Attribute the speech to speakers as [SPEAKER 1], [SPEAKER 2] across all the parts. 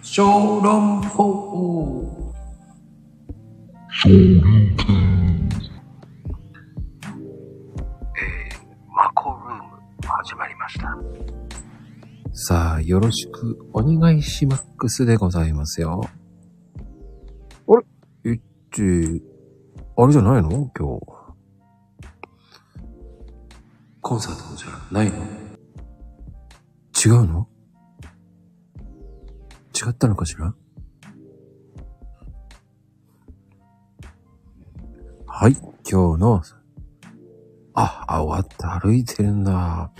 [SPEAKER 1] 小籠包
[SPEAKER 2] マコルーム始まりました。
[SPEAKER 3] さあ、よろしくお願いしマックスでございますよ。あれいっち、あれじゃないの今日。コンサートじゃないの違うの違ったのかしらはい、今日の、あ、あ、終わった、歩いてるんだ。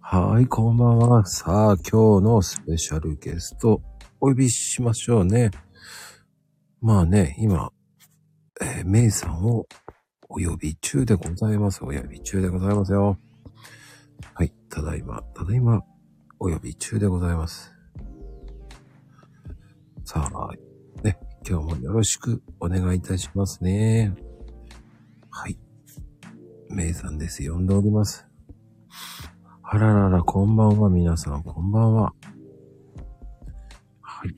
[SPEAKER 3] はい、こんばんは。さあ、今日のスペシャルゲスト、お呼びしましょうね。まあね、今、えーメイさんをお呼び中でございます。お呼び中でございますよ。はい、ただいま、ただいま、お呼び中でございます。さあ、ね、今日もよろしくお願いいたしますね。はい。メイさんです。呼んでおります。あららら、こんばんは、皆さん、こんばんは。はい。い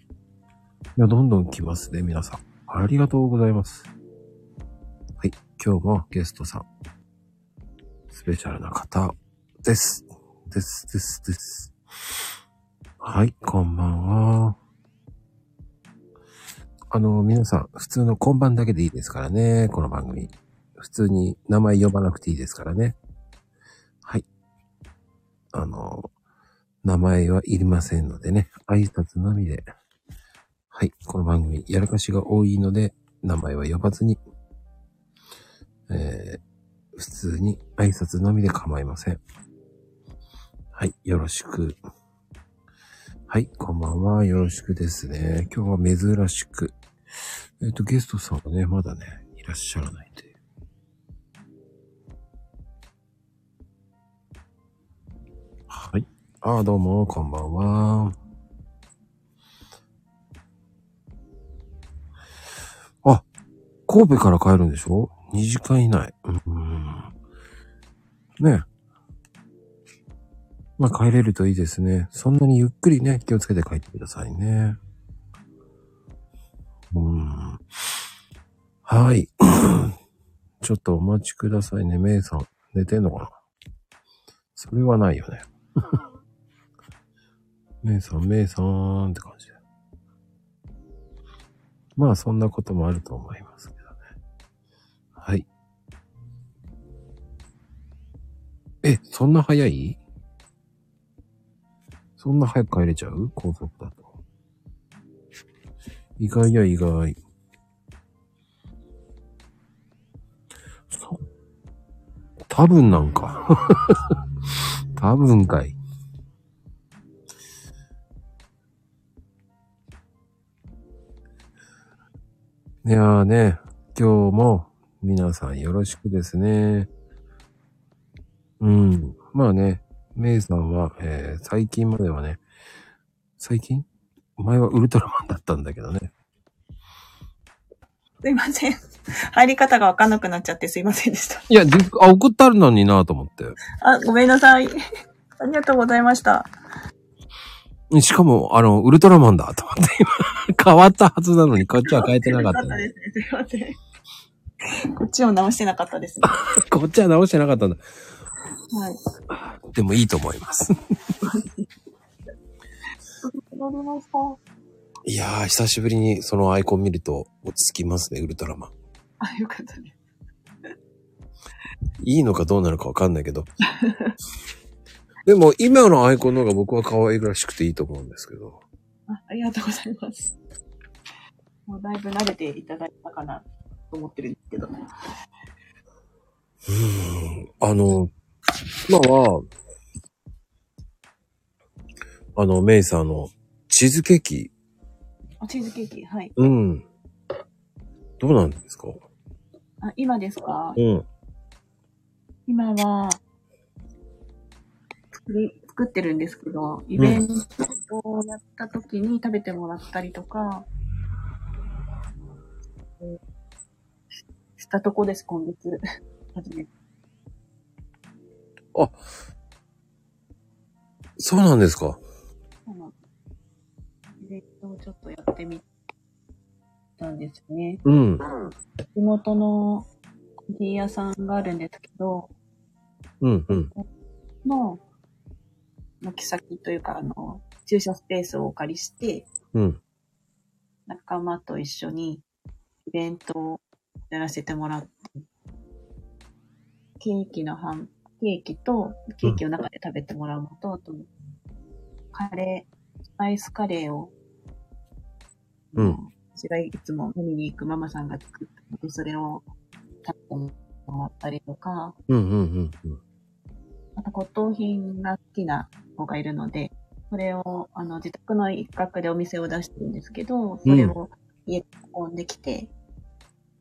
[SPEAKER 3] や、どんどん来ますね、皆さん。ありがとうございます。はい、今日もゲストさん、スペシャルな方です。です、です、です。はい、こんばんは。あの、皆さん、普通のこんばんだけでいいですからね、この番組。普通に名前呼ばなくていいですからね。はい。あの、名前はいりませんのでね、挨拶のみで。はい、この番組、やらかしが多いので、名前は呼ばずに、えー、普通に挨拶のみで構いません。はい、よろしく。はい、こんばんは、よろしくですね。今日は珍しく。えっ、と、ゲストさんはね、まだね、いらっしゃらないという。はい。ああ、どうも、こんばんは。あ、神戸から帰るんでしょ ?2 時間以内。うん。ねえまあ、帰れるといいですね。そんなにゆっくりね、気をつけて帰ってくださいね。うん。はい。 ちょっとお待ちくださいね、メイさん。寝てんのかなそれはないよね。 メイさん、メイさんって感じで。まあ、そんなこともあると思いますけどね。はい。え、そんな早いそんな早く帰れちゃう高速だと。意外や意外。そう。多分なんか。 多分かい。いやーね、今日も皆さんよろしくですね。うん。まあね、メイさんは、えー最近まではね、最近前はウルトラマンだったんだけどね。
[SPEAKER 4] すいません。入り方がわかんなくなっちゃってすいませんでした。
[SPEAKER 3] いや、ディスクあ、送ってあるのになと思って。
[SPEAKER 4] あ、ごめんなさい。ありがとうございました。
[SPEAKER 3] しかも、あの、ウルトラマンだと思って、今、変わったはずなのに、こっちは変えてな かったね、
[SPEAKER 4] ですね。すいません。こっちを直してなかったですね。は
[SPEAKER 3] こっちは直してなかったんだ。
[SPEAKER 4] い。
[SPEAKER 3] でもいいと思います。
[SPEAKER 4] 戻りました。
[SPEAKER 3] いやー、久しぶりにそのアイコン見ると落ち着きますね、ウルトラマン。
[SPEAKER 4] あ、よかったね。
[SPEAKER 3] いいのかどうなのかわかんない けど。でも、今のアイコンの方が僕は可愛らしくていいと思うんですけど。
[SPEAKER 4] あありがとうございます。もうだいぶ慣れていただいたかなと思ってるんですけど。
[SPEAKER 3] うーん。あの、今は、あの、メイさんのチーズケーキ
[SPEAKER 4] あ、チーズケーキ、はい。
[SPEAKER 3] うん。どうなんですか
[SPEAKER 4] あ、今ですか
[SPEAKER 3] うん。
[SPEAKER 4] 今は、作り作ってるんですけど、イベントをやった時に食べてもらったりとか、えーしたとこです、今月。初めて。
[SPEAKER 3] そうなんですか
[SPEAKER 4] あのイベントをちょっとやっで見たんですよね。
[SPEAKER 3] うん。
[SPEAKER 4] 地元のコーヒー屋さんがあるんですけど、
[SPEAKER 3] うん、うん。
[SPEAKER 4] の軒先というか、あの、駐車スペースをお借りして、
[SPEAKER 3] うん。
[SPEAKER 4] 仲間と一緒にイベントをやらせてもらって、ケーキの半、ケーキと、ケーキを中で食べてもらうのと、あと、カレー、スパイスカレーを、
[SPEAKER 3] うん
[SPEAKER 4] 私がいつも飲みに行くママさんが作ったので、それを食べてもらったりとか、
[SPEAKER 3] うん、うん、
[SPEAKER 4] あと骨董品が好きな子がいるので、それを、あの、自宅の一角でお店を出してるんですけど、それを家に運んできて、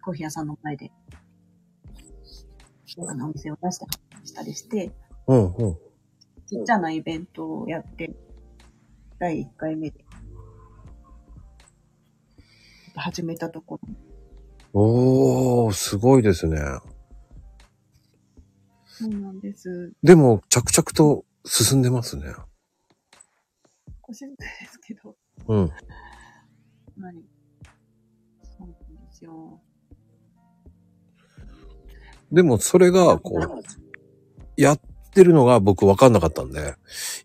[SPEAKER 4] コーヒー屋さんの前で、あの、お店を出したりしたりして、
[SPEAKER 3] うん。うん、うん。
[SPEAKER 4] ちっちゃなイベントをやって、第1回目で、始めたところ。
[SPEAKER 3] おー、すごいですね。
[SPEAKER 4] そうなんです。
[SPEAKER 3] でも、着々と進んでますね。
[SPEAKER 4] 個人ですけど。
[SPEAKER 3] うん。
[SPEAKER 4] はい。そうなんですよ。
[SPEAKER 3] でも、それが、こう、やってるのが僕分かんなかったんで、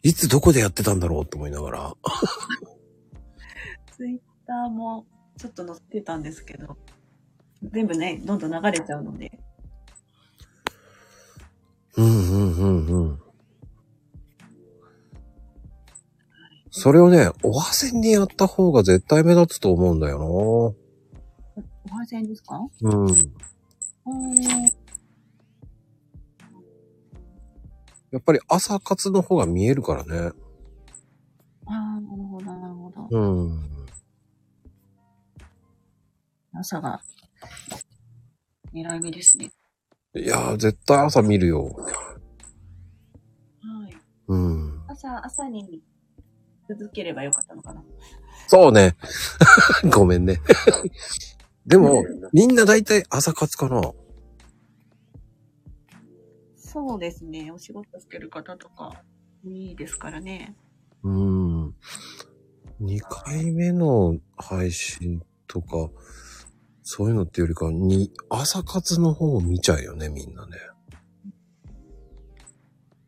[SPEAKER 3] いつどこでやってたんだろうと思いながら。
[SPEAKER 4] ツイッターもちょっと載ってたんですけど、全部ね、どんどん流れちゃうので、
[SPEAKER 3] うんうんうんうん。それをね、おはせにやった方が絶対目立つと思うんだよ
[SPEAKER 4] お配線ですか
[SPEAKER 3] な。うん。
[SPEAKER 4] うん。あ
[SPEAKER 3] やっぱり朝活の方が見えるからね。
[SPEAKER 4] あ、なるほど、なるほど。
[SPEAKER 3] うん。
[SPEAKER 4] 朝が、狙い目ですね。
[SPEAKER 3] いやー、絶対朝見るよ。
[SPEAKER 4] はい。
[SPEAKER 3] うん。
[SPEAKER 4] 朝、朝に続ければよかったのかな。
[SPEAKER 3] そうね。 ごめん ね。でも、みんな大体朝活かな。
[SPEAKER 4] そうですね。お仕事してる方とか、いいですからね。
[SPEAKER 3] うん。2回目の配信とか、そういうのってよりかに、朝活の方を見ちゃうよね、みんなね。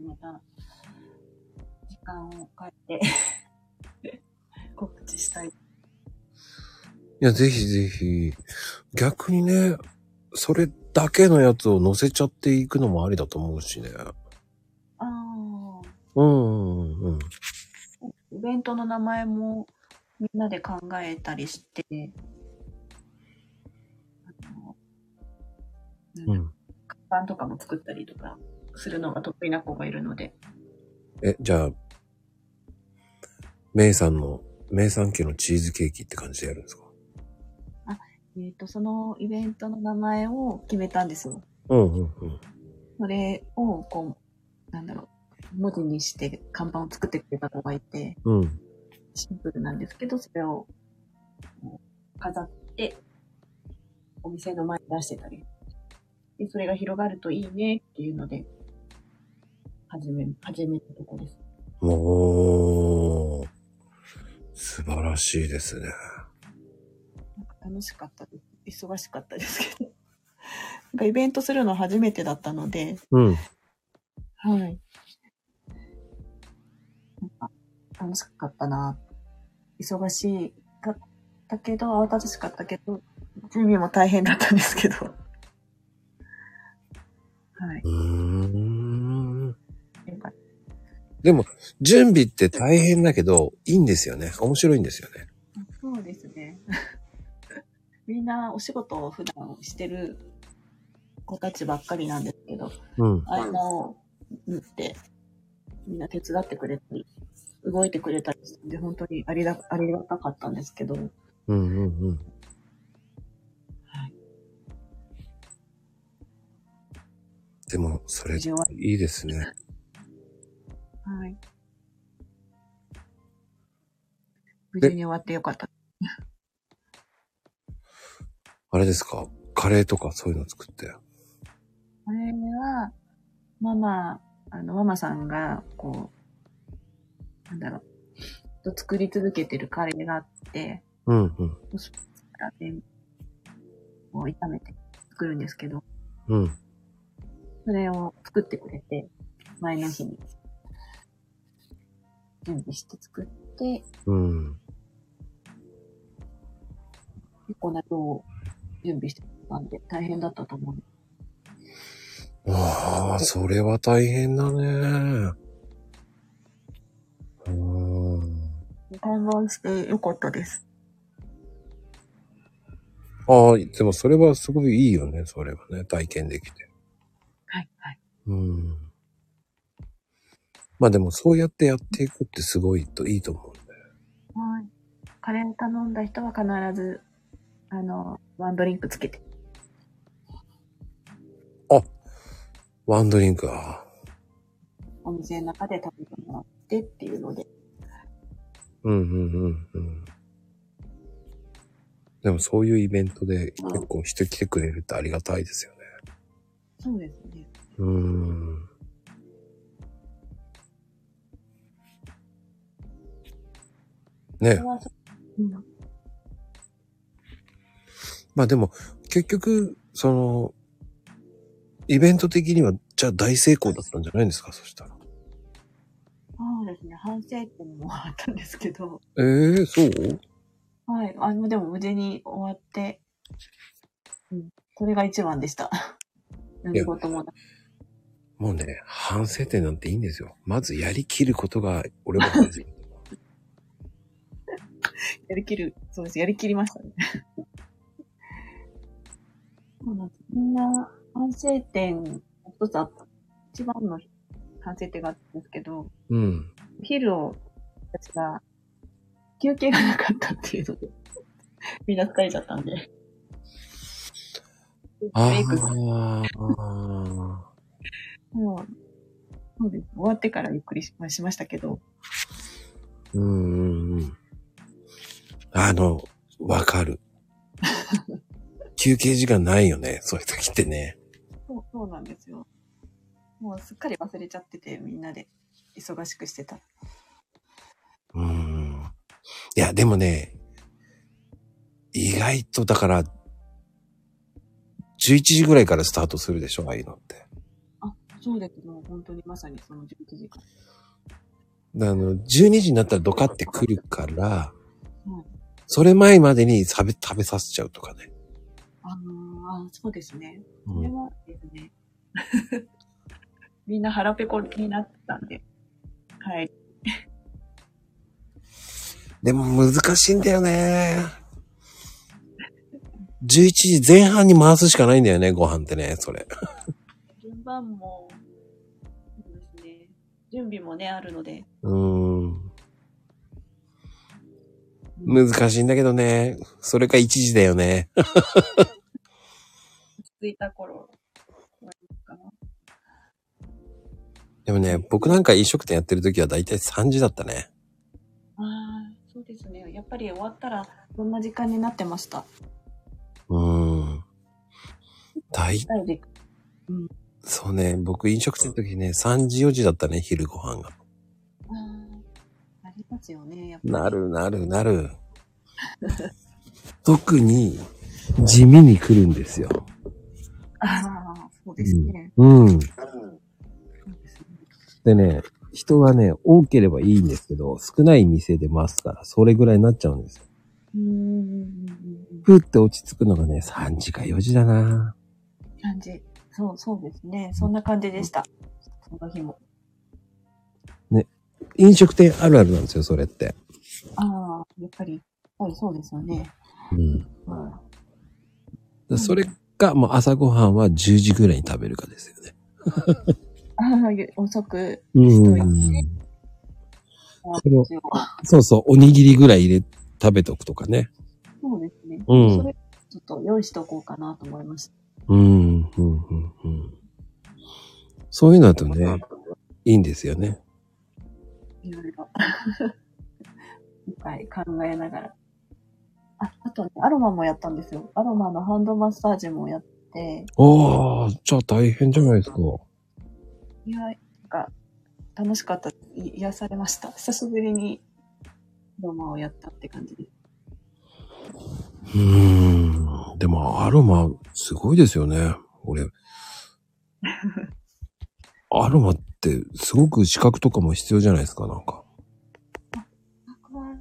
[SPEAKER 4] また、時間を変えて、 告知したい。
[SPEAKER 3] いや、ぜひぜひ、逆にね、それだけのやつを載せちゃっていくのもありだと思うしね。
[SPEAKER 4] ああ。
[SPEAKER 3] うんうんうん。
[SPEAKER 4] イベントの名前もみんなで考えたりして、あの、
[SPEAKER 3] う。
[SPEAKER 4] なんだろうん看板とかも作ったりとかするのが得意な子がいるので、
[SPEAKER 3] え、じゃあ、メイさんの、メイさん家のチーズケーキって感じでやるんですか
[SPEAKER 4] えっ、と、そのイベントの名前を決めたんですよ。
[SPEAKER 3] うんうんうん。
[SPEAKER 4] それを、こう、なんだろう、文字にして看板を作ってくれた子がいて、
[SPEAKER 3] うん。
[SPEAKER 4] シンプルなんですけど、それをこう飾って、お店の前に出してたり。で、それが広がるといいねっていうので、始め、始めたとこです。
[SPEAKER 3] おー。素晴らしいですね。
[SPEAKER 4] なんか楽しかったです。忙しかったですけど。なんかイベントするの初めてだったので、
[SPEAKER 3] うん。
[SPEAKER 4] はい。なんか楽しかったな。忙しかったけど、慌ただしかったけど、準備も大変だったんですけど。はい。
[SPEAKER 3] ん。
[SPEAKER 4] よかっ
[SPEAKER 3] でも、準備って大変だけど、いいんですよね。面白いんですよね。
[SPEAKER 4] たそうですね。 みんなお仕事を普段してる子たちばっかりなんですけど、
[SPEAKER 3] うん。
[SPEAKER 4] 合間を縫って、みんな手伝ってくれたり、動いてくれたりしたんで、本当にありがありがたかったんですけど、
[SPEAKER 3] うんうんうん。
[SPEAKER 4] はい
[SPEAKER 3] でも、それ、い
[SPEAKER 4] 非常に
[SPEAKER 3] いですね。
[SPEAKER 4] はい。無事に終わってよかった。
[SPEAKER 3] あれですかカレーとかそういうの作って。
[SPEAKER 4] これは、ママ、あの、ママさんが、こう、なんだろう、ずっと作り続けてるカレーがあって、
[SPEAKER 3] うん、うん、
[SPEAKER 4] から全部を炒めて作るんですけど、
[SPEAKER 3] うん。
[SPEAKER 4] それを作ってくれて、前の日に準備して作って、
[SPEAKER 3] うん。
[SPEAKER 4] 結構な量を準備してたんで大変だったと思うんで
[SPEAKER 3] ああ、それは大変だね。うーん。
[SPEAKER 4] す。完売してよかったです。
[SPEAKER 3] ああ、でもそれはすごいいいよね、それはね、体験できて。
[SPEAKER 4] はい、はい。
[SPEAKER 3] うん。まあでもそうやってやっていくってすごいといいと思うんだよ。
[SPEAKER 4] はい。カレー頼んだ人は必ず、あの、ワンドリンクつけて。
[SPEAKER 3] ワンドリンクは。
[SPEAKER 4] お店の中で食べてもらってっていうので。
[SPEAKER 3] うんうんうんうん。でもそういうイベントで結構人来てくれるってありがたいですよね。
[SPEAKER 4] そうですね。
[SPEAKER 3] うん。ね
[SPEAKER 4] それはそうん
[SPEAKER 3] まあでも結局、その、イベント的にはじゃあ大成功だったんじゃないんですか、そしたら。
[SPEAKER 4] そうですね。反省点もあったんですけど。
[SPEAKER 3] ええそう
[SPEAKER 4] はい。あの、でも無事に終わって、うん。それが一番でした。何事もなく。
[SPEAKER 3] もうね、反省点なんていいんですよ。まずやりきることが俺は大事。
[SPEAKER 4] やりきる、そうです。やりきりましたね。そうなんです。みんな、反省点が一つあった。一番の反省点があったんですけど、
[SPEAKER 3] うん。
[SPEAKER 4] お昼を、私が、休憩がなかったっていうので、 みんな疲れちゃったんで。
[SPEAKER 3] あ
[SPEAKER 4] メイクが
[SPEAKER 3] あ。
[SPEAKER 4] もう、そうです。終わってからゆっくりしましましたけど。
[SPEAKER 3] うんうんうん。あの、わかる。休憩時間ないよね。 そういう時ってね。
[SPEAKER 4] そう、そうなんですよ。もうすっかり忘れちゃってて、みんなで忙しくしてた。
[SPEAKER 3] うん。いや、でもね、意外とだから、11時ぐらいからスタートするでしょ、ああいうのって。
[SPEAKER 4] そうです。もう本当にまさにその11時間。
[SPEAKER 3] あの、12時になったらドカってくるから
[SPEAKER 4] うん、
[SPEAKER 3] それ前までに食べ、食べさせちゃうとかね。
[SPEAKER 4] あのー、あそうですね。
[SPEAKER 3] う
[SPEAKER 4] これ
[SPEAKER 3] ん、
[SPEAKER 4] はですね。 みんな腹ペコになったんで。はい。
[SPEAKER 3] でも難しいんだよね。11時前半に回すしかないんだよね、ご飯ってね、それ。
[SPEAKER 4] 順番も、そうですね。準備もね、あるので。
[SPEAKER 3] うーん。難しいんだけどね。それか1時だよね。
[SPEAKER 4] 落ち着いた頃。終わりかな
[SPEAKER 3] でもね、僕なんか飲食店やってる時はだいたい3時だったね。
[SPEAKER 4] ああ、そうですね。やっぱり終わったら、こんな時間になってました。
[SPEAKER 3] うーん。だい、
[SPEAKER 4] ダイレクト
[SPEAKER 3] そうね、僕飲食店の時ね、3時4時だったね、昼ご飯が。
[SPEAKER 4] あーありますよね、やっぱり。
[SPEAKER 3] なるなるなる。特に地味に来るんですよ。
[SPEAKER 4] ああ、そうですね。
[SPEAKER 3] うん。
[SPEAKER 4] そうですね
[SPEAKER 3] でね、人がね、多ければいいんですけど、少ない店で回すから、それぐらいになっちゃうんですよ。
[SPEAKER 4] うーん。
[SPEAKER 3] ふって落ち着くのがね、3時か4時だな
[SPEAKER 4] 感じ。そう、そうですね。そんな感じでした。その日も。
[SPEAKER 3] 飲食店あるあるなんですよ、それって。
[SPEAKER 4] ああ、やっぱり、はい、そうですよね。
[SPEAKER 3] うん。
[SPEAKER 4] うん。
[SPEAKER 3] それか、もう朝ごはんは10時ぐらいに食べるかですよね。
[SPEAKER 4] ああ、ゆ遅く、
[SPEAKER 3] うん。
[SPEAKER 4] 終わってしま
[SPEAKER 3] そうそう、おにぎりぐらい入れ、食べとくとかね。
[SPEAKER 4] うそうですね。
[SPEAKER 3] うん
[SPEAKER 4] それ、ちょっと用意しとこうかなと思いました。
[SPEAKER 3] うん、うん、うん、うん。そういうのだとね、いいんですよね。
[SPEAKER 4] いろいろ。 いっぱい考えながら。あ、あとね、アロマもやったんですよ。アロマのハンドマッサージもやって、
[SPEAKER 3] ああ、じゃあ大変じゃないですか。
[SPEAKER 4] いや、なんか、楽しかった。い癒されました。久しぶりに、アロマをやったって感じです。
[SPEAKER 3] うーん。でも、アロマ、すごいですよね。俺。 アロマって、すごく資格とかも必要じゃないですか、なんか。
[SPEAKER 4] 僕は、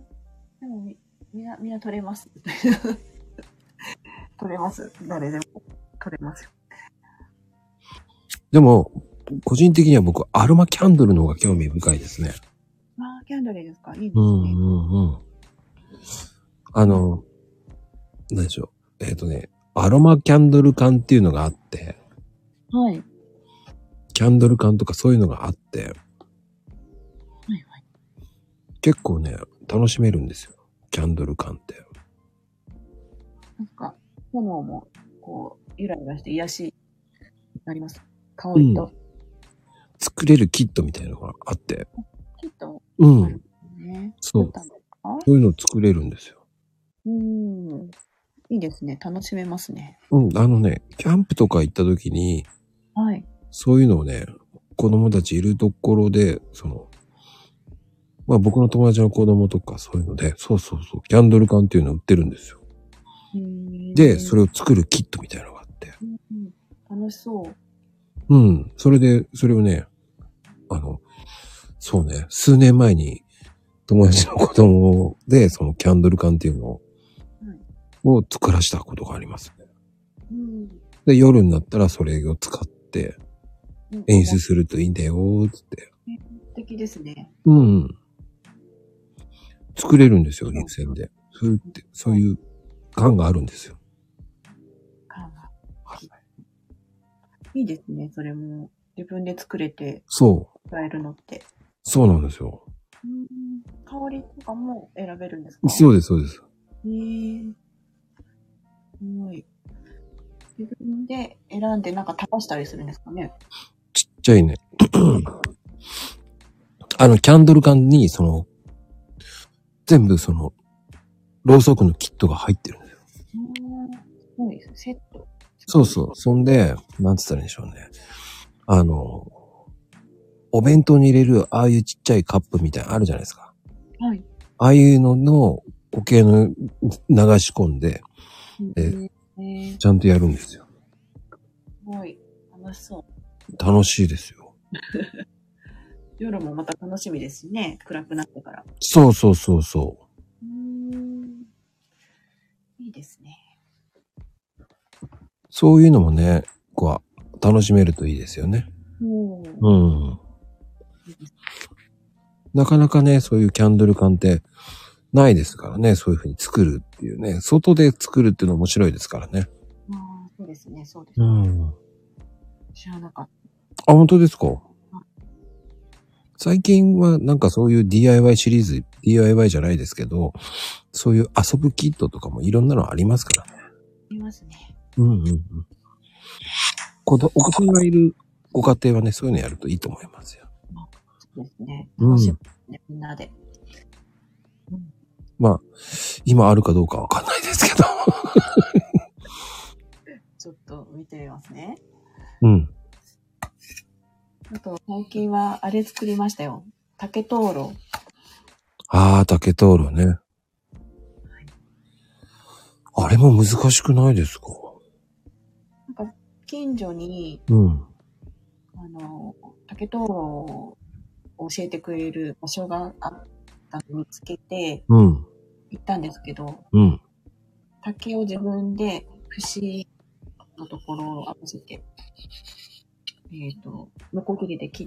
[SPEAKER 4] でもみ、みんな、みんな取れます。 取れます。誰でも取れますよ。
[SPEAKER 3] でも、個人的には僕、アロマキャンドルの方が興味深いですね。
[SPEAKER 4] まあ、キャンドルですかいいです
[SPEAKER 3] う
[SPEAKER 4] ね。
[SPEAKER 3] んうんうん。あの、何でしょう。えっ、とね、アロマキャンドル缶っていうのがあって、
[SPEAKER 4] はい。はい
[SPEAKER 3] キャンドル缶とかそういうのがあって、
[SPEAKER 4] はい。
[SPEAKER 3] 結構ね、楽しめるんですよ。キャンドル缶って。
[SPEAKER 4] なんか、炎も、こう、ゆらゆらして癒しになります。香
[SPEAKER 3] う
[SPEAKER 4] り
[SPEAKER 3] ん
[SPEAKER 4] と。
[SPEAKER 3] 作れるキットみたいなのがあって、
[SPEAKER 4] きっと、
[SPEAKER 3] うん。
[SPEAKER 4] ね。
[SPEAKER 3] そう
[SPEAKER 4] 作ったんですか
[SPEAKER 3] そういうの作れるんですよ。
[SPEAKER 4] うん。いいですね。楽しめますね。
[SPEAKER 3] うん。あのね、キャンプとか行った時に、
[SPEAKER 4] はい。
[SPEAKER 3] そういうのをね、子供たちいるところで、その、まあ僕の友達の子供とかそういうので、そうそうそう、キャンドル缶っていうの売ってるんですよ。で、そ
[SPEAKER 4] れ。
[SPEAKER 3] れを作るキットみたいなのがあって。
[SPEAKER 4] うん楽しそう。
[SPEAKER 3] うん。それで、それをね、あの、そうね、数年前に友達の子供で、そのキャンドル缶っていうのを、を作らしたことがありますね。
[SPEAKER 4] うん。
[SPEAKER 3] で、夜になったらそれを使って演出
[SPEAKER 4] 素
[SPEAKER 3] するといいんだよ、つって。
[SPEAKER 4] 敵ですね。
[SPEAKER 3] うんうん。作れるんですよ、人選で。そういうって、そういう感があるんですよ。
[SPEAKER 4] 感が。いいですね。それも。自分で作れて
[SPEAKER 3] そう。
[SPEAKER 4] 使えるのって。
[SPEAKER 3] そうなんですよ。
[SPEAKER 4] うん。香りとかも選べるんですか
[SPEAKER 3] そうです、そうです。
[SPEAKER 4] へえすごい。自分で選んでなんか試したりするんですかね。
[SPEAKER 3] ちっちゃいね。 あの、キャンドル缶に、その、全部その、ろうそくのキットが入ってるんですよ。
[SPEAKER 4] うん。すごいです。セット。
[SPEAKER 3] そうそう。そんで、なんつったらいいんでしょうね。あの、お弁当に入れる、ああいうちっちゃいカップみたいなのあるじゃないですか。
[SPEAKER 4] はい。
[SPEAKER 3] ああいうのの、固形の流し込んで、え
[SPEAKER 4] へえす
[SPEAKER 3] ちゃんとやるんですよ。
[SPEAKER 4] ごい。楽しそう。
[SPEAKER 3] 楽しいですよ。
[SPEAKER 4] 夜もまた楽しみですね。暗くなってから。
[SPEAKER 3] そうそうそうそう。
[SPEAKER 4] うん。いいですね。
[SPEAKER 3] そういうのもね、こう、楽しめるといいですよね。
[SPEAKER 4] おー
[SPEAKER 3] うん。なかなかね、そういうキャンドル缶ってないですからね、そういうふうに作るっていうね、外で作るっていうの面白いですからね。
[SPEAKER 4] ああ、そうですね、そうです。
[SPEAKER 3] ん。あ、
[SPEAKER 4] 知らなかっ
[SPEAKER 3] 本当ですか最近はなんかそういう DIY シリーズ、DIY じゃないですけど、そういう遊ぶキットとかもいろんなのありますからね。
[SPEAKER 4] た。いますね。
[SPEAKER 3] うんうんうん。子どお子さんがいるご家庭はね、そういうのやるといいと思いますよ。
[SPEAKER 4] そうですね。
[SPEAKER 3] うん
[SPEAKER 4] 楽しみですね、みんなで。
[SPEAKER 3] まあ、今あるかどうかわかんないですけど。
[SPEAKER 4] ちょっと見てみますね。
[SPEAKER 3] うん。
[SPEAKER 4] あと、最近はあれ作りましたよ。竹灯籠。
[SPEAKER 3] ああ、竹灯籠ね。あれも難しくないですか
[SPEAKER 4] なんか、近所に、
[SPEAKER 3] うん。
[SPEAKER 4] あの、竹灯籠を教えてくれる場所があったのを見つけて
[SPEAKER 3] うん。
[SPEAKER 4] 行ったんですけど、
[SPEAKER 3] うん。
[SPEAKER 4] 竹を自分で節のところを合わせて、えっ、と、ノコギリで切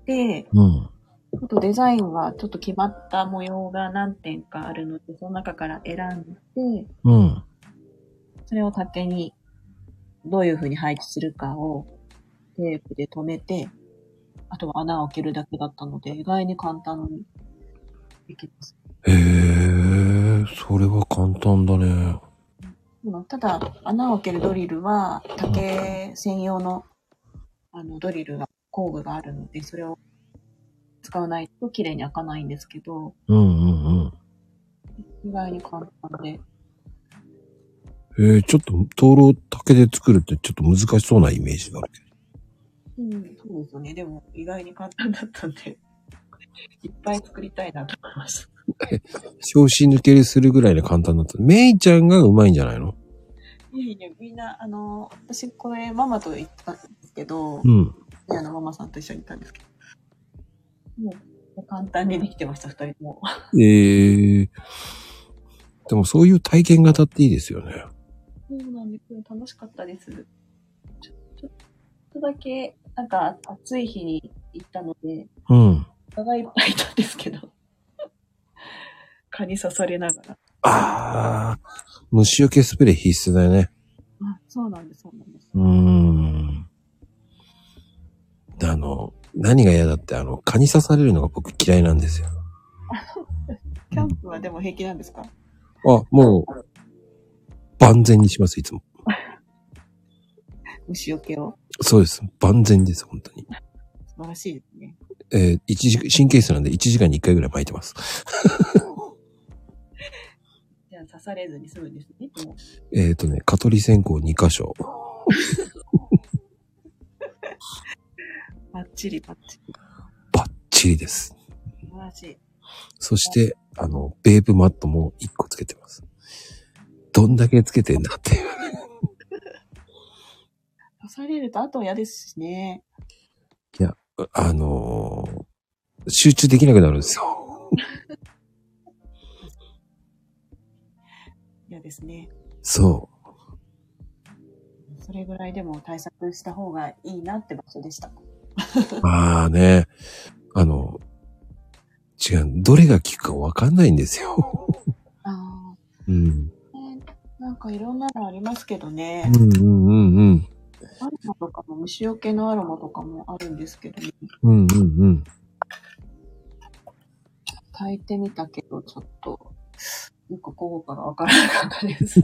[SPEAKER 4] って、
[SPEAKER 3] うん。
[SPEAKER 4] あとデザインはちょっと決まった模様が何点かあるので、その中から選んで、
[SPEAKER 3] うん。
[SPEAKER 4] それを竹にどういう風に配置するかをテープで留めて、あとは穴を開けるだけだったので、意外に簡単にできます。
[SPEAKER 3] へえ、それは簡単だね。
[SPEAKER 4] うんただ、穴を開けるドリルは、竹専用の、あの、ドリルが、工具があるので、それを使わないと綺麗に開かないんですけど、
[SPEAKER 3] うんうん
[SPEAKER 4] 意外に簡単で。
[SPEAKER 3] うん。えー、ちょっと、灯籠竹で作るってちょっと難しそうなイメージがあるけ
[SPEAKER 4] うん、そうですよね。でも、意外に簡単だったんで、いっぱい作りたいなと思いました。
[SPEAKER 3] え、調子抜けるするぐらいで簡単だった。メイちゃんがうまいんじゃないの
[SPEAKER 4] いやいや、みんな、あの、私、これ、ママと行ったんですけど、
[SPEAKER 3] うん。
[SPEAKER 4] ペアのママさんと一緒に行ったんですけど、もう、簡単にできてました、二人とも。
[SPEAKER 3] えー、でもそういう体験型っていいですよね。
[SPEAKER 4] そうなんですよ。楽しかったです。ちょちょっとだけ、なんか、暑い日に行ったので、
[SPEAKER 3] うん。
[SPEAKER 4] お互いいっぱいいたんですけど、蚊に刺されながら。
[SPEAKER 3] ああ、虫除けスプレー必須だよね。
[SPEAKER 4] あ、そうなんです、そうなんです。
[SPEAKER 3] うーん。あの、何が嫌だって、あの、蚊に刺されるのが僕嫌いなんですよ。
[SPEAKER 4] キャンプはでも平気なんですか
[SPEAKER 3] あ、もう、万全にします、いつも。
[SPEAKER 4] 虫除けを。
[SPEAKER 3] そうです。万全です、本当に。
[SPEAKER 4] 素晴らしいですね。
[SPEAKER 3] えー一時、神経質なんで1時間に1回ぐらい巻いてます。
[SPEAKER 4] じゃあ刺されずに済むんですね。もう
[SPEAKER 3] えっ、ー、とね、蚊取り線香2箇所。
[SPEAKER 4] バッチリバッチリ。
[SPEAKER 3] バッチリです。
[SPEAKER 4] 素晴らしい。
[SPEAKER 3] そして、あの、ベープマットも1個つけてます。どんだけつけてんだっていう。
[SPEAKER 4] 刺されるとあとは嫌ですしね。
[SPEAKER 3] あのー集中できなくなるんですよ。
[SPEAKER 4] 嫌ですね。
[SPEAKER 3] そ
[SPEAKER 4] それぐらいでも対策した方がいいなって場所でした。
[SPEAKER 3] う。まあね、あの、違う、どれが効くかわかんないんですよ。
[SPEAKER 4] あ
[SPEAKER 3] うん。
[SPEAKER 4] あ、ね、なんかいろんなのありますけどね。
[SPEAKER 3] うんうんうんうん。
[SPEAKER 4] アロマとかも虫除けのアロマとかもあるんですけど、ね、
[SPEAKER 3] うんうんうん。
[SPEAKER 4] 炊いてみたけど、ちょっと、よく効果がわからなかったです。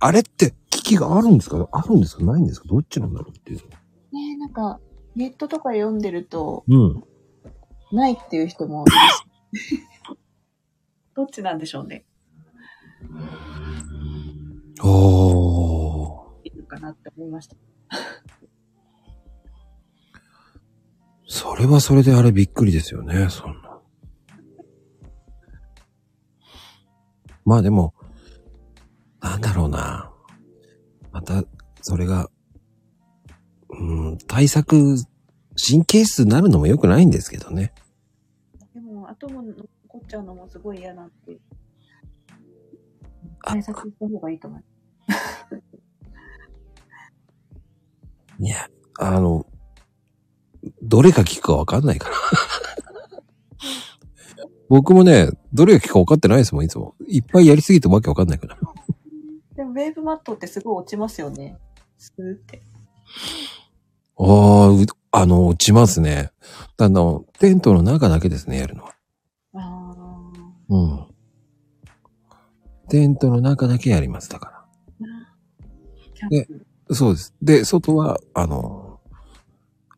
[SPEAKER 3] あれって、機器があるんですかあるんですかないんですかどっちなんだろうっていう。
[SPEAKER 4] ねえ、なんか、ネットとか読んでると、
[SPEAKER 3] うん。
[SPEAKER 4] ないっていう人もいるし。 どっちなんでしょうね。
[SPEAKER 3] おー。
[SPEAKER 4] いるかなって思いました。
[SPEAKER 3] それはそれであれびっくりですよね、そんな。まあでも、なんだろうな。また、それが、うん、対策、神経質になるのも良くないんですけどね。
[SPEAKER 4] でも、後も残っちゃうのもすごい嫌なんで、
[SPEAKER 3] あ
[SPEAKER 4] 対策した方がいいと思いま
[SPEAKER 3] いや、あの、どれが効くかわかんないから。僕もね、どれが効くか分かってないですもん、いつも。いっぱいやりすぎてわけわかんないから。
[SPEAKER 4] す。でも、ウェーブマットってすごい落ちますよね。スーって。
[SPEAKER 3] ああ、うあの、落ちますね。あの、テントの中だけですね、やるのは。
[SPEAKER 4] あー
[SPEAKER 3] うん。テントの中だけやります、だか
[SPEAKER 4] キャンプ。
[SPEAKER 3] ら。そうです。で、外は、あの、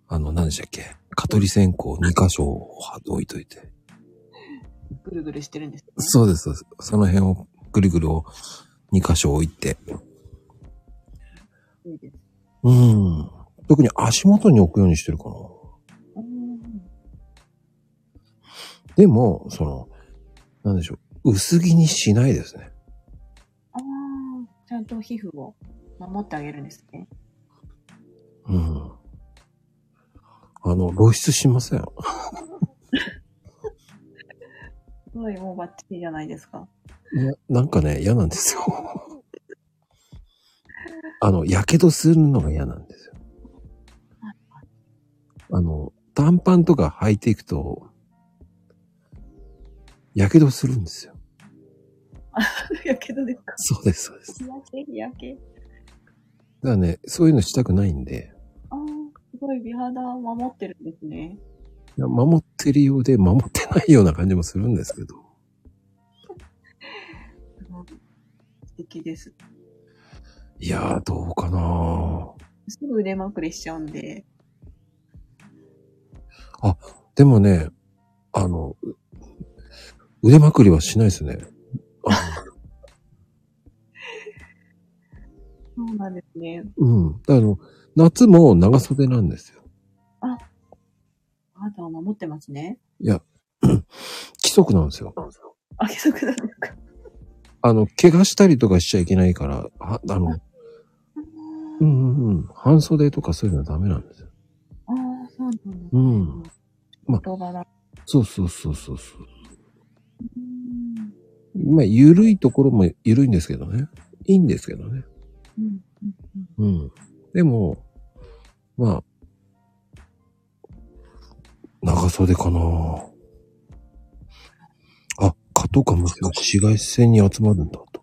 [SPEAKER 3] あの、何でしたっけ蚊取り線香2箇所を置いといて。
[SPEAKER 4] ぐるぐるしてるんですよね。
[SPEAKER 3] そうです、そうです。その辺を、ぐるぐるを2箇所置いて。
[SPEAKER 4] いいです。
[SPEAKER 3] うん。特に足元に置くようにしてるかな。
[SPEAKER 4] うん
[SPEAKER 3] でも、その、なんでしょう。薄着にしないですね。
[SPEAKER 4] ああ、ちゃんと皮膚を守ってあげるんですね。
[SPEAKER 3] うん。あの、露出しません。
[SPEAKER 4] すごいもうバッチリじゃないですか。
[SPEAKER 3] ななんかね、嫌なんですよ。 あの、やけどするのが嫌なんですよ。あの、短パンとか履いていくと、やけどするんですよ。
[SPEAKER 4] やけどですか
[SPEAKER 3] そうです、そうです。
[SPEAKER 4] 日焼け、日焼け。
[SPEAKER 3] だからね、そういうのしたくないんで、
[SPEAKER 4] ああ、すごい美肌を守ってるんですね。
[SPEAKER 3] いや守ってるようで守ってないような感じもするんですけど。
[SPEAKER 4] すごい素敵です。
[SPEAKER 3] いやー、どうかな
[SPEAKER 4] すぐ腕まくりしちゃうんで。
[SPEAKER 3] でもね、あの、う腕まくりはしないですね。あ
[SPEAKER 4] そうなんですね。
[SPEAKER 3] のうん。あの、夏も長袖なんですよ。
[SPEAKER 4] 肌を守ってますね。
[SPEAKER 3] 季則なんですよ。
[SPEAKER 4] あ、貴族なんですか。
[SPEAKER 3] あの、怪我したりとかしちゃいけないから、はあの、うんうんうん、半袖とかそういうのはダメなんですよ。
[SPEAKER 4] ああ、そうなんですね。
[SPEAKER 3] うんまあ
[SPEAKER 4] 言葉だ。
[SPEAKER 3] そうそうそうそうそう。
[SPEAKER 4] うん
[SPEAKER 3] まあ、緩いところも緩いんですけどね。いいんですけどね。
[SPEAKER 4] うんうんうん
[SPEAKER 3] うん。でも、まあ、長袖かなあ、蚊とか虫が紫外線に集まるんだと。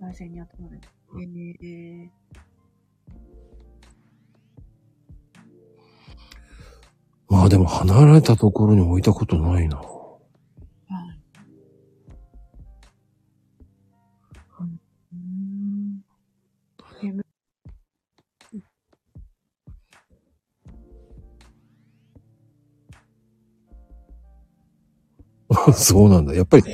[SPEAKER 4] 内戦に集まる。ええ
[SPEAKER 3] まあでも離れたところに置いたことない な。
[SPEAKER 4] はい。うん。眠い
[SPEAKER 3] そうなんだ。やっぱり、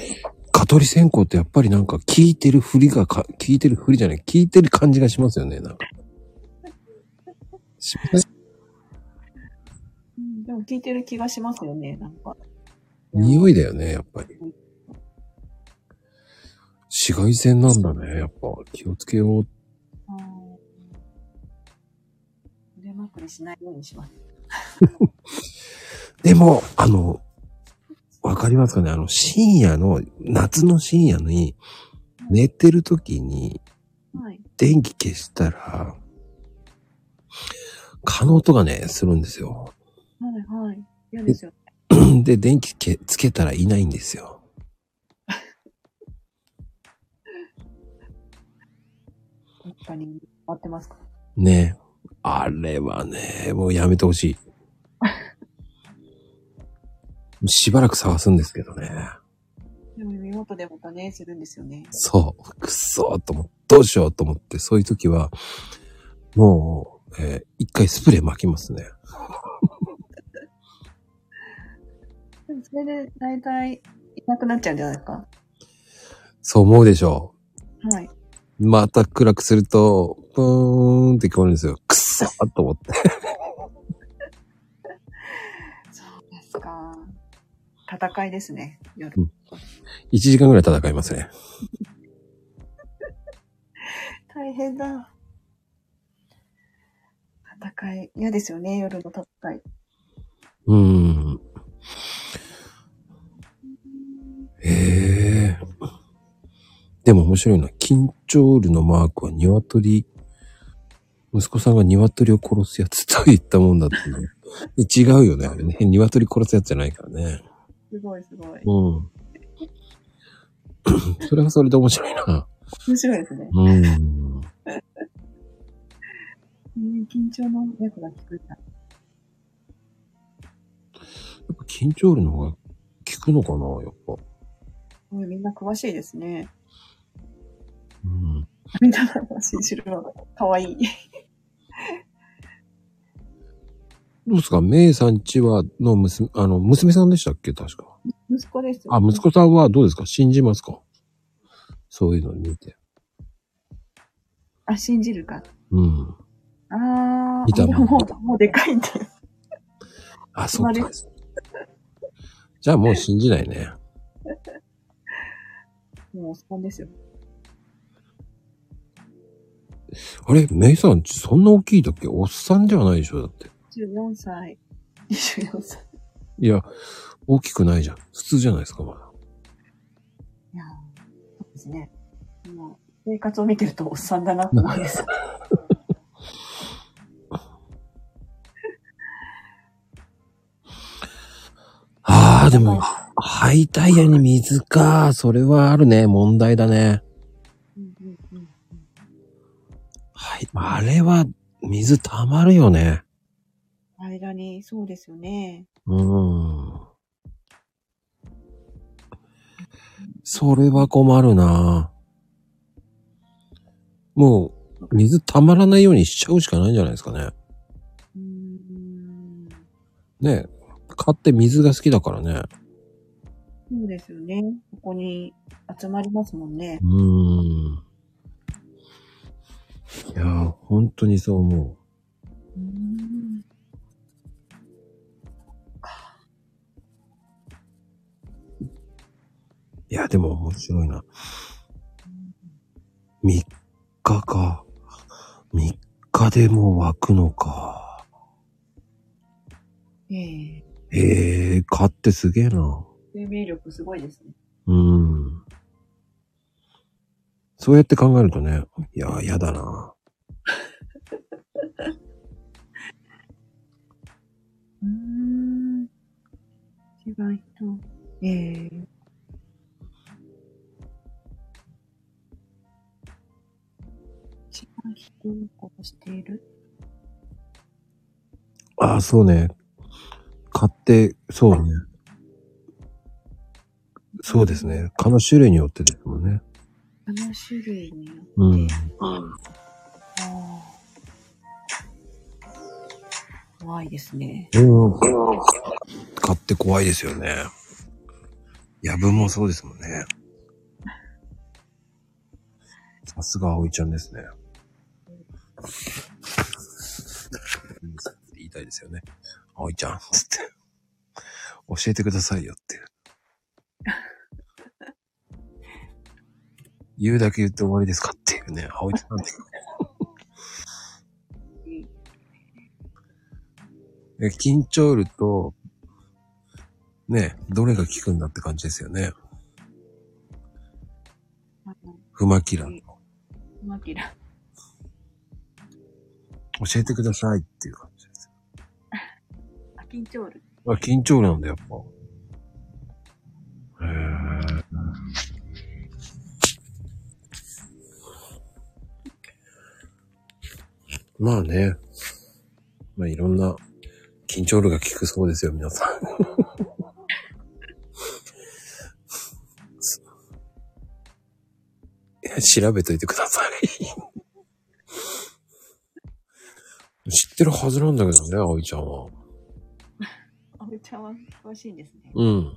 [SPEAKER 3] 蚊取り線香ってやっぱりなんか効いてる振りがか、効いてる振りじゃない、効いてる感じがしますよね、なんか。しません
[SPEAKER 4] うんでも聞いてる気がしますよね、なんか。
[SPEAKER 3] 匂
[SPEAKER 4] い。
[SPEAKER 3] いだよね、やっぱり。紫外線なんだね、やっぱ。気をつけよう。
[SPEAKER 4] うん腕まくりしないようにします。
[SPEAKER 3] でも、あの、わかりますかねあの、深夜の、夏の深夜に、寝てる時に
[SPEAKER 4] はい。
[SPEAKER 3] 電気消したら、蚊の音がね、するんですよ。
[SPEAKER 4] はいはい。嫌ですよ。
[SPEAKER 3] で、電気けつけたらいないんですよ。
[SPEAKER 4] 確かに。合ってますか
[SPEAKER 3] ね。あれはね、もうやめてほしい。 しばらく探すんですけどね。
[SPEAKER 4] でも見事でまたね、するんですよね。
[SPEAKER 3] そう。くっそーと思って、どうしようと思って、そういう時は、もう、えー一回スプレー巻きますね。
[SPEAKER 4] でもそれで大体いなくなっちゃうんじゃないですか
[SPEAKER 3] そう思うでしょ
[SPEAKER 4] はい。
[SPEAKER 3] う。また暗くすると、ブーンって聞こえるんですよ。くっそーと思って。
[SPEAKER 4] そうですか。戦いですね、夜。
[SPEAKER 3] 1時間ぐらい戦いますね。
[SPEAKER 4] 大変だ。戦い。嫌ですよね、夜の戦い。
[SPEAKER 3] うーん。へえ。でも面白いな。緊張ルのマークは鶏。息子さんが鶏を殺すやつと言ったもんだってね。違うよね、あれね。鶏殺すやつじゃないからね。
[SPEAKER 4] すごいすごい。
[SPEAKER 3] うん。それはそれで面白いな。
[SPEAKER 4] 面白いですね。
[SPEAKER 3] うん。
[SPEAKER 4] えー緊張の役が聞くん
[SPEAKER 3] や
[SPEAKER 4] だ。
[SPEAKER 3] っぱ緊張ルの方が効くのかな、やっぱ。
[SPEAKER 4] すごいみんな詳しいですね。
[SPEAKER 3] うん。
[SPEAKER 4] みんな詳しい、知るのがかわいい。
[SPEAKER 3] どうですかメイさんちは、の娘、あの、娘さんでしたっけ確か。
[SPEAKER 4] 息子ですよ、
[SPEAKER 3] あ、息子さんはどうですか信じますかそういうの見て。
[SPEAKER 4] あ、信じるか。
[SPEAKER 3] うん。
[SPEAKER 4] あ
[SPEAKER 3] 見た
[SPEAKER 4] ー、でももう、もうでかいんで。
[SPEAKER 3] あ、そっ
[SPEAKER 4] つま
[SPEAKER 3] か。じゃあもう信じないね。
[SPEAKER 4] もうおスポンですよ。
[SPEAKER 3] あれメイさん、そんな大きい時おっさんじゃないでしょだって。
[SPEAKER 4] 14歳。24歳。
[SPEAKER 3] いや、大きくないじゃん。普通じゃないですか、まだ。
[SPEAKER 4] いやーそうですね。もう、生活を見てるとおっさんだなと思います。
[SPEAKER 3] ああ、でも、ハイタイヤに水か。それはあるね。問題だね。
[SPEAKER 4] うんうんうん
[SPEAKER 3] はい。あれは、水溜まるよね。
[SPEAKER 4] 間に、そうですよね。
[SPEAKER 3] うん。それは困るなもう、水溜まらないようにしちゃうしかないんじゃないですかね。
[SPEAKER 4] うーん。
[SPEAKER 3] ねえ。買って水が好きだからね。
[SPEAKER 4] そうですよね。ここに集まりますもんね
[SPEAKER 3] う。ーん。いやー、本当にそう思
[SPEAKER 4] うーん。
[SPEAKER 3] いや、でも面白いな。3日か。3日でもう湧くのか。
[SPEAKER 4] ええ
[SPEAKER 3] ええー、蚊ってすげえな。
[SPEAKER 4] 生命力すごいですね。
[SPEAKER 3] うん。そうやって考えるとね、いや、嫌だな。
[SPEAKER 4] うーん。違う人。ええ違う人を殺している。
[SPEAKER 3] ああ、そうね。買って、そうね。そうですね。蚊の種類によってですもんね。
[SPEAKER 4] あの種類によって。
[SPEAKER 3] うん。
[SPEAKER 4] あー怖いですね。
[SPEAKER 3] うん。買って怖いですよね。やぶもそうですもんね。さすが葵ちゃんですね。言いたいですよね。葵ちゃん、つって。教えてくださいよって。言うだけ言って終わりですかっていうね。葵ちゃんなんて。え、緊張ると、ね、どれが効くんだって感じですよね。
[SPEAKER 4] あの
[SPEAKER 3] フマキラの。
[SPEAKER 4] マキラ。
[SPEAKER 3] 教えてくださいっていう感じです。
[SPEAKER 4] アキンチョール。
[SPEAKER 3] あ、緊張るなんだ、やっぱ。へえ。まあね。まあいろんな緊張るが効くそうですよ、皆さん。 いや調べといてください。知ってるはずなんだけどね、葵ちゃんは。
[SPEAKER 4] あめちゃんは詳しいんですね。
[SPEAKER 3] うん。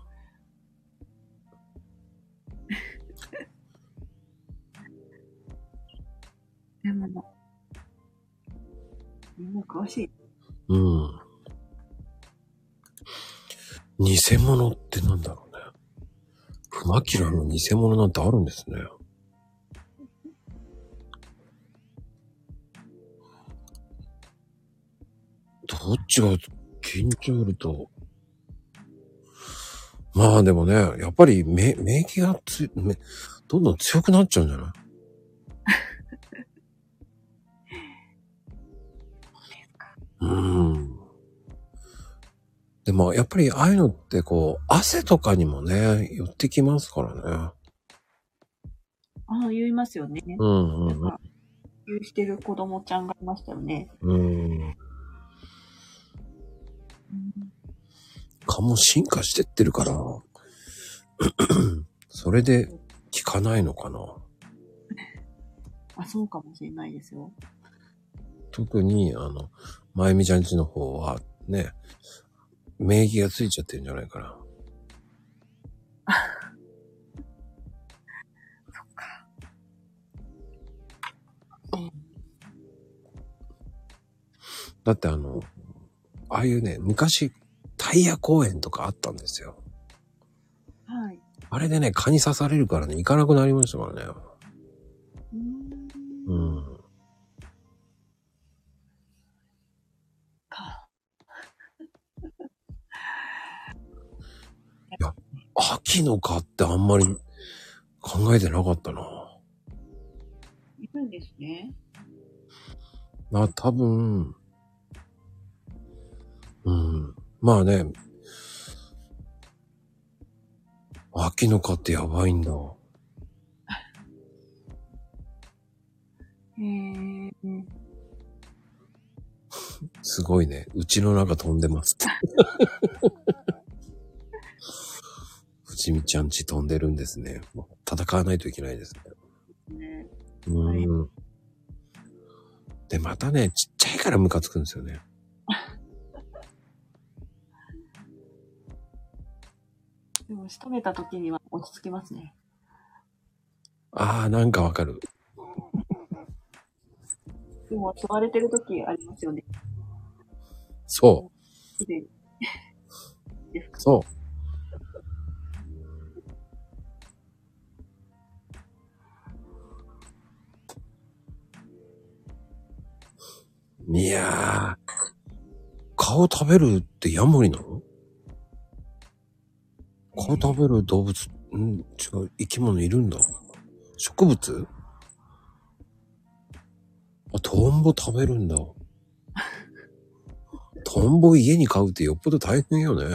[SPEAKER 4] でも、みんな詳しい。
[SPEAKER 3] うん。偽物ってなんだろうね。フマキラの偽物なんてあるんですね。どっちが緊張ると。まあでもね、やっぱりめ免疫がついめ、どんどん強くなっちゃうんじゃないうん。でも、やっぱりああいうのってこう、汗とかにもね、寄ってきますからね。
[SPEAKER 4] ああ、言いますよね。
[SPEAKER 3] うん
[SPEAKER 4] な
[SPEAKER 3] うんん
[SPEAKER 4] か、言うしてる子供ちゃんがいましたよね。
[SPEAKER 3] うん。うん。蚊も進化してってるから、 それで効かないのかな。
[SPEAKER 4] あ、そうかもしれないですよ。
[SPEAKER 3] 特に、あの、まゆみちゃんちの方は、ね、免疫がついちゃってるんじゃないかな。だってあの、ああいうね、昔、タイヤ公園とかあったんですよ。
[SPEAKER 4] はい。
[SPEAKER 3] あれでね、蚊に刺されるからね、行かなくなりましたからね。
[SPEAKER 4] うーん。
[SPEAKER 3] うん。
[SPEAKER 4] か。
[SPEAKER 3] 秋の蚊ってあんまり考えてなかったな。
[SPEAKER 4] いるんですね。
[SPEAKER 3] まあ多分、うん。まあね、秋の蚊ってやばいんだ。
[SPEAKER 4] へえ。
[SPEAKER 3] すごいね。うちの中飛んでますって。藤見ちゃんち飛んでるんですね。もう戦わないといけないですね。
[SPEAKER 4] ね。
[SPEAKER 3] うん。で、またね、ちっちゃいからムカつくんですよね。
[SPEAKER 4] でも、仕留めた時には落ち着きますね。
[SPEAKER 3] ああ、なんかわかる。
[SPEAKER 4] でも、吸われてる時ありますよね。
[SPEAKER 3] そう。
[SPEAKER 4] すでに。
[SPEAKER 3] そう。いやー、顔食べるってヤモリなの顔食べる動物、うん、違う、生き物いるんだ。植物あ、トンボ食べるんだ。トンボ家に飼うってよっぽど大変よね。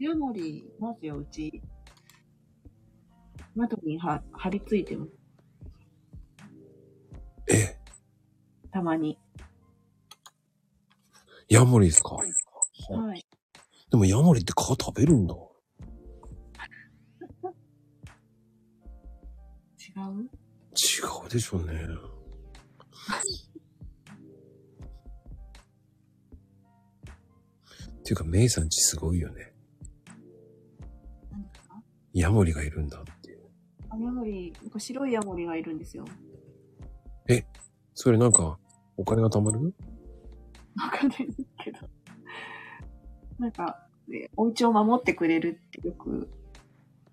[SPEAKER 4] ヤモリいますよ、うち。窓には張り付いてます、
[SPEAKER 3] え、
[SPEAKER 4] たまに。
[SPEAKER 3] ヤモリですかはい
[SPEAKER 4] はい。
[SPEAKER 3] でもヤモリって蚊食べるんだ。
[SPEAKER 4] 違う
[SPEAKER 3] 違うでしょうね。っていうか、メイさんちすごいよね。
[SPEAKER 4] 何ですか
[SPEAKER 3] ヤモリがいるんだっていう。
[SPEAKER 4] あヤモリ、なんか白いヤモリがいるんですよ。
[SPEAKER 3] それなんか、お金が貯まる
[SPEAKER 4] わかんないですけど。なんか、ねお家を守ってくれるってよく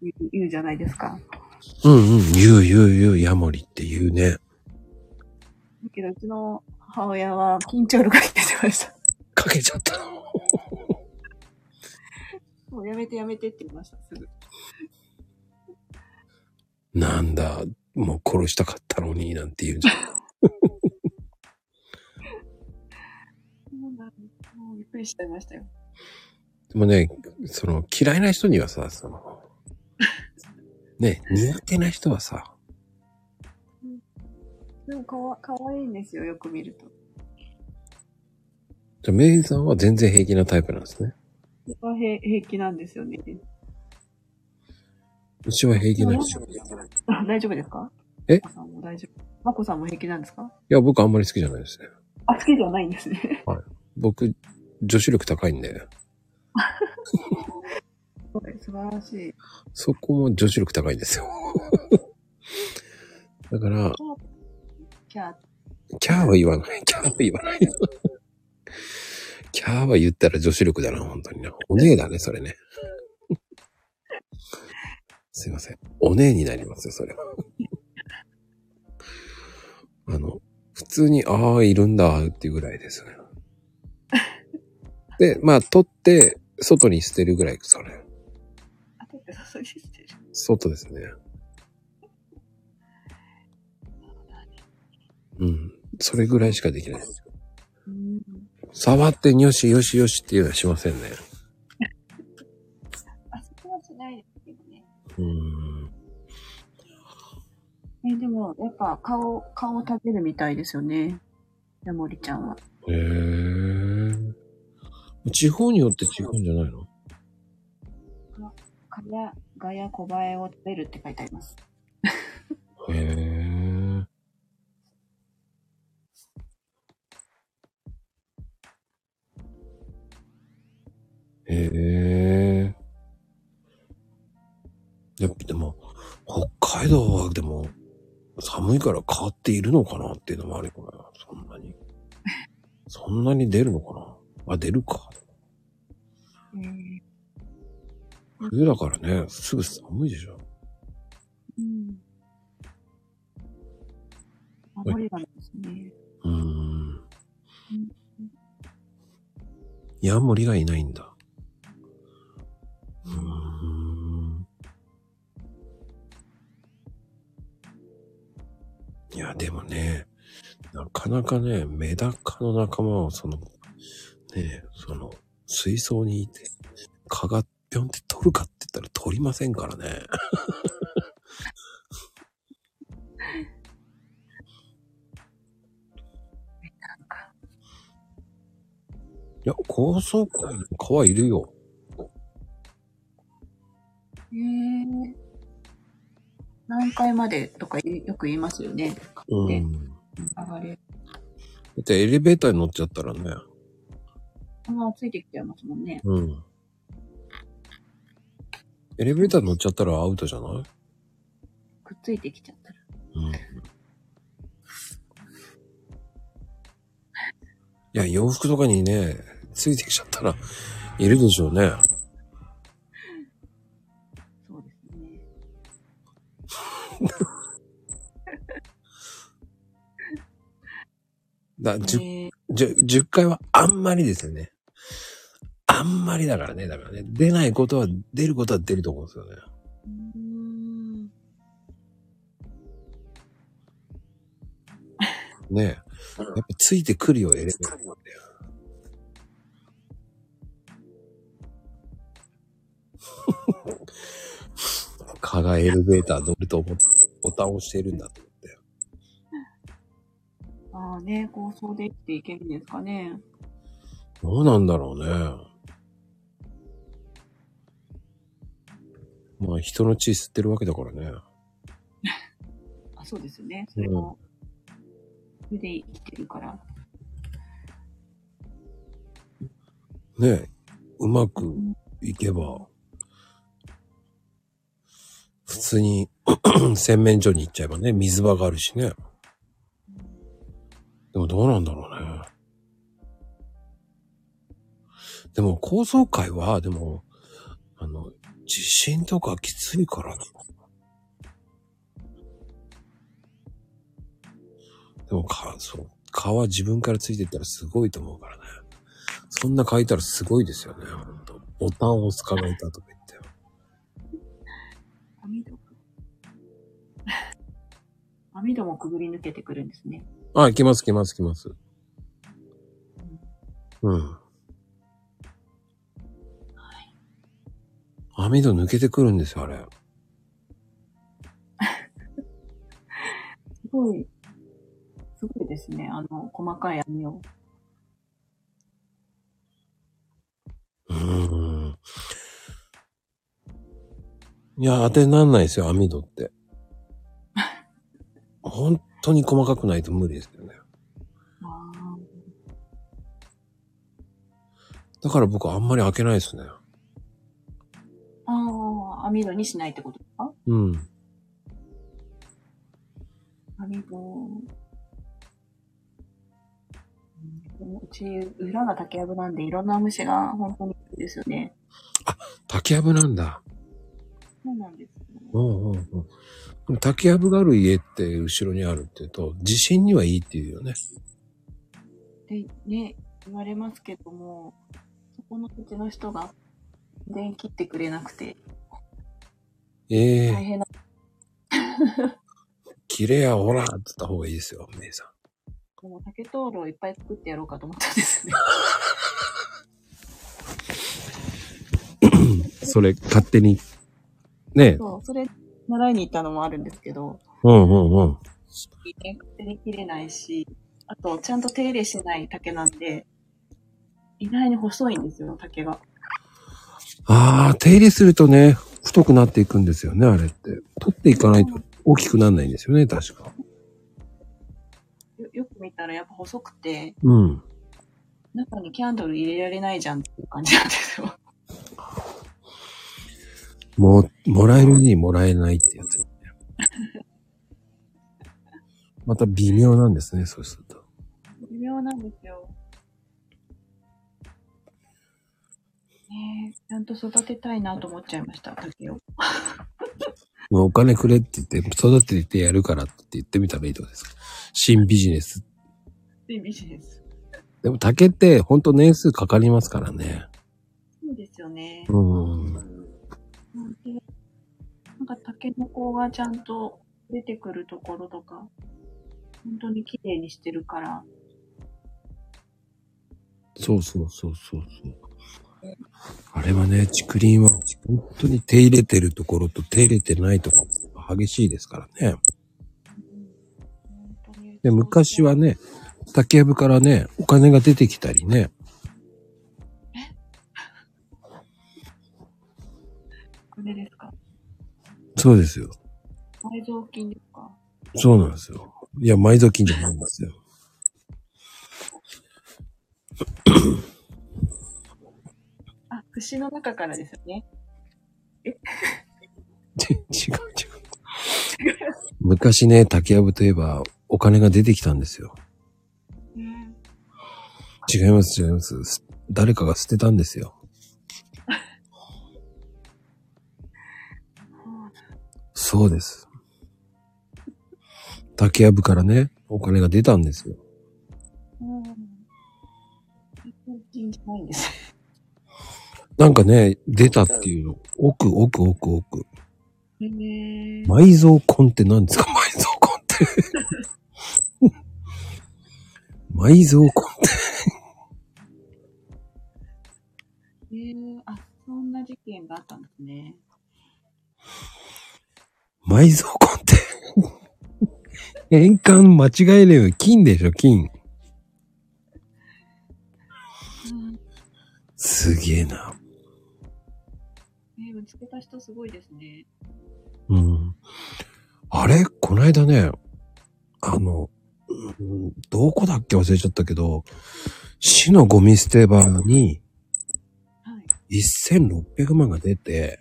[SPEAKER 4] 言う言うじゃないですか。
[SPEAKER 3] うんうん、言う言う言う、ヤモリって言うね。
[SPEAKER 4] だけど、うちの母親は緊張力が出てました。
[SPEAKER 3] かけちゃったの。
[SPEAKER 4] もうやめてやめてって言いました、すぐ。
[SPEAKER 3] なんだ、もう殺したかったのに、なんて言うんじゃん。
[SPEAKER 4] もうなんもうびっくりしちゃいましたよ。
[SPEAKER 3] でもね、その、嫌いな人にはさ、その、ね、苦手な人はさ、
[SPEAKER 4] でもかわ、かわいいんですよ、よく見ると。
[SPEAKER 3] じゃあメイさんは全然平気なタイプなんですね。
[SPEAKER 4] そこは平平気なんですよね。
[SPEAKER 3] うちは平気なんですよ。
[SPEAKER 2] は
[SPEAKER 4] あ大丈夫ですか
[SPEAKER 3] え
[SPEAKER 4] マコさんも大丈夫。マコさんも平気なんですか
[SPEAKER 3] いや、僕あんまり好きじゃないですね。
[SPEAKER 4] あ、好きじゃないんですね。
[SPEAKER 3] 僕、女子力高いんで、
[SPEAKER 4] 素晴らしい。
[SPEAKER 3] そこも女子力高いんですよ。 だから、
[SPEAKER 4] キャー
[SPEAKER 3] キャーは言わない。キャーは言わない。キャーは言ったら女子力だな、本当にな。お姉だね、それね。すいません。お姉になりますよ、それは。あの、普通に、ああ、いるんだ、っていうぐらいですね。で、まあ、取って、外に捨てるぐらい、それ。
[SPEAKER 4] 当てて注ぎしてる。
[SPEAKER 3] 外ですね。うん。それぐらいしかできない。
[SPEAKER 4] うん。
[SPEAKER 3] 触ってよしよしよしっていうのはしませんね。
[SPEAKER 4] あそこはしないですけどね。
[SPEAKER 3] うーん。
[SPEAKER 4] え、でも、やっぱ顔、顔を食べるみたいですよね。ヤモリちゃんは。
[SPEAKER 3] へえ。地方によって違うんじゃないの
[SPEAKER 4] ガヤ、ガヤ小バエを食べるって書いてあります。
[SPEAKER 3] へえ。へえ。やっぱでも、北海道はでも、寒いから変わっているのかなっていうのもあるかな。そんなに。そんなに出るのかなあ、出るか。
[SPEAKER 4] えー、
[SPEAKER 3] 冬だからね、すぐ寒いでしょ。
[SPEAKER 4] うん。守り神ですね。
[SPEAKER 3] うーん。ヤモリがいないんだ。うーん。いや、でもね、なかなかね、メダカの仲間をその、ねえ、その、水槽にいて、蚊がぴょんって取るかって言ったら取りませんからね。
[SPEAKER 4] なんか、
[SPEAKER 3] いや、高層階に蚊はいるよ。
[SPEAKER 4] えー、何回までとかよく言いますよね。
[SPEAKER 3] う
[SPEAKER 4] で
[SPEAKER 3] ん。だ
[SPEAKER 4] 上がれ。
[SPEAKER 3] ってエレベーターに乗っちゃったらね。
[SPEAKER 4] まあ、ついてきちゃいますもんね。
[SPEAKER 3] うん。エレベーター乗っちゃったらアウトじゃない
[SPEAKER 4] くっついてきちゃったら。
[SPEAKER 3] うん。いや、洋服とかにね、ついてきちゃったら、いるでしょうね。
[SPEAKER 4] そうですね。
[SPEAKER 3] だ
[SPEAKER 4] ね
[SPEAKER 3] 10, 10 10回はあんまりですよね。あんまりだからね、だからね。出ないことは、出ることは出ると思うんですよね。
[SPEAKER 4] うーん
[SPEAKER 3] ねえ。やっぱついてくるよ、エレ ベーターって蚊がエレベーター乗ると思ったボタンを押してるんだと思って。
[SPEAKER 4] ああね、構想で生きていけるんですかね。
[SPEAKER 3] どうなんだろうね。まあ人の血吸ってるわけだからね。
[SPEAKER 4] あ、そうですよね。それも、それで生きてるから。
[SPEAKER 3] ねえ、うまくいけば、普通に 洗面所に行っちゃえばね、水場があるしね。でもどうなんだろうね。でも構想会は、でも、あの、地震とかきついからね。でもか、そう、川自分からついてったらすごいと思うからね。そんな書いたらすごいですよね、ほんと。ボタンを押すかがいたとか言って。
[SPEAKER 4] 網戸。 網戸もくぐり抜けてくるんですね。
[SPEAKER 3] あ、来ます来ます来ます。うん。網戸抜けてくるんですよ、あれ。
[SPEAKER 4] すごい、すごいですね。あの、細かい網を。
[SPEAKER 3] うーん。いや、当てになんないですよ、網戸って。本当に細かくないと無理ですよね。
[SPEAKER 4] ああ、
[SPEAKER 3] だから僕あんまり開けないですね。
[SPEAKER 4] ああ、網戸にしないってことですか
[SPEAKER 3] うん。
[SPEAKER 4] 網戸。うんでもうち、裏が竹やぶなんで、いろんな虫が本当にいるんですよね。
[SPEAKER 3] 竹やぶなんだ。
[SPEAKER 4] そうなんです、
[SPEAKER 3] うんうんうん。でも竹やぶがある家って後ろにあるって言うと、地震にはいいっていうよね。
[SPEAKER 4] で、ね、言われますけども、そこの土地の人が、電切ってくれなくて、
[SPEAKER 3] ええ
[SPEAKER 4] 大変な、
[SPEAKER 3] 切れやおらって言った方がいいですよ、メイさん。
[SPEAKER 4] もう竹灯籠いっぱい作ってやろうかと思ったんですね。
[SPEAKER 3] それ、勝手に。ねえ。
[SPEAKER 4] そう、それ、習いに行ったのもあるんですけど、
[SPEAKER 3] うんうんうん。
[SPEAKER 4] ね、手に切れないし、あと、ちゃんと手入れしない竹なんで、意外に細いんですよ、竹が。
[SPEAKER 3] ああ、手入れするとね、太くなっていくんですよね、あれって。取っていかないと大きくならないんですよね、確か。
[SPEAKER 4] よよく見たらやっぱ細くて、
[SPEAKER 3] うん。
[SPEAKER 4] 中にキャンドル入れられないじゃんっていう感じなんですよ。
[SPEAKER 3] も、もらえるにもらえないってやつ。また微妙なんですね、そうすると。
[SPEAKER 4] 微妙なんですよ。ねえ、ちゃんと育てたいなと思っちゃいました、竹を。
[SPEAKER 3] もうお金くれって言って、育ててやるからって言ってみたらいいとこですか。新ビジネス。
[SPEAKER 4] で、ビジネス。
[SPEAKER 3] でも竹ってほんと年数かかりますからね。
[SPEAKER 4] そうですよね。
[SPEAKER 3] うん。
[SPEAKER 4] なんでなんか、タケノコがちゃんと出てくるところとか、本当に綺麗にしてるから、
[SPEAKER 3] そうそうそうそうそう。あれはね、竹林は本当に手入れてるところと手入れてないところが激しいですからね。
[SPEAKER 4] 本当に。
[SPEAKER 3] で昔はね、竹やぶからね、お金が出てきたりね。
[SPEAKER 4] あれですか
[SPEAKER 3] そうですよ。
[SPEAKER 4] 埋蔵金ですか
[SPEAKER 3] そうなんですよ。いや、埋蔵金じゃないんですよ。
[SPEAKER 4] あ、串の中からですよね。
[SPEAKER 3] ち違う違う。昔ね、竹やぶといえばお金が出てきたんですよ。
[SPEAKER 4] うん。
[SPEAKER 3] 違います違います。す誰かが捨てたんですよ。そうです。竹やぶからね、お金が出たんですよ。
[SPEAKER 4] う
[SPEAKER 3] なんかね、出たっていうの。奥、奥、奥、奥。
[SPEAKER 4] へえ
[SPEAKER 3] 埋蔵婚って何ですか埋蔵婚って。埋蔵婚って。
[SPEAKER 4] へえあ、そんな事件があったんですね。
[SPEAKER 3] 埋蔵婚って。 変換間違えれば金でしょ、金。
[SPEAKER 4] うん。
[SPEAKER 3] すげえな。
[SPEAKER 4] えー見つけた人すごいですね。
[SPEAKER 3] うん。あれこないだね、あの、うんどこだっけ忘れちゃったけど、市のゴミ捨て場に
[SPEAKER 4] はい。
[SPEAKER 3] 1600万が出て、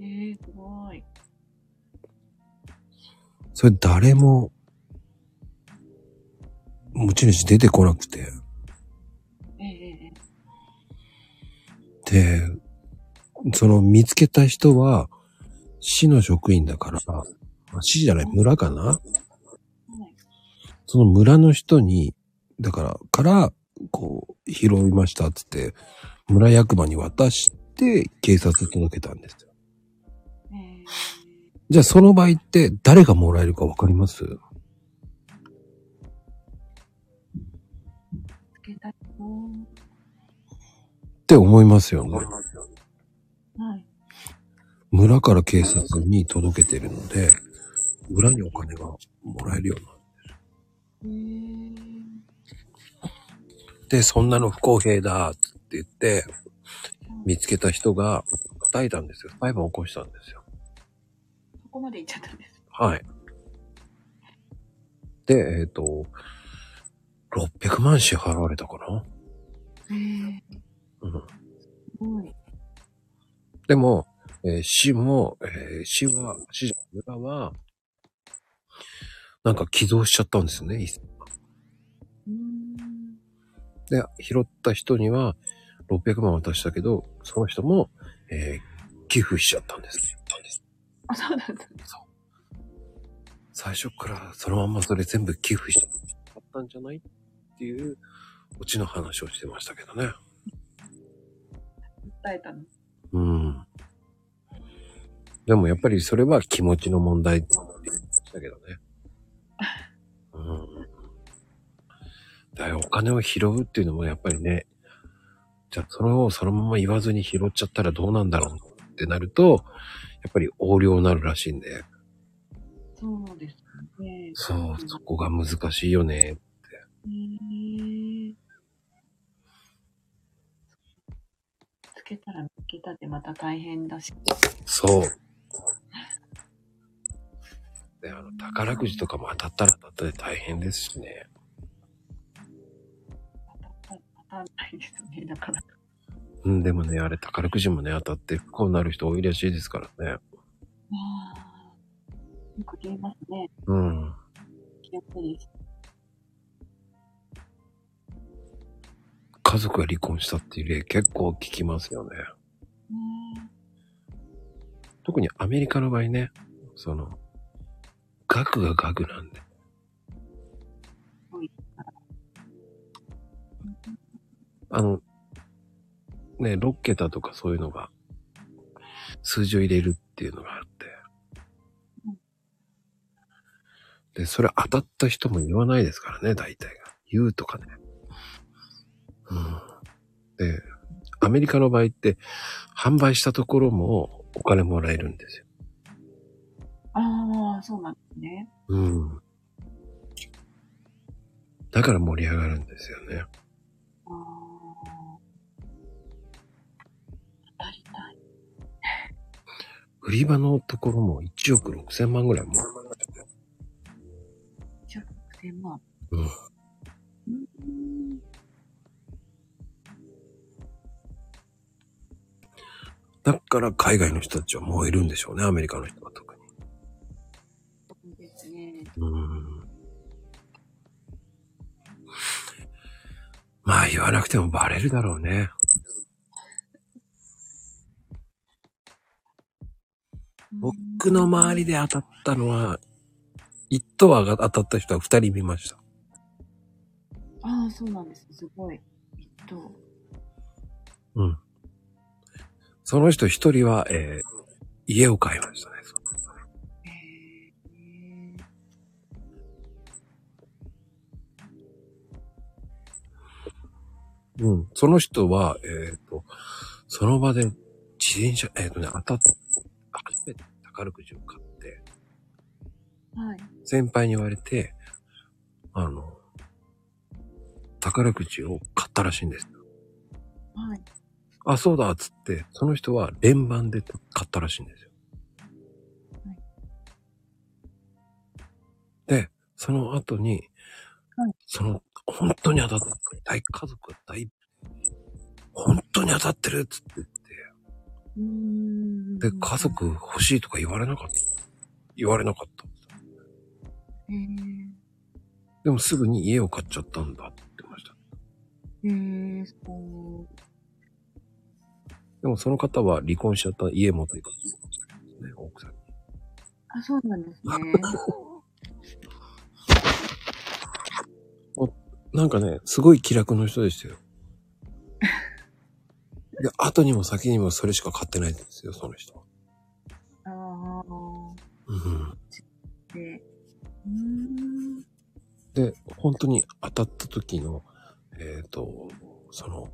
[SPEAKER 4] ええすごい。
[SPEAKER 3] それ誰も、持ち主出てこなくて。
[SPEAKER 4] ええええ
[SPEAKER 3] で、その見つけた人は、市の職員だから、あ市じゃない、村かな
[SPEAKER 4] はい。
[SPEAKER 3] その村の人に、だから、から、こう、拾いましたっつって、村役場に渡して、警察に届けたんですよ。
[SPEAKER 4] ええ
[SPEAKER 3] じゃあ、その場合って、誰がもらえるかわかります
[SPEAKER 4] 見つけた人。
[SPEAKER 3] って思いますよね。
[SPEAKER 4] はい。
[SPEAKER 3] 村から警察に届けてるので、村にお金がもらえるようになる。
[SPEAKER 4] ええ
[SPEAKER 3] で、そんなの不公平だっつって言って、見つけた人が叩いたんですよ。裁判を起こしたんですよ。
[SPEAKER 4] そこまで行っちゃったんです。
[SPEAKER 3] はい。で、えっ、と、600万支払われたかな
[SPEAKER 4] ええ
[SPEAKER 3] うん。
[SPEAKER 4] すごい。
[SPEAKER 3] でも、えー市も、えー市は、市じゃない村は、なんか寄贈しちゃったんですね。
[SPEAKER 4] うーん。
[SPEAKER 3] で、拾った人には600万渡したけど、その人も、えー寄付しちゃったんです。
[SPEAKER 4] あ、そうなんだ。
[SPEAKER 3] 最初からそのまんまそれ全部寄付しちゃったんじゃないっていう、オチの話をしてましたけどね。
[SPEAKER 4] 伝えたの。
[SPEAKER 3] うん。でもやっぱりそれは気持ちの問題って言ってましたけどね。うん。だからお金を拾うっていうのもやっぱりね、じゃあそれをそのまま言わずに拾っちゃったらどうなんだろうってなると、やっぱり横領になるらしいんで、
[SPEAKER 4] そうですね。
[SPEAKER 3] そう、そこが難しいよね。
[SPEAKER 4] ええつけたら見つけたでまた大変だし。
[SPEAKER 3] そう。で、あの、宝くじとかも当たったら当たったで大変ですしね。
[SPEAKER 4] 当たんないですね。だから。
[SPEAKER 3] うん、でもね、あれ宝くじもね、当たって不幸になる人多いらしいですからね。
[SPEAKER 4] まあ、よく言いますね。
[SPEAKER 3] うん。
[SPEAKER 4] 気をつけです。
[SPEAKER 3] 家族が離婚したっていう例結構聞きますよね。
[SPEAKER 4] ね
[SPEAKER 3] 特にアメリカの場合ね、その、額が額なんで。あの、ね、6桁とかそういうのが、数字を入れるっていうのがあって
[SPEAKER 4] うん。
[SPEAKER 3] で、それ当たった人も言わないですからね、大体が。言うとかね。うん。で、アメリカの場合って、販売したところもお金もらえるんですよ。
[SPEAKER 4] ああ、そうなんですね。
[SPEAKER 3] うん。だから盛り上がるんですよね。
[SPEAKER 4] ああ。当たりたい。
[SPEAKER 3] 売り場のところも1億6千万ぐらいも。
[SPEAKER 4] じゃあ、6000万。
[SPEAKER 3] うん
[SPEAKER 4] うん。
[SPEAKER 3] だから海外の人たちは燃えるんでしょうね、アメリカの人は特に。
[SPEAKER 4] そうですね。
[SPEAKER 3] うん。まあ言わなくてもバレるだろうね。僕の周りで当たったのは、1等が当たった人は2人見ました。
[SPEAKER 4] ああ、そうなんです。すごい。えっと。
[SPEAKER 3] うん。その人一人は、えー家を買いましたね。
[SPEAKER 4] へー
[SPEAKER 3] うん。その人は、えっ、と、その場で自転車、えっ、とね、当たって、初めて宝くじを買って、
[SPEAKER 4] はい。
[SPEAKER 3] 先輩に言われて、あの、宝くじを買ったらしいんです。
[SPEAKER 4] はい。
[SPEAKER 3] あ、そうだっつって、その人は連番で買ったらしいんですよ
[SPEAKER 4] はい。
[SPEAKER 3] で、その後に、
[SPEAKER 4] はい
[SPEAKER 3] その、本当に当たった、大家族、大、本当に当たってるっつって言っ
[SPEAKER 4] うーん。
[SPEAKER 3] て、で、家族欲しいとか言われなかった。言われなかった。
[SPEAKER 4] へー
[SPEAKER 3] でもすぐに家を買っちゃったんだって言ってました。
[SPEAKER 4] へーそう。
[SPEAKER 3] でもその方は離婚しちゃった家持っていくって言ってましたけどね、奥さん。
[SPEAKER 4] あ、そうなんですね。
[SPEAKER 3] なんかね、すごい気楽の人でしたよ。 で、後にも先にもそれしか買ってないんですよ、その人は。
[SPEAKER 4] あ
[SPEAKER 3] うん、
[SPEAKER 4] あ。で、うーん。
[SPEAKER 3] で、本当に当たった時の、えっ、と、その、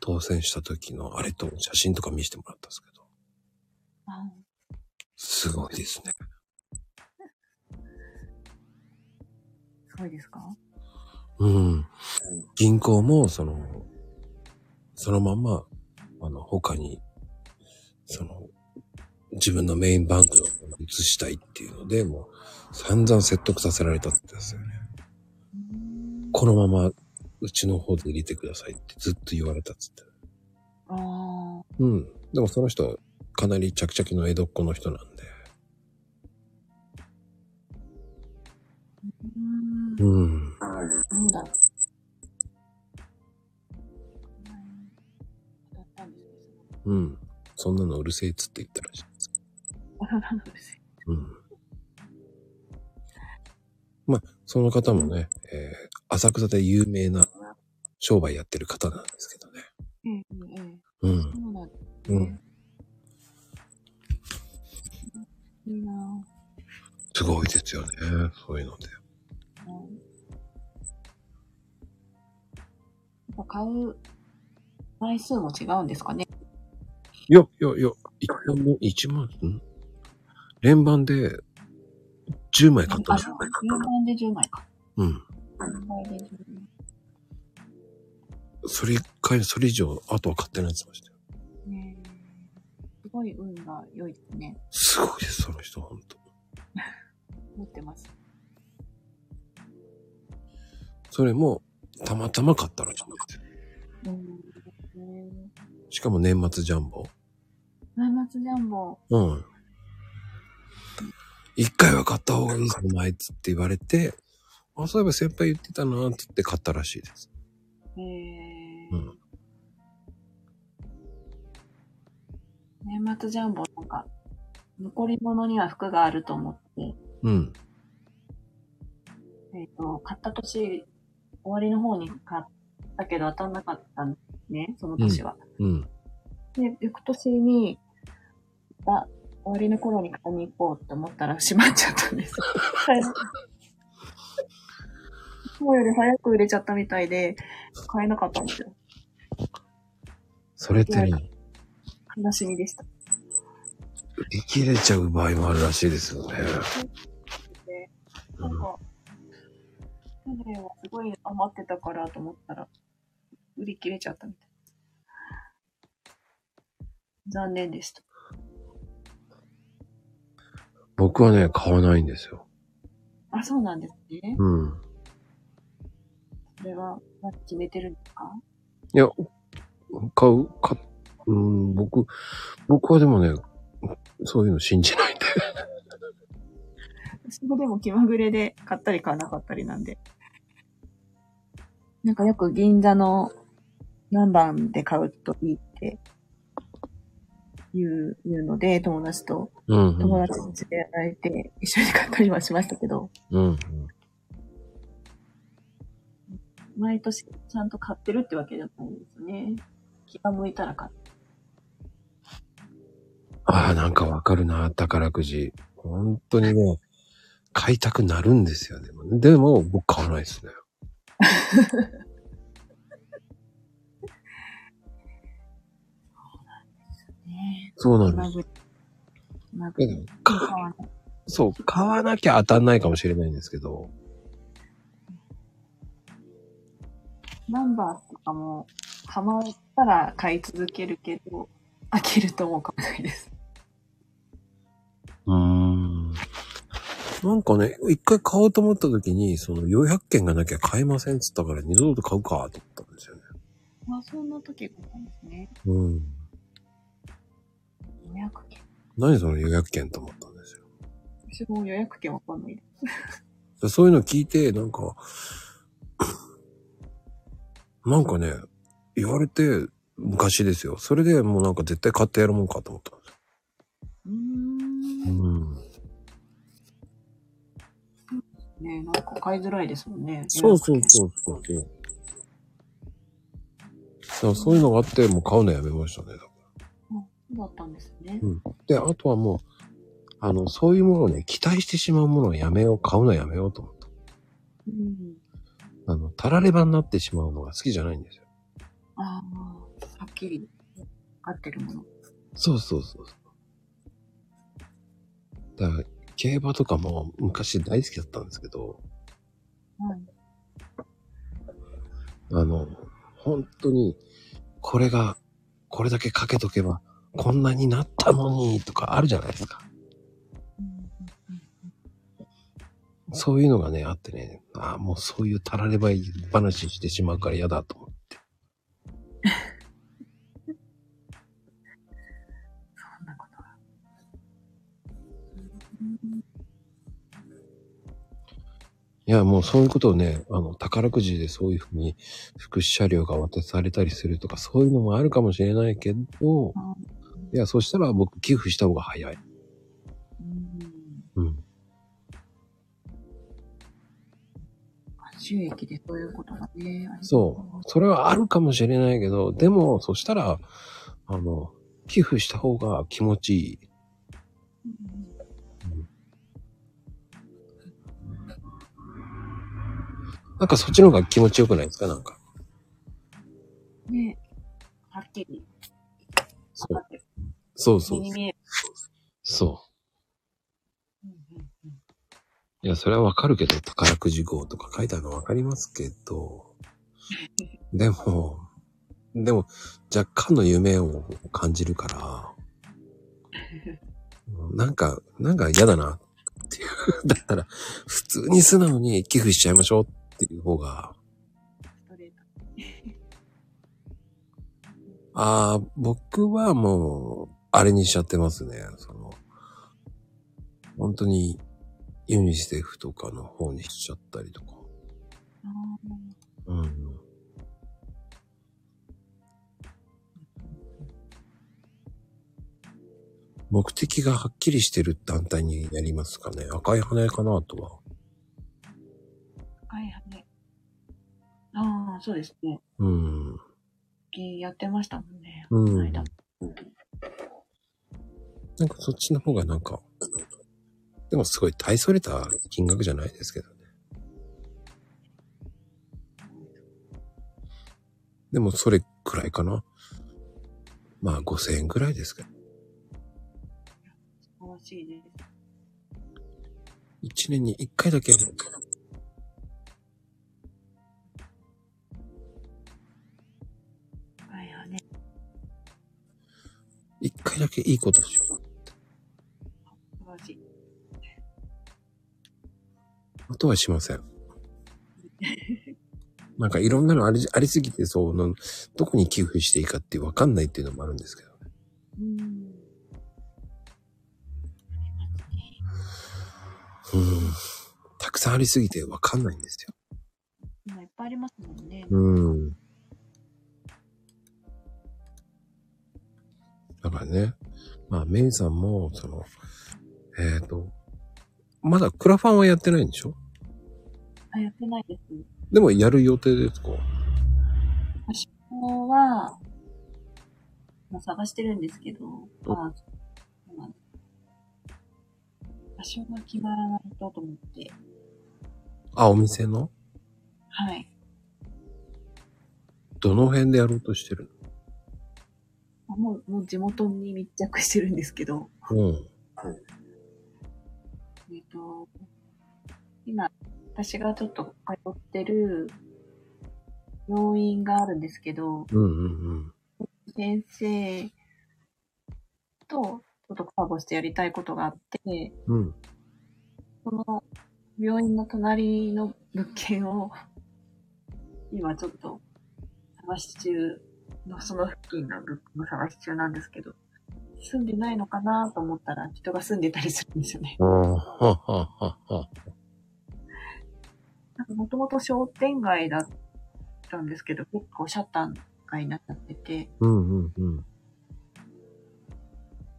[SPEAKER 3] 当選した時のあれと写真とか見せてもらったんですけど、
[SPEAKER 4] あ
[SPEAKER 3] すごいですね。
[SPEAKER 4] すごいですか
[SPEAKER 3] うん。銀行も、その、そのまんま、あの、他に、その、自分のメインバンクを移したいっていうので、もう、散々説得させられたって言ってたんですよね。
[SPEAKER 4] うーん
[SPEAKER 3] このまま、うちの方で入れてくださいってずっと言われたっつって。
[SPEAKER 4] ああ。
[SPEAKER 3] うん。でもその人、かなり着々の江戸っ子の人なんで。
[SPEAKER 4] うーん。
[SPEAKER 3] うん。
[SPEAKER 4] なんだろう。当たったんですね。
[SPEAKER 3] うん。そんなのうるせえっつって言ったらしいです。
[SPEAKER 4] その女の子です
[SPEAKER 3] うん。まあ、その方もね、えー浅草で有名な商売やってる方なんですけどね。
[SPEAKER 4] ええ、ええ。
[SPEAKER 3] うん。
[SPEAKER 4] そうなんです
[SPEAKER 3] う
[SPEAKER 4] ね
[SPEAKER 3] ん。。
[SPEAKER 4] いいな
[SPEAKER 3] すごいですよね。そういうので。
[SPEAKER 4] ぁ。やっぱ買う枚数も違うんですかね。
[SPEAKER 3] いや、いや、いや、一万も、一万、ん連番で10枚買った
[SPEAKER 4] あ、
[SPEAKER 3] の。
[SPEAKER 4] 年間で10枚か。
[SPEAKER 3] うん。
[SPEAKER 4] 年間で10枚。
[SPEAKER 3] それ一回、それ以上、あとは買ってないって言ってましたよ。
[SPEAKER 4] ねえすごい運が良いですね。
[SPEAKER 3] すごいです、その人、ほんと。
[SPEAKER 4] 持ってます。
[SPEAKER 3] それも、たまたま買ったらしいんですよ
[SPEAKER 4] うん。
[SPEAKER 3] しかも年末ジャンボ。
[SPEAKER 4] 年末ジャンボ。
[SPEAKER 3] うん。一回は買った方がいいぞ、お前っつって言われて、あ、そういえば先輩言ってたなーっつって買ったらしいです。
[SPEAKER 4] え
[SPEAKER 3] う
[SPEAKER 4] ー、
[SPEAKER 3] ん。
[SPEAKER 4] 年末ジャンボなんか、残り物には服があると思って、
[SPEAKER 3] うん。
[SPEAKER 4] えっ、と、買った年、終わりの方に買ったけど当たんなかったんですね、その年は。
[SPEAKER 3] うん。
[SPEAKER 4] で、翌年に、あ、終わりの頃に買いに行こうって思ったら閉まっちゃったんです。はい。いつもより早く売れちゃったみたいで、買えなかったんですよ。
[SPEAKER 3] それって
[SPEAKER 4] いや
[SPEAKER 3] ね、
[SPEAKER 4] 悲しみでした。
[SPEAKER 3] 売り切れちゃう場合もあるらしいですよね。
[SPEAKER 4] で、
[SPEAKER 3] う
[SPEAKER 4] なん
[SPEAKER 3] ん。
[SPEAKER 4] か、去年はすごい余ってたからと思ったら、売り切れちゃったみたい。残念でした。
[SPEAKER 3] 僕はね、買わないんですよ。
[SPEAKER 4] あ、そうなんですね。
[SPEAKER 3] うん。
[SPEAKER 4] それは、まだ決めてるんですか
[SPEAKER 3] いや、買う、買っ、うん、僕、僕はでもね、そういうの信じないんで。
[SPEAKER 4] そこでも気まぐれで買ったり買わなかったりなんで。なんかよく銀座の何番で買うといいって言う言うので、友達と、
[SPEAKER 3] うん、
[SPEAKER 4] 友達に連れられて一緒に買ったりはしましたけど、
[SPEAKER 3] うん。うん。
[SPEAKER 4] 毎年ちゃんと買ってるってわけじゃないんですね。気が向いたら買って。
[SPEAKER 3] ああ、なんかわかるな、宝くじ。本当にね、買いたくなるんですよね。でも、僕買わないですね。
[SPEAKER 4] ね
[SPEAKER 3] そうなん
[SPEAKER 4] 今
[SPEAKER 3] です
[SPEAKER 4] ぐ今ぐ
[SPEAKER 3] けど。かそう、買わなきゃ当たんないかもしれないんですけど、
[SPEAKER 4] ナンバーとかも、ハマったら買い続けるけど、飽きるとも買わないです。
[SPEAKER 3] うーん。なんかね、一回買おうと思った時に、その400件がなきゃ買えませんっつったから、二度と買うか、と思ったんですよね。
[SPEAKER 4] まあ、そんな時があったんですね。
[SPEAKER 3] うん。
[SPEAKER 4] 予約券。
[SPEAKER 3] 何その400件と思ったんですよ。
[SPEAKER 4] 私も予約券わかんないです。
[SPEAKER 3] でそういうの聞いて、なんか、 なんかね、言われて、昔ですよ。それでもうなんか絶対買ってやるもんかと思ったんです
[SPEAKER 4] うーん。
[SPEAKER 3] よ。
[SPEAKER 4] ね
[SPEAKER 3] うん。
[SPEAKER 4] えなんか買いづらいですもんね。
[SPEAKER 3] そうそうそうそうそう。そうそういうのがあって、もう買うのやめましたね。
[SPEAKER 4] うん。そうだったんですね。
[SPEAKER 3] で、あとはもう、あの、そういうものをね、期待してしまうものをやめよう、買うのやめようと思った。
[SPEAKER 4] うん。
[SPEAKER 3] あの、たらればになってしまうのが好きじゃないんですよ。
[SPEAKER 4] ああ、はっきり合ってるもの。
[SPEAKER 3] そうそうそうそう。だから、競馬とかも昔大好きだったんですけど、
[SPEAKER 4] はい。
[SPEAKER 3] あの、本当に、これが、これだけかけとけば、こんなになったのに、とかあるじゃないですか。そういうのがね、あってね、ああ、もうそういうたらればい話してしまうから嫌だと思って。
[SPEAKER 4] そんなことが。
[SPEAKER 3] いや、もうそういうことをね、あの、宝くじでそういうふうに福祉車両が渡されたりするとか、そういうのもあるかもしれないけど、いや、そしたら僕寄付した方が早い。
[SPEAKER 4] うん。
[SPEAKER 3] うん。
[SPEAKER 4] 収益でそういうことがね、
[SPEAKER 3] そう。それはあるかもしれないけど、でも、そしたら、あの、寄付した方が気持ちいい。
[SPEAKER 4] う。
[SPEAKER 3] なんかそっちの方が気持ちよくないですかなんか。
[SPEAKER 4] ねはっきり
[SPEAKER 3] そ
[SPEAKER 4] 分
[SPEAKER 3] う
[SPEAKER 4] かってる。
[SPEAKER 3] そうそう
[SPEAKER 4] 目に。見える。
[SPEAKER 3] そう。
[SPEAKER 4] うんうんうん
[SPEAKER 3] いや、それはわかるけど、宝くじ号とか書いてあるのわかりますけ ど、でも、でも、若干の夢を感じる から、なんか、なんか嫌だな、っていう。 だったら、普通に素直に寄付しちゃいましょうっていう方が、
[SPEAKER 4] ストレート。
[SPEAKER 3] ああ、僕はもう、あれにしちゃってますね。その、本当に、ユニセフとかの方にしちゃったりとか。
[SPEAKER 4] あ
[SPEAKER 3] うん。目的がはっきりしてる団体になりますかね。赤い花屋かなとは。
[SPEAKER 4] ーはいはい。ああ、そうですね。
[SPEAKER 3] うん。
[SPEAKER 4] やってましたもんね。
[SPEAKER 3] うん
[SPEAKER 4] この間
[SPEAKER 3] なんかそっちの方がなんか、でもすごい大それた金額じゃないですけどね。でもそれくらいかな。まあ5000円くらいですけど。
[SPEAKER 4] 素晴らしいです。
[SPEAKER 3] 1年に1回だけやるのかな。
[SPEAKER 4] はいはいね。
[SPEAKER 3] 1回だけいいことしよう。
[SPEAKER 4] 素晴らしい。
[SPEAKER 3] あとはしませ ん。なんかいろんなのありありすぎて、そうなん、どこに寄付していいかってわかんないっていうのもあるんですけど。
[SPEAKER 4] うん。
[SPEAKER 3] うん。たくさんありすぎてわかんないんですよ。
[SPEAKER 4] 今いっぱいありますもんね。
[SPEAKER 3] うん。だからね、まあ、メイさんも、その、えっ、と、まだクラファンはやってないんでしょ
[SPEAKER 4] あ、やってないです。
[SPEAKER 3] でもやる予定ですか
[SPEAKER 4] 私もは、まあ、探してるんですけど、まあ、場所が決まらないとと思って、
[SPEAKER 3] あ、お店の
[SPEAKER 4] はい。
[SPEAKER 3] どの辺でやろうとしてる
[SPEAKER 4] もう、もう地元に密着してるんですけど、
[SPEAKER 3] のうん。
[SPEAKER 4] えっと、今、私がちょっと通ってる病院があるんですけ
[SPEAKER 3] うん
[SPEAKER 4] ど、
[SPEAKER 3] うんうん。
[SPEAKER 4] 先生とちょっとコラボしてやりたいことがあって、
[SPEAKER 3] うん。
[SPEAKER 4] その病院の隣の物件を今ちょっと探し中の、その付近の物件を探し中なんですけど、住んでないのかなと思ったら人が住んでたりするんですよね。
[SPEAKER 3] ああ、はっはっはっは。
[SPEAKER 4] なんかもともと商店街だったんですけど、結構シャッター街になっちゃってて、
[SPEAKER 3] うんうんうん。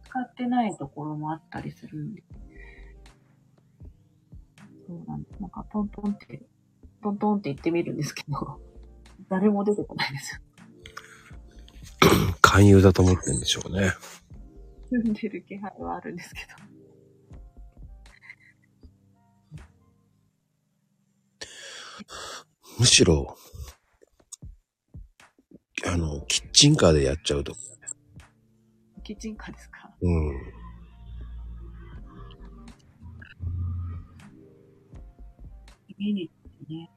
[SPEAKER 4] 使ってないところもあったりするんで。そうなんです。なんかトントンって、トントンって言ってみるんですけど、 誰も出てこないです。
[SPEAKER 3] 勧誘だと思ってんでしょうね。
[SPEAKER 4] 住んでる気配はあるんですけど。
[SPEAKER 3] むしろ、あの、キッチンカーでやっちゃうと。
[SPEAKER 4] キッチンカーですか
[SPEAKER 3] うん。
[SPEAKER 4] 家にね。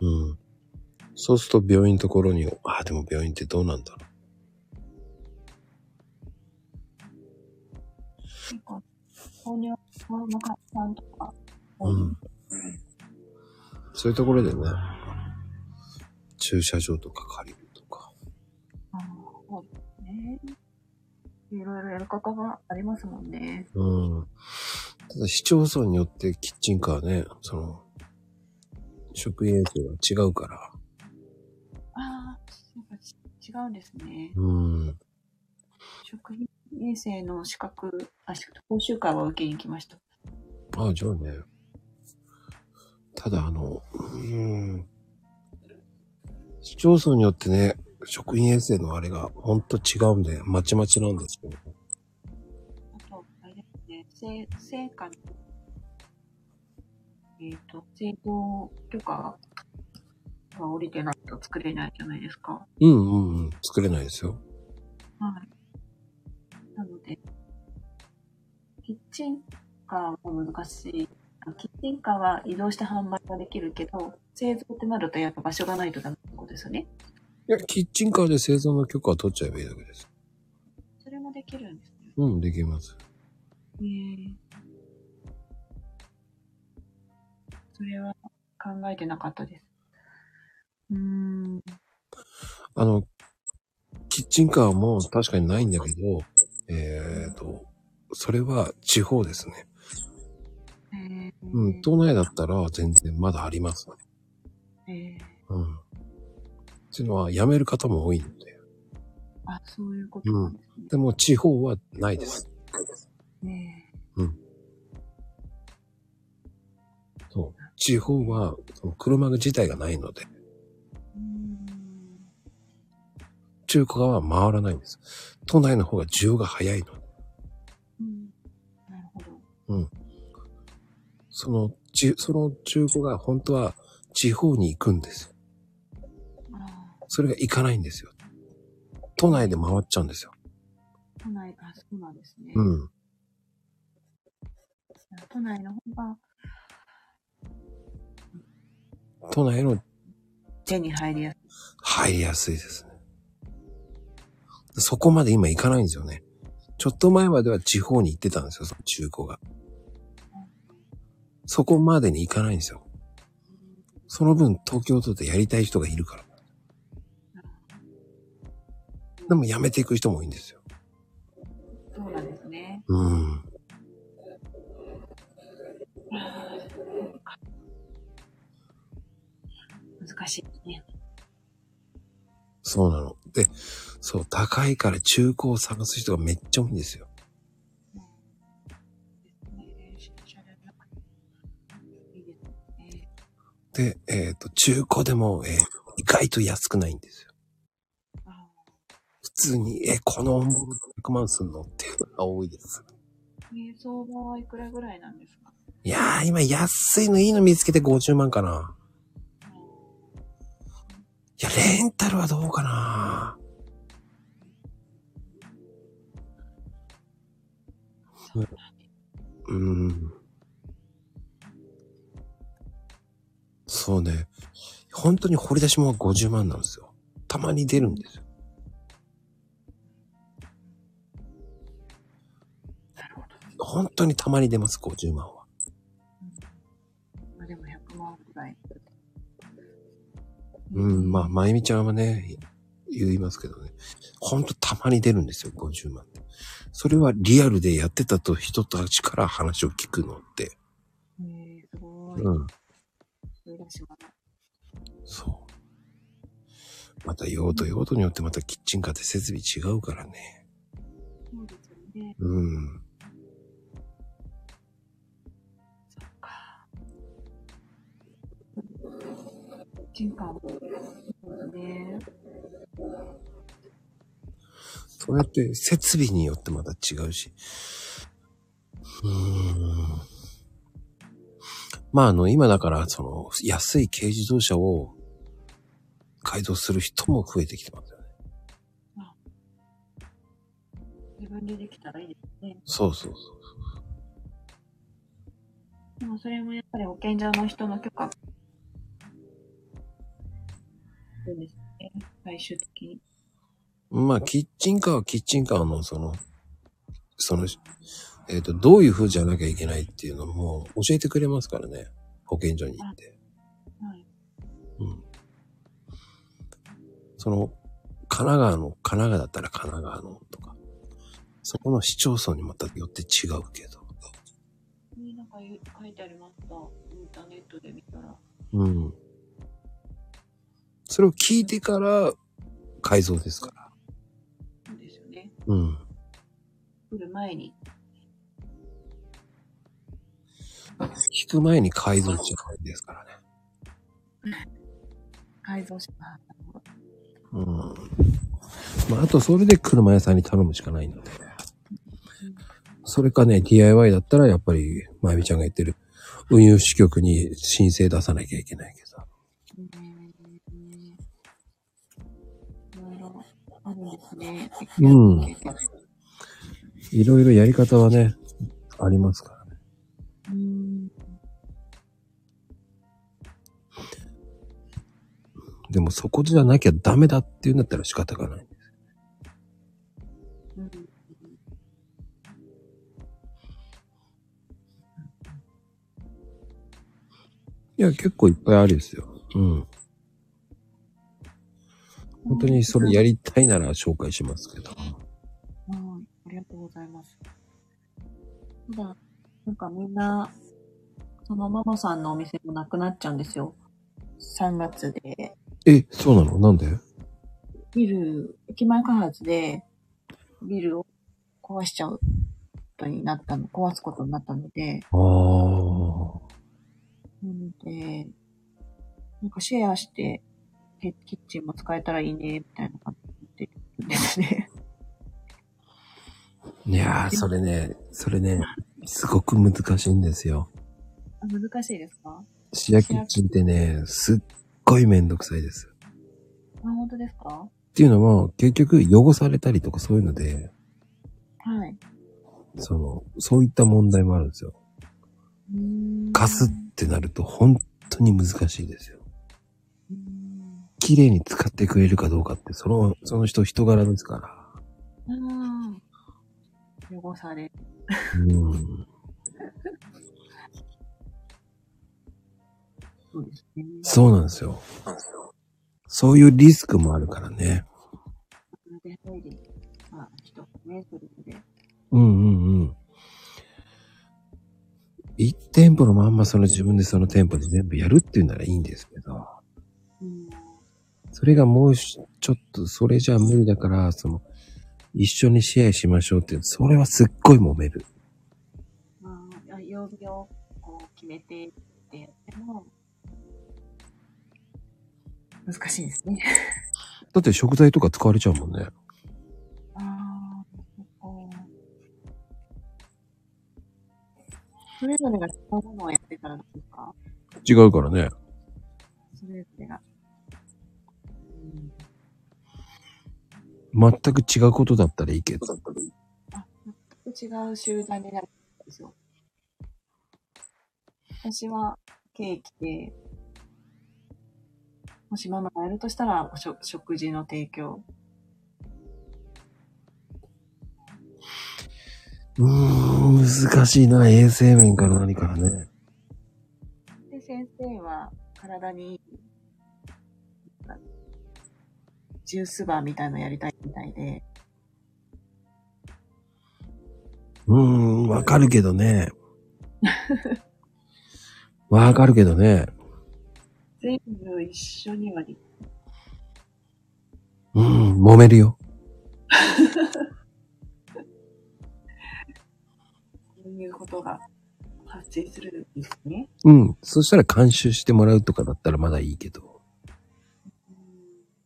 [SPEAKER 3] うん。そうすると病院のところに、ああ、でも病院ってどうなんだろう。
[SPEAKER 4] 結構、糖尿病の患者さんとか、
[SPEAKER 3] うん。そういうところでね、駐車場とか借りるとか。
[SPEAKER 4] あのそうですね。いろいろやり方がありますもんね。
[SPEAKER 3] うん。ただ市町村によってキッチンカーね、その、職員衛生が違うから。
[SPEAKER 4] ああ、なんかち違うんですね。
[SPEAKER 3] うん。
[SPEAKER 4] 職員衛生の資格、あ、し講習会は受けに行きました。
[SPEAKER 3] ああ、じゃあね。ただあの、うん。市町村によってね、職員衛生のあれがほんと違うんで、まちまちなんですけど。
[SPEAKER 4] あと、あれですね、成成果の、えっ、と、成功許可が降りてないと作れないじゃないですか。
[SPEAKER 3] うんうんうん。作れないですよ。
[SPEAKER 4] はい。なので、キッチンカーも難しい。あキッチンカーは移動して販売はできるけど、製造ってなるとやっぱ場所がないとダメってことですよね。
[SPEAKER 3] いや、キッチンカーで製造の許可を取っちゃえばいいだけです。
[SPEAKER 4] それもできるんですね。
[SPEAKER 3] うん、できます。
[SPEAKER 4] ええそれは考えてなかったです。うーん。
[SPEAKER 3] あの、キッチンカーも確かにないんだけど、えっ、と、それは地方ですね。
[SPEAKER 4] えー
[SPEAKER 3] うん、都内だったら全然まだありますね。
[SPEAKER 4] えー
[SPEAKER 3] うん。っていうのは辞める方も多いので。
[SPEAKER 4] あ、そういうことなんですね。
[SPEAKER 3] でも地方はないです。
[SPEAKER 4] ね
[SPEAKER 3] そう。地方は、その車自体がないので、
[SPEAKER 4] えうーん。
[SPEAKER 3] 中古は回らないんです。都内の方が需要が早いので。
[SPEAKER 4] うん。なるほど。
[SPEAKER 3] その、ち、その中古が本当は地方に行くんですよ。
[SPEAKER 4] ああ、
[SPEAKER 3] それが行かないんですよ。都内で回っちゃうんですよ。
[SPEAKER 4] 都内、あ、そうなんですね。
[SPEAKER 3] うん。
[SPEAKER 4] 都内の方が
[SPEAKER 3] 都内の
[SPEAKER 4] 手に入りやすい。
[SPEAKER 3] 入りやすいですね。そこまで今行かないんですよね。ちょっと前までは地方に行ってたんですよ、その中古が。そこまでに行かないんですよ。その分東京都でやりたい人がいるから。でも辞めていく人も多いんですよ。
[SPEAKER 4] そうなんですね。
[SPEAKER 3] うん。
[SPEAKER 4] 難しいですね。
[SPEAKER 3] そうなの。で、そう、高いから中古を探す人がめっちゃ多いんですよ。
[SPEAKER 4] ね新車でなくていいですね。
[SPEAKER 3] で、えっ、と、中古でも、えー意外と安くないんですよ。
[SPEAKER 4] あ
[SPEAKER 3] 普通に、え、このオンボロ100万すんのっていうのが多いです。
[SPEAKER 4] あ、えー相場はいくらぐらいなんですか
[SPEAKER 3] いやー、今安いのいいの見つけて50万かな。いや、レンタルはどうかな。うん。そうね。本当に掘り出し物は50万なんですよ。たまに出るんですよ。本当にたまに出ます、50万は。
[SPEAKER 4] まあでも100万ぐらい。
[SPEAKER 3] うん、まあ、まゆみちゃんはね、言いますけどね。ほんとたまに出るんですよ、50万って。それはリアルでやってたと人たちから話を聞くのって。
[SPEAKER 4] えー、すごい。
[SPEAKER 3] うん、
[SPEAKER 4] 売り出し物
[SPEAKER 3] そう。また用途用途によってまたキッチンカーって設備違うからね。
[SPEAKER 4] そうですよね。
[SPEAKER 3] うん。
[SPEAKER 4] そっか。金貨も。そうね。
[SPEAKER 3] そうやって設備によってまた違うし。うーん。まあ、あの、今だから、その、安い軽自動車を改造する人も増えてきてますよね。
[SPEAKER 4] 自分でできたらいいですね。
[SPEAKER 3] そうそうそう。
[SPEAKER 4] でもそれもやっぱり保健所の人の許可。そうですね。最終的に。
[SPEAKER 3] まあ、キッチンカーはキッチンカーの、その、その、えっ、と、どういう風じゃなきゃいけないっていうのも教えてくれますからね。保健所に行って。
[SPEAKER 4] はい。
[SPEAKER 3] うん。その、神奈川の、神奈川だったら神奈川のとか、そこの市町村にまたよって違うけど。
[SPEAKER 4] ね、なんか言う書いてありました。インターネットで見たら。
[SPEAKER 3] うん。それを聞いてから改造ですから。
[SPEAKER 4] そうですよね。
[SPEAKER 3] うん。
[SPEAKER 4] 来る前に。
[SPEAKER 3] 聞く前に改造しちゃうんですからね。
[SPEAKER 4] 改造します。なるほ
[SPEAKER 3] うん。
[SPEAKER 4] ど
[SPEAKER 3] まあ、あとそれで車屋さんに頼むしかないので。それかね、DIY だったらやっぱり、まゆみちゃんが言ってる、運輸支局に申請出さなきゃいけないけどさ。
[SPEAKER 4] ねいろいろあるんですね。
[SPEAKER 3] うんいろいろやり方はね、ありますからね。
[SPEAKER 4] うん。
[SPEAKER 3] でもそこじゃなきゃダメだっていうんだったら仕方がない。
[SPEAKER 4] うん。
[SPEAKER 3] いや、結構いっぱいあるですよ。うん。本当にそれやりたいなら紹介しますけど。
[SPEAKER 4] はい、ありがとうございます。ただ、なんかみんな、そのママさんのお店もなくなっちゃうんですよ。3月で。
[SPEAKER 3] え、そうなのなんで
[SPEAKER 4] ビル、駅前開発で、ビルを壊しちゃうことになったの、壊すことになったので、
[SPEAKER 3] ああ。
[SPEAKER 4] なので、なんかシェアして、ヘキッチンも使えたらいいね、みたいな感じで言ってるんですね。
[SPEAKER 3] いやー、それね、それね、すごく難しいんですよ。
[SPEAKER 4] あ難しいですか
[SPEAKER 3] シアキッチンってね、すっごいめんどくさいです。
[SPEAKER 4] あ、本当ですか
[SPEAKER 3] っていうのも、結局汚されたりとかそういうので、
[SPEAKER 4] はい。
[SPEAKER 3] その、そういった問題もあるんですよ。
[SPEAKER 4] うーん
[SPEAKER 3] 貸すってなると本当に難しいですよ。
[SPEAKER 4] うーん
[SPEAKER 3] 綺麗に使ってくれるかどうかって、その、その人人柄ですから。
[SPEAKER 4] うん。汚され。
[SPEAKER 3] うん。
[SPEAKER 4] そうですね。
[SPEAKER 3] そうなんですよ。そういうリスクもあるからね。
[SPEAKER 4] で、トイレ、まあ、人がね、それぞれ。
[SPEAKER 3] うんうんうん。一店舗のまんまその自分でその店舗で全部やるっていうならいいんですけど、
[SPEAKER 4] うん。
[SPEAKER 3] それがもうしちょっと、それじゃ無理だから、その、一緒にシェアしましょうって、それはすっごい揉める。
[SPEAKER 4] まあ、あ曜日をこう決めてってやっても、難しいですね。
[SPEAKER 3] だって食材とか使われちゃうもんね。
[SPEAKER 4] ああ、そっか。それぞれが違うものをやってからなんですか
[SPEAKER 3] 違うからね。
[SPEAKER 4] それぞれが。うん
[SPEAKER 3] 全く違うことだったらいいけど。
[SPEAKER 4] 全く違う集団になるんですよ。私はケーキで、もしママがやるとしたら、しょ食事の提供。
[SPEAKER 3] うーん、難しいな。衛生面から何からね。
[SPEAKER 4] で、先生は体にいい、なんかジュースバーみたいのやりたいみたいで、
[SPEAKER 3] うーん、わかるけどね。 わかるけどね。
[SPEAKER 4] 全部一緒にはでき
[SPEAKER 3] うん、揉めるよ。
[SPEAKER 4] こういうことが発生するんですね。
[SPEAKER 3] うん。そしたら監修してもらうとかだったらまだいいけど。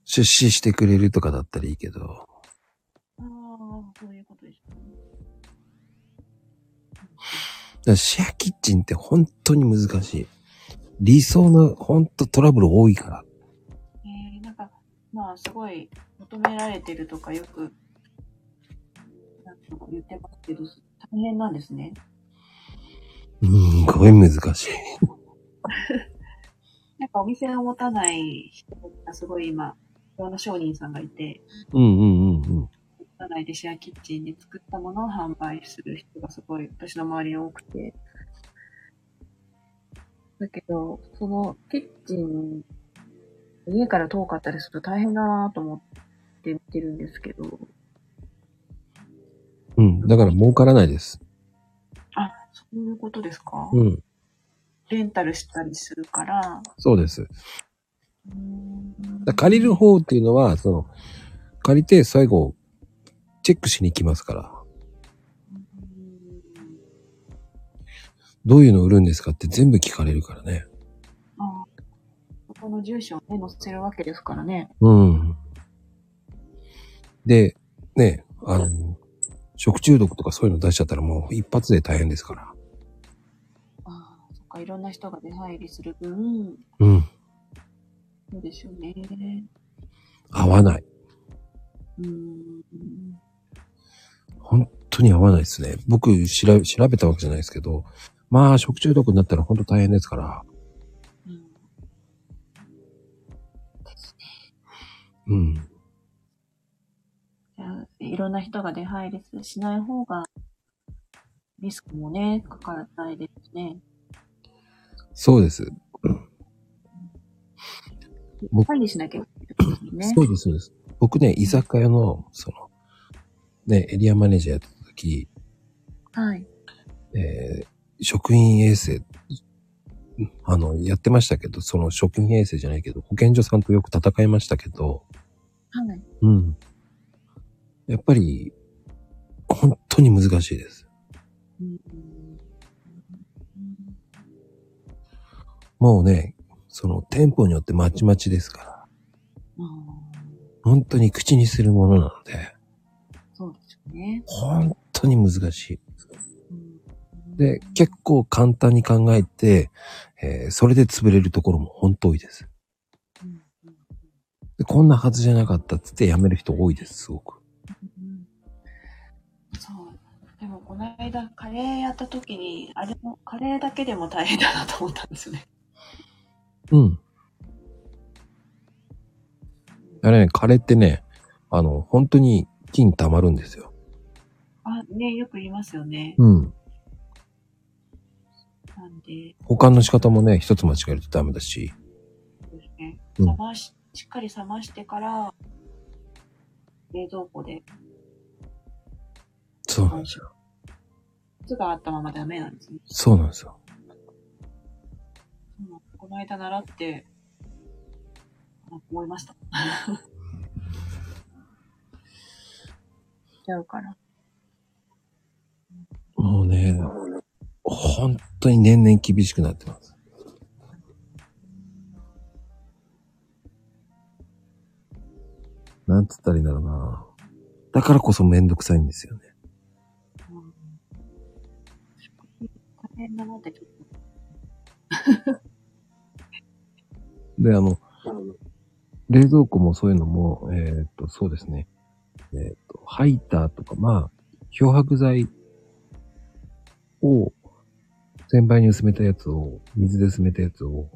[SPEAKER 3] 出資してくれるとかだったらいいけど。
[SPEAKER 4] ああ、そういうことですね。
[SPEAKER 3] だからシェアキッチンって本当に難しい。理想の本当トラブル多いから。
[SPEAKER 4] えー、なんか、まあ、すごい求められてるとかよく、なんとか言ってますけど、大変なんですね。
[SPEAKER 3] うん、すごい難しい。
[SPEAKER 4] なんかお店を持たない人がすごい今、いろんな商人さんがいて、
[SPEAKER 3] うんうんうんうん。
[SPEAKER 4] 持たないでシェアキッチンで作ったものを販売する人がすごい私の周りに多くて。だけど、そのキッチン、家から遠かったりすると大変だなと思って見てるんですけど、
[SPEAKER 3] うん、だから儲からないです。
[SPEAKER 4] あ、そういうことですか、
[SPEAKER 3] うん、
[SPEAKER 4] レンタルしたりするから、
[SPEAKER 3] そうです。だから借りる方っていうのは、その、借りて最後、チェックしに来ますから。
[SPEAKER 4] うん
[SPEAKER 3] どういうの売るんですかって全部聞かれるからね。
[SPEAKER 4] あそこの住所をね、載せるわけですからね。
[SPEAKER 3] うん。で、ね、あの、食中毒とかそういうの出しちゃったらもう一発で大変ですから。
[SPEAKER 4] ああ、そっか、いろんな人が出入りする分、
[SPEAKER 3] うん。
[SPEAKER 4] そうでしょうね。
[SPEAKER 3] 合わない。
[SPEAKER 4] うん。
[SPEAKER 3] 本当に合わないですね。僕調べ、調べたわけじゃないですけど、まあ食中毒になったら本当大変ですから。
[SPEAKER 4] うん
[SPEAKER 3] うん。
[SPEAKER 4] じゃあいろんな人が出入りしない方が、リスクもね、かからないですね。
[SPEAKER 3] そうです。僕
[SPEAKER 4] 管理しなきゃいけないですもんね
[SPEAKER 3] そ。うです、そうです。僕ね、居酒屋の、その、ね、エリアマネージャーやってた時、
[SPEAKER 4] はい。
[SPEAKER 3] えー職員衛生、あの、やってましたけど、その職員衛生じゃないけど、保健所さんとよく戦いましたけど、
[SPEAKER 4] はい。
[SPEAKER 3] うん。やっぱり、本当に難しいです。
[SPEAKER 4] うん。
[SPEAKER 3] もうね、その店舗によってまちまちですから、
[SPEAKER 4] あ
[SPEAKER 3] 本当に口にするものなので、
[SPEAKER 4] あ、そうでしょうね。
[SPEAKER 3] 本当に難しい。
[SPEAKER 4] うん
[SPEAKER 3] で、結構簡単に考えて、えーそれで潰れるところも本当多いです。
[SPEAKER 4] うんうん
[SPEAKER 3] で、こんなはずじゃなかったっつって辞める人多いです、すごく。
[SPEAKER 4] うんそう。でも、この間、カレーやった時に、あれも、カレーだけでも大変だなと思ったんですよね。
[SPEAKER 3] うん。あれね、カレーってね、あの、本当に菌溜まるんですよ。
[SPEAKER 4] あ、ね、よく言いますよね。
[SPEAKER 3] うん。
[SPEAKER 4] なんで、
[SPEAKER 3] 保管の仕方もね、一つ間違えるとダメだし。
[SPEAKER 4] そうですね。
[SPEAKER 3] うん
[SPEAKER 4] 冷まし、しっかり冷ましてから、冷蔵庫で、
[SPEAKER 3] そうなんですよ。
[SPEAKER 4] 熱があったままダメなんですね。
[SPEAKER 3] そうなんですよ。
[SPEAKER 4] うんこの間習って、あ思いました。ちゃうから。
[SPEAKER 3] もうね、本当に年々厳しくなってます。なんつったらいいんだろうな。だからこそめんどくさいんですよね。
[SPEAKER 4] うん変だなってちょっと。
[SPEAKER 3] で、あの、冷蔵庫もそういうのも、えーっと、そうですね。えーっと、ハイターとか、まあ、漂白剤を、先輩に薄めたやつを、水で薄めたやつを、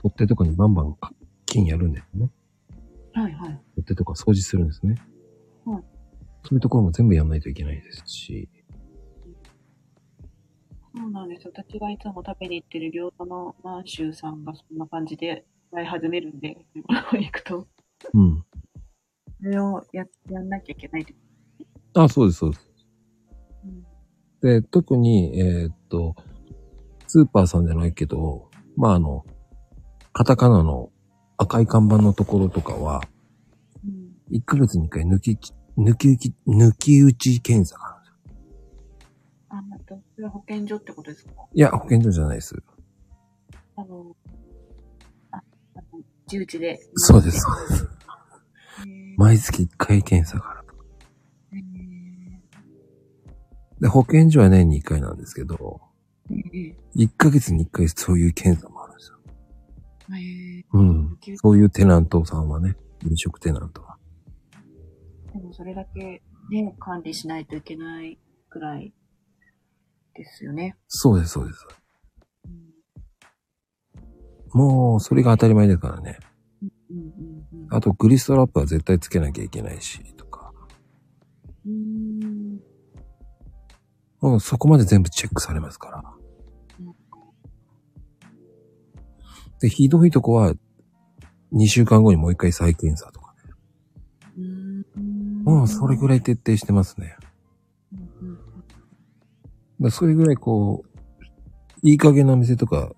[SPEAKER 3] 取っ手とかにバンバンか金やるんですね。
[SPEAKER 4] はいはい。
[SPEAKER 3] 取っ手とか掃除するんですね。
[SPEAKER 4] はい
[SPEAKER 3] そういうところも全部やんないといけないですし、
[SPEAKER 4] そうなんですよ。私がいつも食べに行ってる餃子の満州さんがそんな感じで買い始めるんで、行くと。
[SPEAKER 3] うん。
[SPEAKER 4] それをや、やんなきゃいけないって。
[SPEAKER 3] あ、そうです、そうです。
[SPEAKER 4] うん。
[SPEAKER 3] で、特に、えーっと、スーパーさんじゃないけど、まあ、あの、カタカナの赤い看板のところとかは、
[SPEAKER 4] うん。
[SPEAKER 3] 1ヶ月に1回抜き、抜き打ち、抜き打ち検査があるんですよ。
[SPEAKER 4] あ、また、それは保健所ってことですか
[SPEAKER 3] いや、保健所じゃないです。
[SPEAKER 4] あの、あ、あの、地打ちで。
[SPEAKER 3] そうです、そうです。
[SPEAKER 4] へー。
[SPEAKER 3] 毎月1回検査があると。
[SPEAKER 4] へー
[SPEAKER 3] で、保健所は年に1回なんですけど、
[SPEAKER 4] へ
[SPEAKER 3] 1ヶ月に1回そういう検査もあるんですよ。
[SPEAKER 4] ーへ
[SPEAKER 3] うん。
[SPEAKER 4] ー
[SPEAKER 3] そういうテナントさんはね、飲食テナントは。
[SPEAKER 4] でもそれだけね、管理しないといけないくらいですよね。
[SPEAKER 3] そうです、そうです。
[SPEAKER 4] うん。
[SPEAKER 3] もう、それが当たり前ですからね。
[SPEAKER 4] うんうんうん。
[SPEAKER 3] あと、グリストラップは絶対つけなきゃいけないし、とか。
[SPEAKER 4] うーん。
[SPEAKER 3] もうそこまで全部チェックされますから
[SPEAKER 4] うん。
[SPEAKER 3] で、ひどいとこは、2週間後にもう一回再検査とかね。
[SPEAKER 4] うーん
[SPEAKER 3] もうそれぐらい徹底してますね。
[SPEAKER 4] うんうん
[SPEAKER 3] だそれぐらいこう、いい加減なお店とか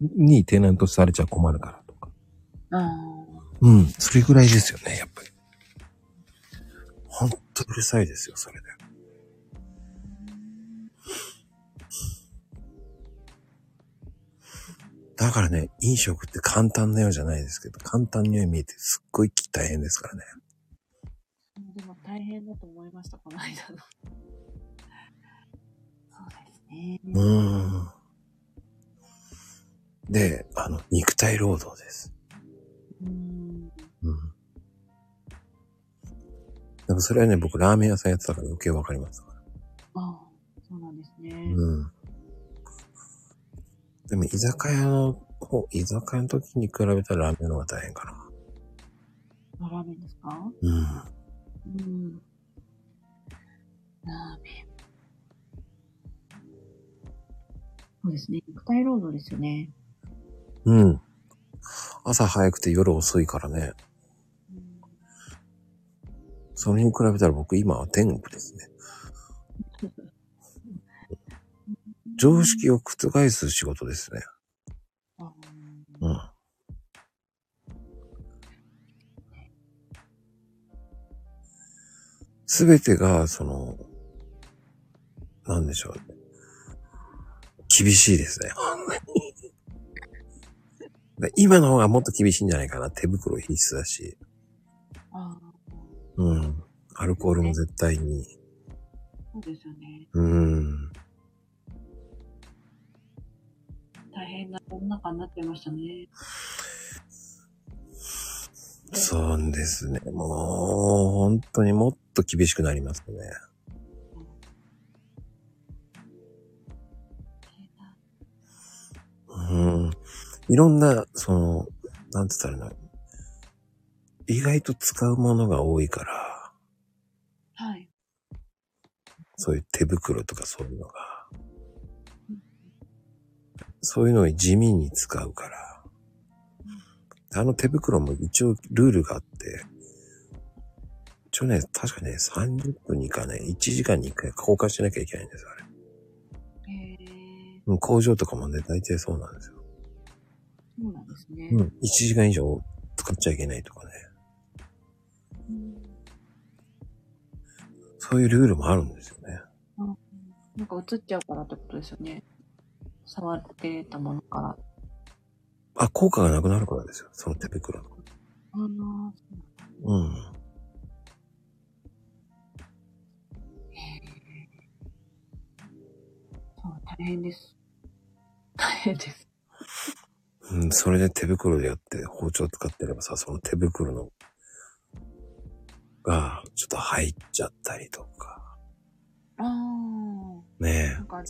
[SPEAKER 3] にテナントされちゃ困るからとか。
[SPEAKER 4] あ
[SPEAKER 3] うん、それぐらいですよね、やっぱり。ほんとうるさいですよ、それで。だからね、飲食って簡単なようじゃないですけど、簡単には見えてすっごい大変ですからね。
[SPEAKER 4] ーでも大変だと思いました、この間の。そうですね。
[SPEAKER 3] うーん。で、あの、肉体労働です。
[SPEAKER 4] うん。
[SPEAKER 3] うん。でもそれはね、僕ラーメン屋さんやってたから余計わかります。
[SPEAKER 4] ああ、そうなんですね。
[SPEAKER 3] うん。でも、居酒屋の方、居酒屋の時に比べたらラーメンの方が大変かな。
[SPEAKER 4] ラーメンですか
[SPEAKER 3] うん。
[SPEAKER 4] うん。ラーメン。そうですね。肉体労働ですよね。
[SPEAKER 3] うん。朝早くて夜遅いからね。
[SPEAKER 4] うん
[SPEAKER 3] それに比べたら僕今は天国ですね。常識を覆す仕事ですね。
[SPEAKER 4] あー
[SPEAKER 3] うん。すべてが、その、なんでしょうね。厳しいですね。 ほんまにで今の方がもっと厳しいんじゃないかな。手袋必須だし。
[SPEAKER 4] あー、
[SPEAKER 3] うん。アルコールも絶対に。
[SPEAKER 4] そうですよね。
[SPEAKER 3] うん。
[SPEAKER 4] 大変な世の中になってましたね。
[SPEAKER 3] そうですね。もう、本当にもっと厳しくなりますね。うん。いろんな、その、なんつったらいいの意外と使うものが多いから、
[SPEAKER 4] はい。
[SPEAKER 3] そういう手袋とかそういうのが。そういうのを地味に使うから。あの手袋も一応ルールがあって、一応ね、確かね、30分にかね、1時間に1回交換しなきゃいけないんです、あれ。
[SPEAKER 4] えー、
[SPEAKER 3] うん工場とかもね、大体そうなんですよ。
[SPEAKER 4] そうなんですね。
[SPEAKER 3] うん。1時間以上使っちゃいけないとかね。
[SPEAKER 4] うん
[SPEAKER 3] そういうルールもあるんですよね。
[SPEAKER 4] なんか映っちゃうからってことですよね。触ってたものから。
[SPEAKER 3] あ、効果がなくなるからですよ。その手袋の。
[SPEAKER 4] あの
[SPEAKER 3] うん。
[SPEAKER 4] そう、大大変です。大変です。
[SPEAKER 3] うん、それで手袋でやって包丁使ってればさ、その手袋の、が、ちょっと入っちゃったりとか、
[SPEAKER 4] ああ、
[SPEAKER 3] ね
[SPEAKER 4] なんか、
[SPEAKER 3] え、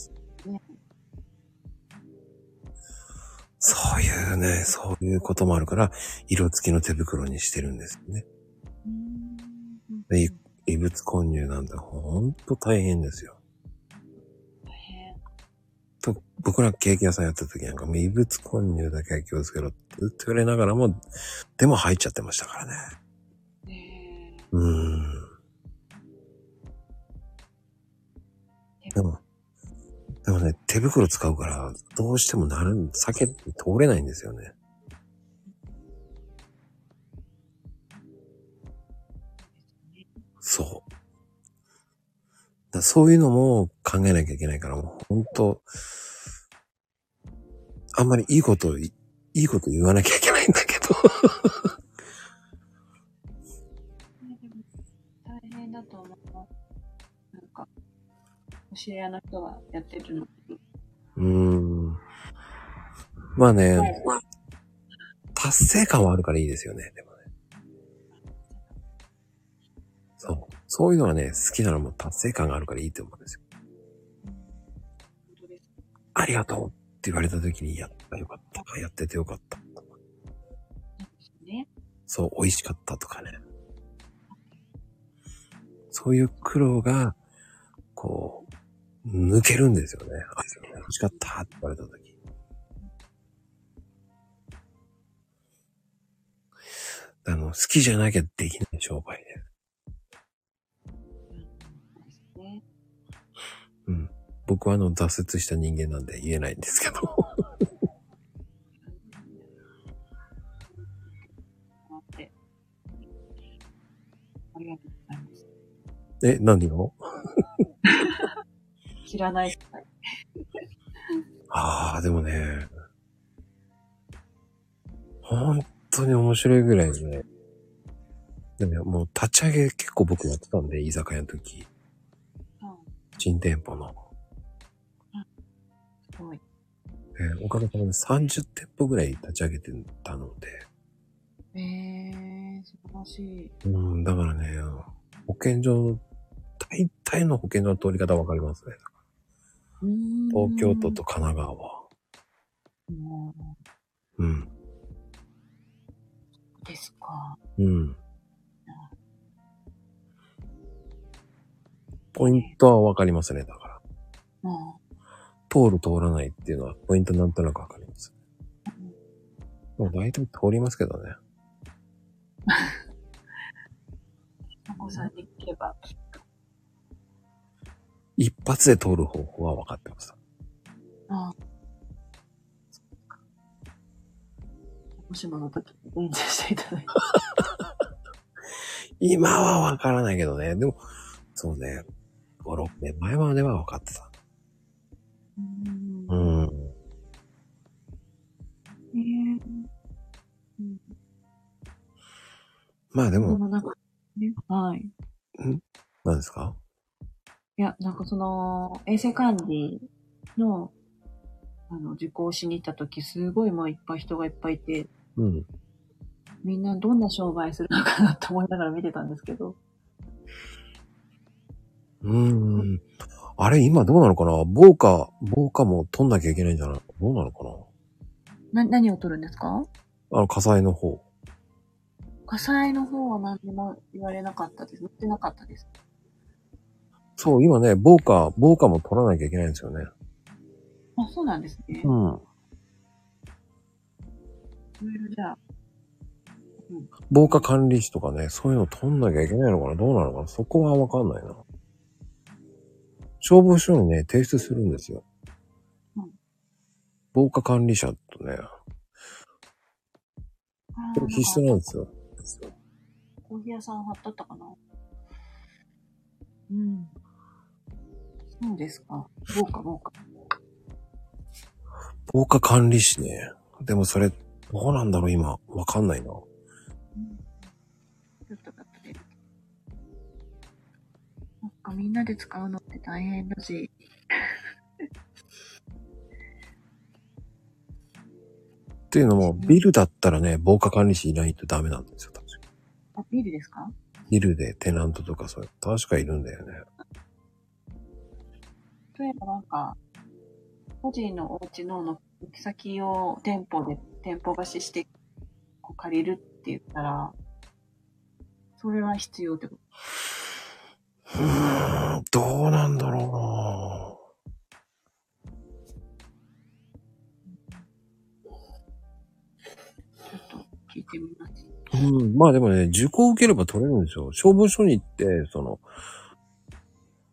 [SPEAKER 3] そういうね、そういうこともあるから、色付きの手袋にしてるんですよね。
[SPEAKER 4] うーん
[SPEAKER 3] で異物混入なんてほんと大変ですよ。
[SPEAKER 4] 大変。
[SPEAKER 3] と僕らケーキ屋さんやった時なんかもう異物混入だけは気をつけろってずっと言われながらも、でも入っちゃってましたからね。
[SPEAKER 4] ねえ
[SPEAKER 3] うーん。でも、でもね、手袋使うから、どうしてもなるん、避け、通れないんですよね。そう。だそういうのも考えなきゃいけないから、もう本当あんまりいいことをい、いいこと言わなきゃいけないんだけど。
[SPEAKER 4] ねでも大変だと思うな。なんか、お知り合いの人はやってるのに。
[SPEAKER 3] うーん。まあね
[SPEAKER 4] はい、
[SPEAKER 3] 達成感はあるからいいですよね、でもね。そう。そういうのがね、好きならもう達成感があるからいいと思うんですよ。
[SPEAKER 4] 本当です。
[SPEAKER 3] ありがとうって言われた時に、やったよかった。やっててよかった。
[SPEAKER 4] ね。
[SPEAKER 3] そう、美味しかったとかね。そういう苦労が、こう、抜けるんですよね。あ、美味しかったって言われた時。あの、好きじゃなきゃできない商売で。
[SPEAKER 4] そうですね。
[SPEAKER 3] うん。僕はあの、挫折した人間なんで言えないんですけど。
[SPEAKER 4] 待って。ありがとうございます。
[SPEAKER 3] え、何を
[SPEAKER 4] 知らない人が
[SPEAKER 3] ああ、でもね、本当に面白いぐらいね。でもねもう立ち上げ結構僕やってたんで、居酒屋の時、
[SPEAKER 4] うん
[SPEAKER 3] 新店舗の。
[SPEAKER 4] すごい。
[SPEAKER 3] えーおかげさまで30店舗ぐらい立ち上げてたので。
[SPEAKER 4] ええー、素晴らしい。
[SPEAKER 3] うん、だからね、保健所、大体の保健所の通り方わかりますね。東京
[SPEAKER 4] 東
[SPEAKER 3] 都と神奈川は。
[SPEAKER 4] も
[SPEAKER 3] うん。
[SPEAKER 4] うですか。
[SPEAKER 3] うん。ポイントはわかりますね、だから。
[SPEAKER 4] ま
[SPEAKER 3] 通る通らないっていうのはポイントなんとなくわかります。でも大体通りますけどね。
[SPEAKER 4] あ、お子さんできれば、
[SPEAKER 3] 一発で通る方法は分かってます。
[SPEAKER 4] もしもの時に伝授していただいて。
[SPEAKER 3] 今は分からないけどね。でも、そうね。5、6年前までは分かってた。
[SPEAKER 4] うん
[SPEAKER 3] うん。
[SPEAKER 4] ね
[SPEAKER 3] まあで
[SPEAKER 4] えで
[SPEAKER 3] も、
[SPEAKER 4] もなんか、ね、はい。
[SPEAKER 3] 何ですか
[SPEAKER 4] いや、なんかその、衛生管理の、あの、受講しに行った時、すごいもういっぱい人がいっぱいいて、
[SPEAKER 3] うん。
[SPEAKER 4] みんなどんな商売するのかなと思いながら見てたんですけど。
[SPEAKER 3] うん。あれ、今どうなのかな防火、防火も取んなきゃいけないんじゃないどうなのか
[SPEAKER 4] な、何を取るんですか
[SPEAKER 3] なあの、火災の方。
[SPEAKER 4] 火災の方は何にも言われなかったです。載ってなかったです。
[SPEAKER 3] そう、今ね、防火、防火も取らなきゃいけないんですよね。
[SPEAKER 4] あ、そうなんですね。
[SPEAKER 3] うん。
[SPEAKER 4] いろいろじゃあ、
[SPEAKER 3] 防火管理士とかね、そういうの取んなきゃいけないのかなどうなのかなそこはわかんないな。消防署にね、提出するんですよ
[SPEAKER 4] うん。
[SPEAKER 3] 防火管理者とね、
[SPEAKER 4] あ
[SPEAKER 3] これ必須なんですよ。
[SPEAKER 4] コーヒー屋さん貼っとったかなうん。そうですか。どうかどうか。
[SPEAKER 3] 防火管理士ね。でもそれ、どうなんだろう今。わかんないな。
[SPEAKER 4] ちょっとだったで。なんかみんなで使うのって大変だし。
[SPEAKER 3] っていうのも、ビルだったらね、防火管理士いないとダメなんですよ、確か。
[SPEAKER 4] あ、ビールですか
[SPEAKER 3] ビルでテナントとかそういう、確かいるんだよね。
[SPEAKER 4] 例えばなんか、個人のお家の軒先を店舗で、店舗貸しして、こう借りるって言ったら、それは必要ってこと
[SPEAKER 3] うーん、どうなんだろ
[SPEAKER 4] ちょっと聞いてみます。
[SPEAKER 3] うなうん、まあでもね、受講受ければ取れるんですよ。消防署に行って、その、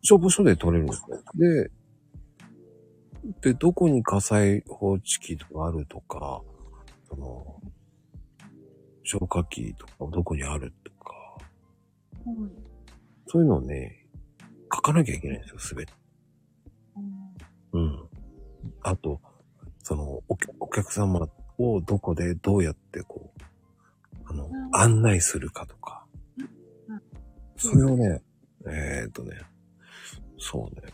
[SPEAKER 3] 消防署で取れるんですよ。で、で、どこに火災報知器とかあるとか、その、消火器とかどこにあるとか、
[SPEAKER 4] うん。
[SPEAKER 3] そういうのをね、書かなきゃいけないんですよ、すべて。うん。あと、そのお客、お客様をどこでどうやってこう、あの、
[SPEAKER 4] ん
[SPEAKER 3] 案内するかとか
[SPEAKER 4] うん。
[SPEAKER 3] それをね、えー、っとね、そうね。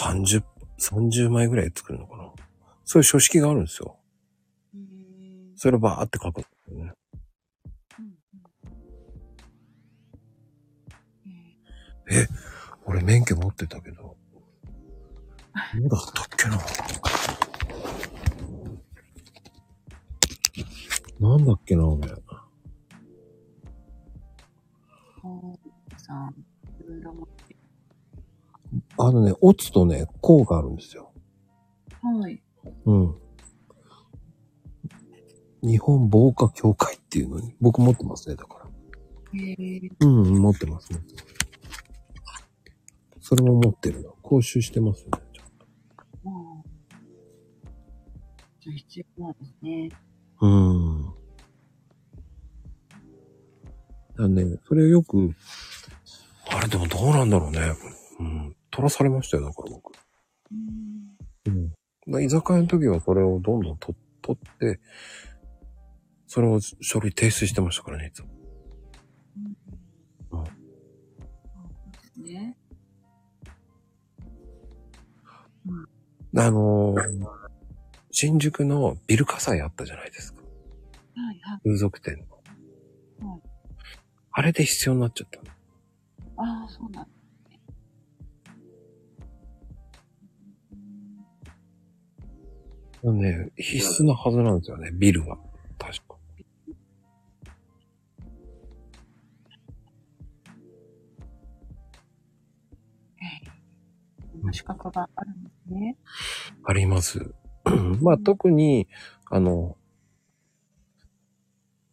[SPEAKER 3] 30、30枚ぐらい作るのかな。そういう書式があるんですよ。
[SPEAKER 4] えー
[SPEAKER 3] それをバーって書くんですよね。
[SPEAKER 4] うんうんえ
[SPEAKER 3] 俺免許持ってたけど。どうだったっけな。なんだっけな、俺。
[SPEAKER 4] ーお父さん、いろいろ持って。
[SPEAKER 3] あのね、オツとね、コウがあるんですよ。
[SPEAKER 4] はい。
[SPEAKER 3] うん。日本防火協会っていうのに、僕持ってますね、だか
[SPEAKER 4] えー、
[SPEAKER 3] ら。うん、持ってます、持ってます。それも持ってるの。講習してますね。
[SPEAKER 4] まあ。じゃあ必要なんですね。
[SPEAKER 3] うん。だからね、それをよく、あれでもどうなんだろうね。うん。取らされましたよ、だから僕。
[SPEAKER 4] うん。
[SPEAKER 3] うん。まあ居酒屋の時はそれをどんどん取取って、それを書類提出してましたからね、いつも。
[SPEAKER 4] うんそうですね。
[SPEAKER 3] あのー新宿のビル火災あったじゃないですか。
[SPEAKER 4] はいはい。
[SPEAKER 3] 風俗店の。
[SPEAKER 4] うん
[SPEAKER 3] あれで必要になっちゃったの。
[SPEAKER 4] ああ、そうなんですね。
[SPEAKER 3] もうね、必須なはずなんですよね、ビルは。確か。
[SPEAKER 4] こんな資格があるんですね。
[SPEAKER 3] あります。 まあ特に、あの、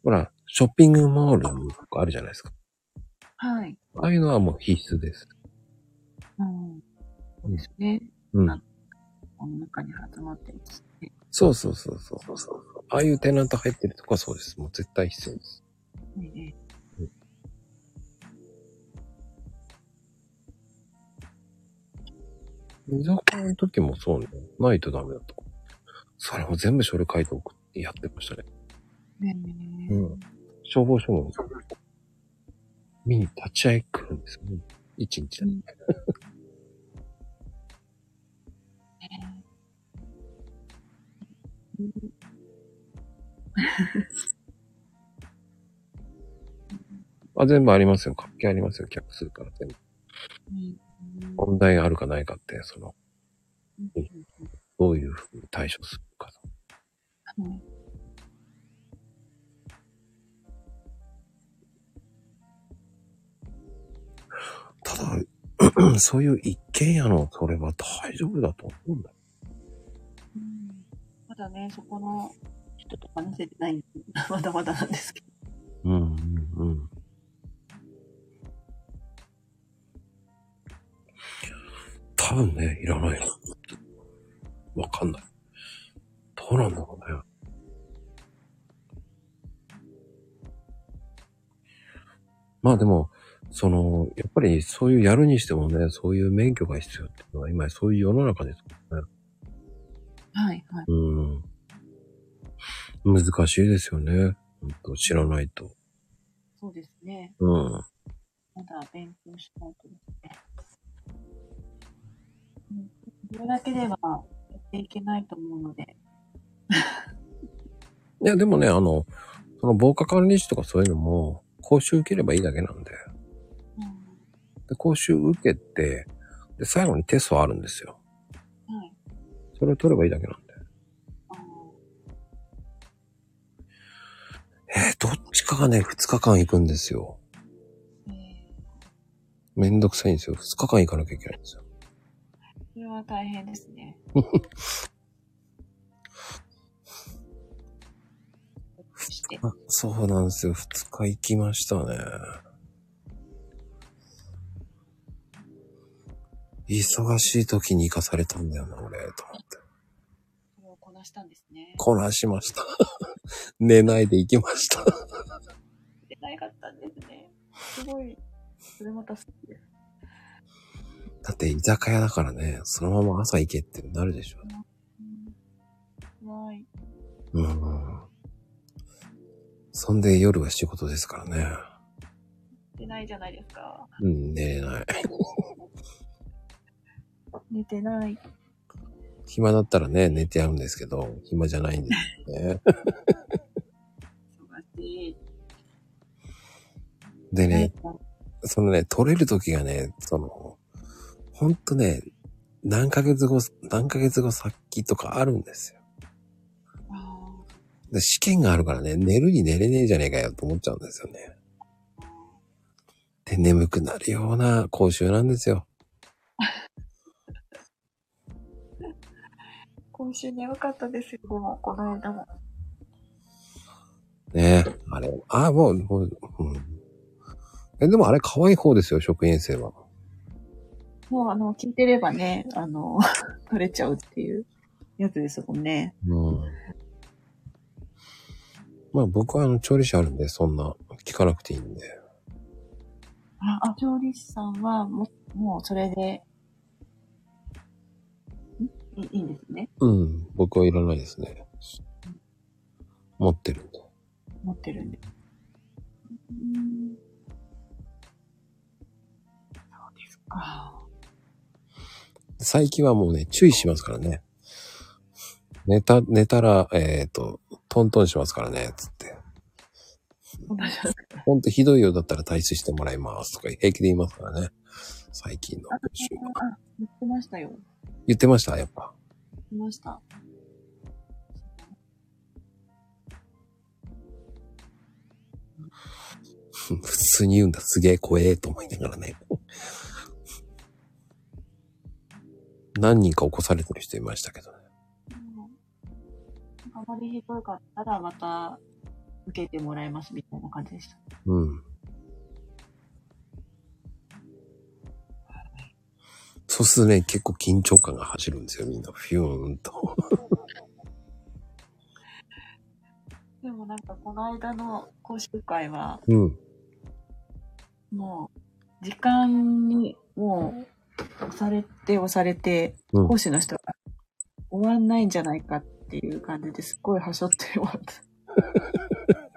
[SPEAKER 3] ほら、ショッピングモールとかあるじゃないですか。
[SPEAKER 4] はい。
[SPEAKER 3] ああいうのはもう必須です。
[SPEAKER 4] うん。そうですね。
[SPEAKER 3] う
[SPEAKER 4] なんる。この中に挟まってますね。
[SPEAKER 3] そうそうそうそうそう。ああいうテナント入ってるとこはそうです。もう絶対必要です。
[SPEAKER 4] ねえねえ
[SPEAKER 3] 居酒屋の時もそうね。ないとダメだと。それも全部書類書いておくってやってましたね。
[SPEAKER 4] ねえ
[SPEAKER 3] うん消防署も、見に立ち会い来るんですよね。一日で。あ、全部ありますよ。活気ありますよ。客数から全部。
[SPEAKER 4] うん
[SPEAKER 3] 問題があるかないかって、その、
[SPEAKER 4] うん
[SPEAKER 3] どういうふうに対処するかと。
[SPEAKER 4] はい
[SPEAKER 3] ただ、 そういう一軒家のそれは大丈夫だと思うんだよ。
[SPEAKER 4] うんまだね、そこの人と話せてないんで、 まだまだなんですけど。
[SPEAKER 3] うんうんうん。多分ね、いらないな。わかんない。どうなんだろうね。まあでも、その、やっぱりそういうやるにしてもね、そういう免許が必要っていうのは今そういう世の中ですからね。
[SPEAKER 4] はい、はい。
[SPEAKER 3] うん。難しいですよね。ほんと知らないと。
[SPEAKER 4] そうですね。
[SPEAKER 3] うん。
[SPEAKER 4] まだ勉強しないとですね。うんこれだけではやっていけないと思うので。
[SPEAKER 3] いや、でもね、あの、その防火管理士とかそういうのも、講習受ければいいだけなんで。で、講習受けて、で、最後にテストあるんですよ。
[SPEAKER 4] はい。
[SPEAKER 3] それを取ればいいだけなんで。
[SPEAKER 4] あ
[SPEAKER 3] えーどっちかがね、2日間行くんですよ。
[SPEAKER 4] ーえー
[SPEAKER 3] めんどくさいんですよ。2日間行かなきゃいけないんですよ。
[SPEAKER 4] それは大変ですね。して
[SPEAKER 3] あそうなんですよ。2日行きましたね。忙しい時に行かされたんだよな、俺、と思って。
[SPEAKER 4] それをこなしたんですね。
[SPEAKER 3] こなしました。 寝ないで行きました。
[SPEAKER 4] 出なかったんですね。すごい。それまた好きです。
[SPEAKER 3] だって居酒屋だからね、そのまま朝行けってなるでしょ。
[SPEAKER 4] うん。はい。
[SPEAKER 3] うん。そんで夜は仕事ですからね。
[SPEAKER 4] 出ないじゃないですか。
[SPEAKER 3] うん、寝れない。
[SPEAKER 4] 寝てない。
[SPEAKER 3] 暇だったらね、寝てやるんですけど、暇じゃないんですよね。
[SPEAKER 4] 忙しい。
[SPEAKER 3] でね、
[SPEAKER 4] はい
[SPEAKER 3] そのね、取れる時がね、その、ほんとね、何ヶ月後、何ヶ月後先とかあるんですよ。
[SPEAKER 4] あ
[SPEAKER 3] で試験があるからね、寝るに寝れねえじゃねえかよと思っちゃうんですよね。で、眠くなるような講習なんですよ。
[SPEAKER 4] ー今週眠かったですよ、もうこの間も。
[SPEAKER 3] ねえ、あれ、あもう、もう、うん。え、でもあれ可愛い方ですよ、職員生は。
[SPEAKER 4] もうあの、聞いてればね、あの、 取れちゃうっていうやつですもんね。
[SPEAKER 3] うん。まあ僕はあの、調理師あるんで、そんな、聞かなくていいんで。
[SPEAKER 4] あ、あ調理師さんはも、もうそれで、んいいいんですね。
[SPEAKER 3] うん、僕はいらないですね。持ってるんで。
[SPEAKER 4] 持ってるんで。うん。そうですか。
[SPEAKER 3] 最近はもうね、注意しますからね。寝た、寝たら、えっ、と、トントンしますからね、つって。
[SPEAKER 4] そうなんです
[SPEAKER 3] ほんとひどいようだったら退出してもらいますとか平気で言いますからね。最近の習慣。
[SPEAKER 4] あ、言ってましたよ。言っ
[SPEAKER 3] 言ってましたやっぱ。
[SPEAKER 4] てました。
[SPEAKER 3] 普通に言うんだ。すげえ怖えと思いながらね。何人か起こされてる人いましたけどね。
[SPEAKER 4] うんあまりひどかったらまた受けてもらいますみたいな感じでした。
[SPEAKER 3] うん。そうするとね、結構緊張感が走るんですよ、みんな。フィューンと。
[SPEAKER 4] でもなんかこの間の講習会は
[SPEAKER 3] うん。
[SPEAKER 4] もう時間にもう押されて押されて
[SPEAKER 3] うん
[SPEAKER 4] 講師の人が終わんないんじゃないかっていう感じですっごいはしょって終わった。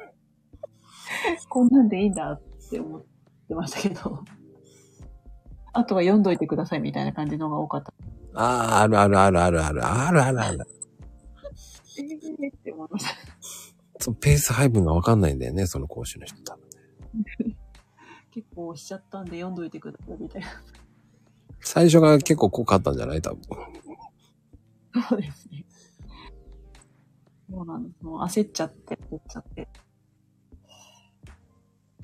[SPEAKER 4] こんなんでいいんだって思ってましたけど。あとは読んどいてくださいみたいな感じのが多かった。
[SPEAKER 3] ああ、あるあるあるあるあるあるあるある。
[SPEAKER 4] ええって思いました。
[SPEAKER 3] そうペース配分がわかんないんだよね、その講師の人多分。
[SPEAKER 4] 結構押しちゃったんで読んどいてくださいみたいな。
[SPEAKER 3] 最初が結構濃かったんじゃない多分。
[SPEAKER 4] そうですね。そうなんです。もう焦っちゃって、焦っちゃって。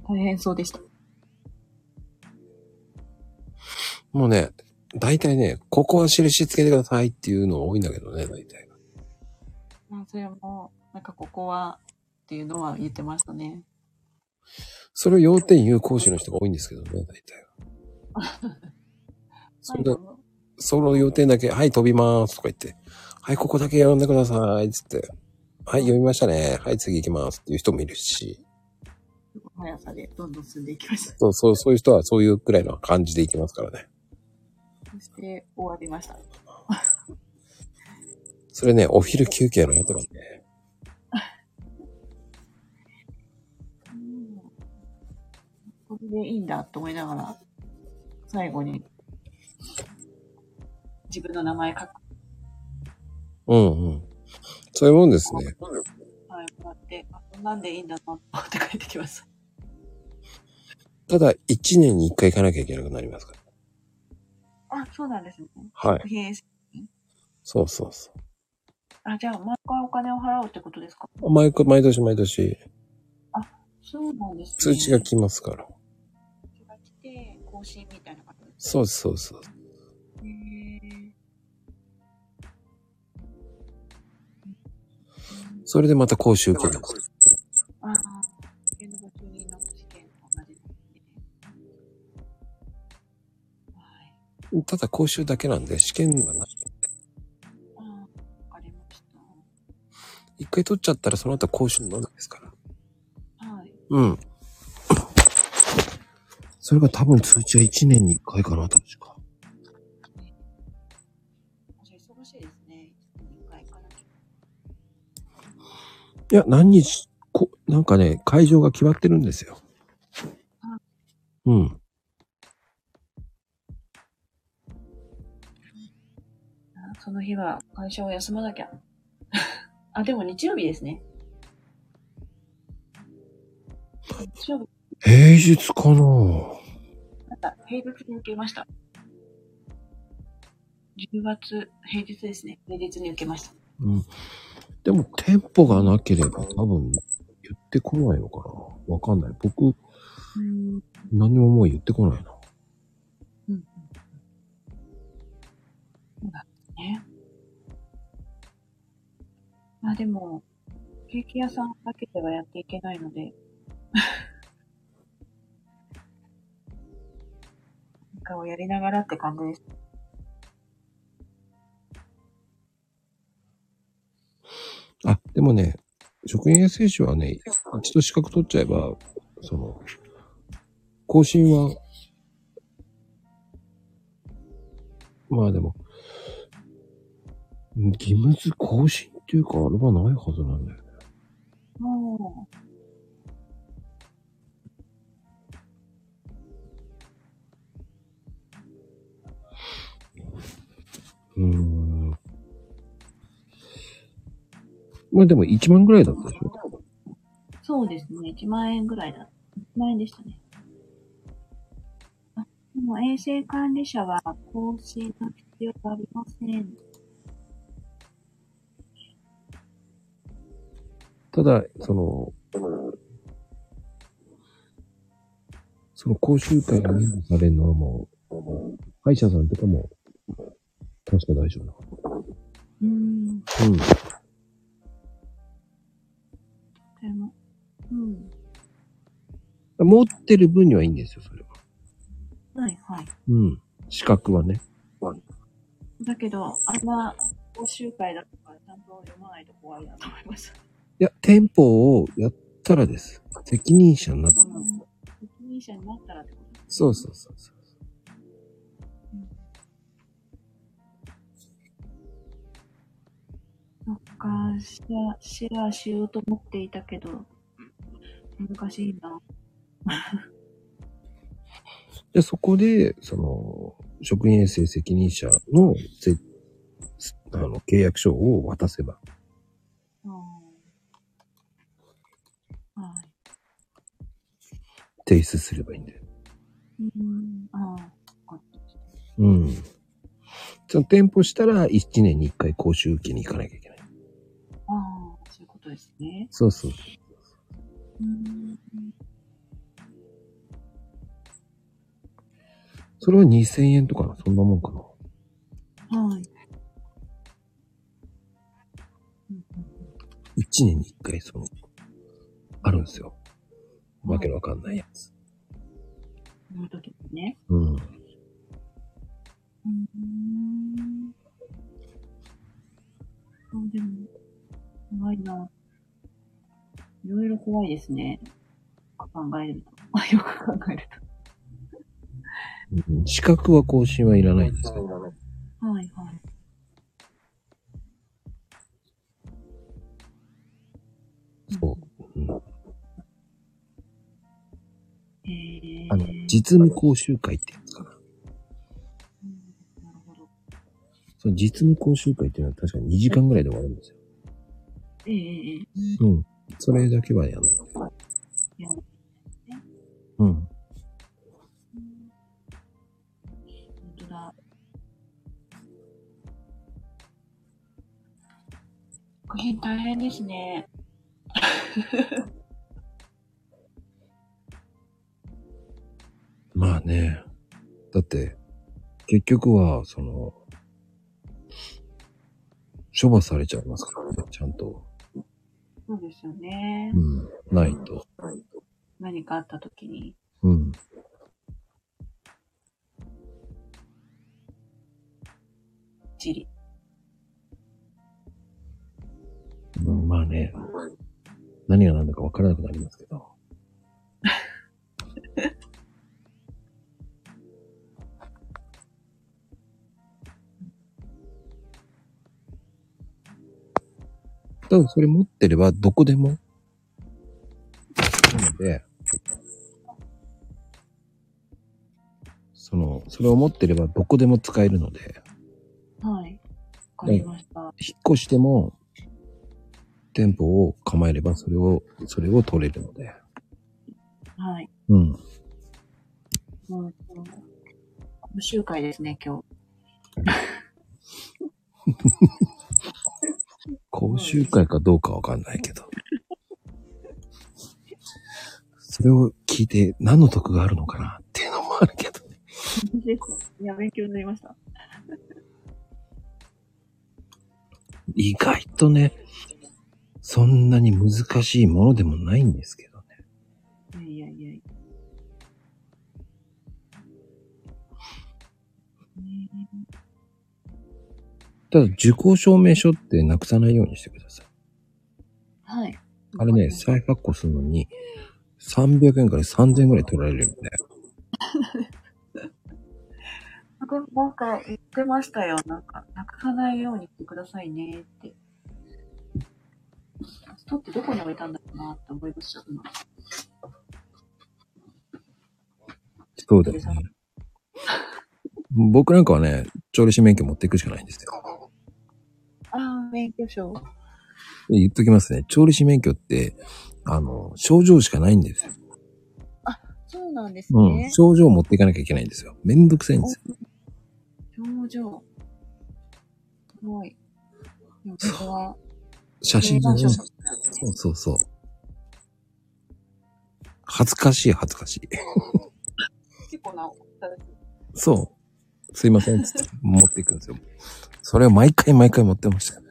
[SPEAKER 4] 大変そうでした。
[SPEAKER 3] もうね、大体ね、ここは印つけてくださいっていうのが多いんだけどね、大体。
[SPEAKER 4] まあ、それも、なんかここは、っていうのは言ってましたね。
[SPEAKER 3] それを要点言う講師の人が多いんですけどね、大体。それで
[SPEAKER 4] 最後の
[SPEAKER 3] その要点だけ、はい、飛びますとか言って、はい、ここだけ読んでください、つって。はい、読みましたね。はい、次行きますっていう人もいるし、
[SPEAKER 4] 速さでどんどん進んでいきました。
[SPEAKER 3] そう、そう、そういう人はそういうくらいの感じで行きますからね。
[SPEAKER 4] そして、終わりました。
[SPEAKER 3] それね、お昼休憩の後がね、
[SPEAKER 4] うんこれでいいんだと思いながら、最後に、自分の名前書く。
[SPEAKER 3] うんうん。そういうもんですね。
[SPEAKER 4] はい、もらって、あそんなんでいいんだなと思って帰ってきました。
[SPEAKER 3] ただ、一年に一回行かなきゃいけなくなりますから。
[SPEAKER 4] あ、そうなんですね。
[SPEAKER 3] はい。
[SPEAKER 4] へえ
[SPEAKER 3] そうそうそ
[SPEAKER 4] あ、じゃあ、毎回お金を払うってことですか
[SPEAKER 3] う。毎回、毎年毎年、
[SPEAKER 4] そうなんです、ね。
[SPEAKER 3] 通知が来ますから。
[SPEAKER 4] 通知が来て、更新みたいな感じです
[SPEAKER 3] そうそうそう。
[SPEAKER 4] ね。へえ
[SPEAKER 3] それでまた講習受ける。
[SPEAKER 4] ああ、試験の募集人の試験と同じですね。はい。
[SPEAKER 3] ただ講習だけなんで、試験はない。
[SPEAKER 4] ああ、わかりました。
[SPEAKER 3] 一回取っちゃったらその後講習のみですから。
[SPEAKER 4] はい。
[SPEAKER 3] うん。それが多分通知は一年に一回かな、確か。
[SPEAKER 4] 私忙しいですね。一回行かなきゃ。
[SPEAKER 3] いや、何日、こ、なんかね、会場が決まってるんですよ。うん。
[SPEAKER 4] あその日は会社を休まなきゃ。 あ、でも日曜日ですね。日曜日、
[SPEAKER 3] 平日かな
[SPEAKER 4] また平日に受けました。10月平日ですね。平日に受けました。
[SPEAKER 3] うん。でも、店舗がなければ多分、言ってこないのかなわかんない。僕、
[SPEAKER 4] うん。
[SPEAKER 3] 何ももう言ってこないな。
[SPEAKER 4] うん。そうだね。まあでも、ケーキ屋さんだけではやっていけないので。 なんかをやりながらって感じです。
[SPEAKER 3] あ、でもね、職員衛生士はね、一度資格取っちゃえば、その、更新は、まあでも、義務付更新っていうか、あれはないはずなんだよね。
[SPEAKER 4] もう。
[SPEAKER 3] うーん。まあでも1万ぐらいだったでしょ
[SPEAKER 4] そうですね。1万円ぐらいだ。1万円でしたね。あ、でも衛生管理者は更新の必要がありません。
[SPEAKER 3] ただ、その、その講習会が免除されるのはもう、歯医者さんとかも、確か大丈夫な
[SPEAKER 4] うん。
[SPEAKER 3] うん。
[SPEAKER 4] でも、うん。
[SPEAKER 3] 持ってる分にはいいんですよ、それは。
[SPEAKER 4] はいはい。
[SPEAKER 3] うん。資格はね。
[SPEAKER 4] だけど、あんな講習会だとか、ちゃんと読まないと怖いなと思いました。
[SPEAKER 3] いや、店舗をやったらです。責任者になって。
[SPEAKER 4] 責任者になったらってこと
[SPEAKER 3] そうそうそうそう。
[SPEAKER 4] そっか、シェア、シェアしようと思っていたけど、難しいな。
[SPEAKER 3] で、そこで、その、職員衛生責任者の、せあの、契約書を渡せば。
[SPEAKER 4] うんはい。
[SPEAKER 3] 提出すればいいんだよ。
[SPEAKER 4] うん、ああ、そっか
[SPEAKER 3] うん。その店舗したら、1年に1回講習受けに行かなきゃいけない。
[SPEAKER 4] ああ、そういうことですね。
[SPEAKER 3] そうそう。
[SPEAKER 4] うん。
[SPEAKER 3] それは2000円とかな、そんなもんかな。
[SPEAKER 4] はい。うんうん
[SPEAKER 3] 1年に1回、その、あるんですよ。わけのわかんないやつ。
[SPEAKER 4] その時ですね。
[SPEAKER 3] うん。
[SPEAKER 4] うーん。あ、でも、怖いな。いろいろ怖いですね。考えると。 あ、よく考える
[SPEAKER 3] うん資格は更新はいらないんですけど。
[SPEAKER 4] と。はいはい。
[SPEAKER 3] そう。うん、
[SPEAKER 4] へえ。
[SPEAKER 3] あの、実務講習会ってやつかな。
[SPEAKER 4] うんなるほど。
[SPEAKER 3] その実務講習会っていうのは確かに2時間ぐらいで終わるんですよ。
[SPEAKER 4] ええええええ
[SPEAKER 3] うん。それだけはやらない。
[SPEAKER 4] やらないね
[SPEAKER 3] うん。
[SPEAKER 4] 本当だ。作品大変ですね。
[SPEAKER 3] まあね。だって、結局は、その、処罰されちゃいますからね、ちゃんと。
[SPEAKER 4] そうですよね
[SPEAKER 3] う。ん。ないと。
[SPEAKER 4] 何かあった時に。
[SPEAKER 3] うん。
[SPEAKER 4] じり。
[SPEAKER 3] うんまあね。何が何だか分からなくなりますけど。 多分それ持ってればどこでも。なので、その、それを持ってればどこでも使えるので、
[SPEAKER 4] はい。わかりました。
[SPEAKER 3] 引っ越しても、店舗を構えればそれを、それを取れるので。
[SPEAKER 4] はい。
[SPEAKER 3] うん。
[SPEAKER 4] もう、講習会ですね、今日。
[SPEAKER 3] 講習会かどうかわかんないけど。それを聞いて何の得があるのかなっていうのもあるけどね。
[SPEAKER 4] いや、勉強になりました。
[SPEAKER 3] 意外とね、そんなに難しいものでもないんですけどね。
[SPEAKER 4] いやいやいやいや。ね
[SPEAKER 3] ただ、受講証明書ってなくさないようにしてください。
[SPEAKER 4] はい。
[SPEAKER 3] あれね、再発行するのに、300円から3000円ぐらい取られるんで。
[SPEAKER 4] なんか言ってましたよ。なんか、なくさないようにしてくださいねって。ストってどこに置いたんだろうなって思いました。今
[SPEAKER 3] そうだよね。僕なんかはね、調理師免許持っていくしかないんですよ。
[SPEAKER 4] ああ、免許証。
[SPEAKER 3] で言っときますね。調理師免許って、あの、症状しかないんですよ。
[SPEAKER 4] そうなんです
[SPEAKER 3] うん。
[SPEAKER 4] ね。
[SPEAKER 3] 症状を持っていかなきゃいけないんですよ。めんどくさいんですよ。
[SPEAKER 4] 表情。すごい。でもそこは、
[SPEAKER 3] 写真じゃない。そうそうそう。恥ずかしい恥ずかしい。
[SPEAKER 4] 結構な、
[SPEAKER 3] そう。すいません。つって持っていくんですよ。それを毎回毎回持ってましたよね。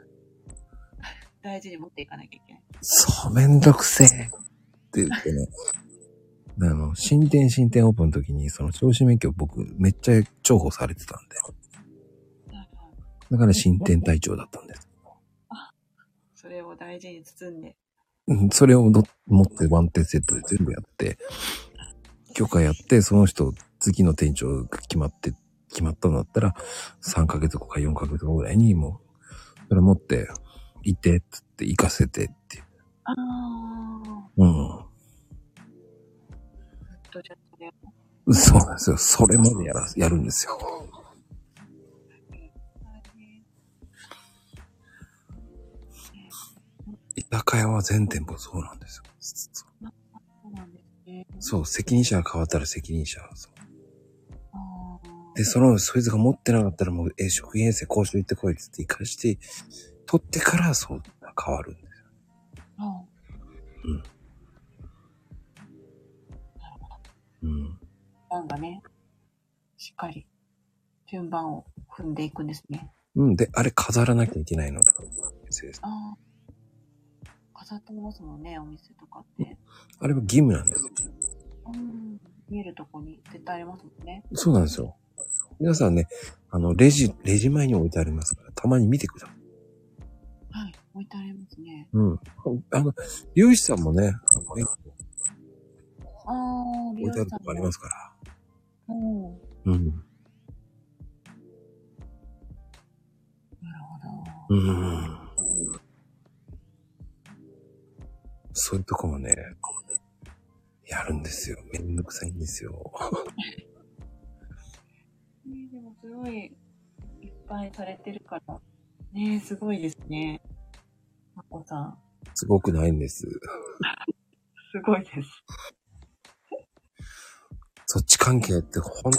[SPEAKER 4] 大事に持っていかなきゃいけない。
[SPEAKER 3] そう、めんどくせえ。って言ってね。あの、新店新店オープンの時に、その調理師免許僕めっちゃ重宝されてたんで。だから新店隊長だったんです。
[SPEAKER 4] それを大事に包んで。
[SPEAKER 3] うんそれをど持ってワンテンセットで全部やって、許可やって、その人、次の店長が決まって、決まったんだったら、3ヶ月後か4ヶ月後ぐらいに、もう、それ持って、いて、っつって、行かせてって。
[SPEAKER 4] ああ、
[SPEAKER 3] う
[SPEAKER 4] ほ
[SPEAKER 3] ん。
[SPEAKER 4] んとじゃあ、それは
[SPEAKER 3] そうなんですよ。それまでやら、やるんですよ。
[SPEAKER 4] 大変。
[SPEAKER 3] 居酒屋は全店舗そうなんですよ。
[SPEAKER 4] そうなんですね。
[SPEAKER 3] そう、責任者が変わったら責任者。そう
[SPEAKER 4] あー
[SPEAKER 3] で、その、そいつが持ってなかったらもう、え、職員衛生講習行ってこいっつって行かして、取ってから、そう、変わるんです。
[SPEAKER 4] あ
[SPEAKER 3] うん。
[SPEAKER 4] ー、なんかね、しっかり順番を踏んでいくんですね。
[SPEAKER 3] うん、で、あれ飾らなきゃいけないのとか、別です
[SPEAKER 4] ああ、飾ってますもんね、お店とかって。
[SPEAKER 3] あれは義務なんですよ。
[SPEAKER 4] うん、見えるとこに絶対ありますもんね。
[SPEAKER 3] そうなんですよ。皆さんね、あの、レジ、レジ前に置いてありますから、たまに見てください。
[SPEAKER 4] はい、置いてありますね。
[SPEAKER 3] うん。あの、漁師さんもね、あの、置
[SPEAKER 4] ああ、。
[SPEAKER 3] いてあるとこありますすか
[SPEAKER 4] うん、
[SPEAKER 3] ら。うん。
[SPEAKER 4] なるほど。
[SPEAKER 3] うん。そういうとこもね、やるんですよ。めんどくさいんですよ。
[SPEAKER 4] ねでもすごいいっぱいされてるから、ねすごいですね。まこさん。
[SPEAKER 3] すごくないんです。
[SPEAKER 4] すごいです。
[SPEAKER 3] そっち関係って本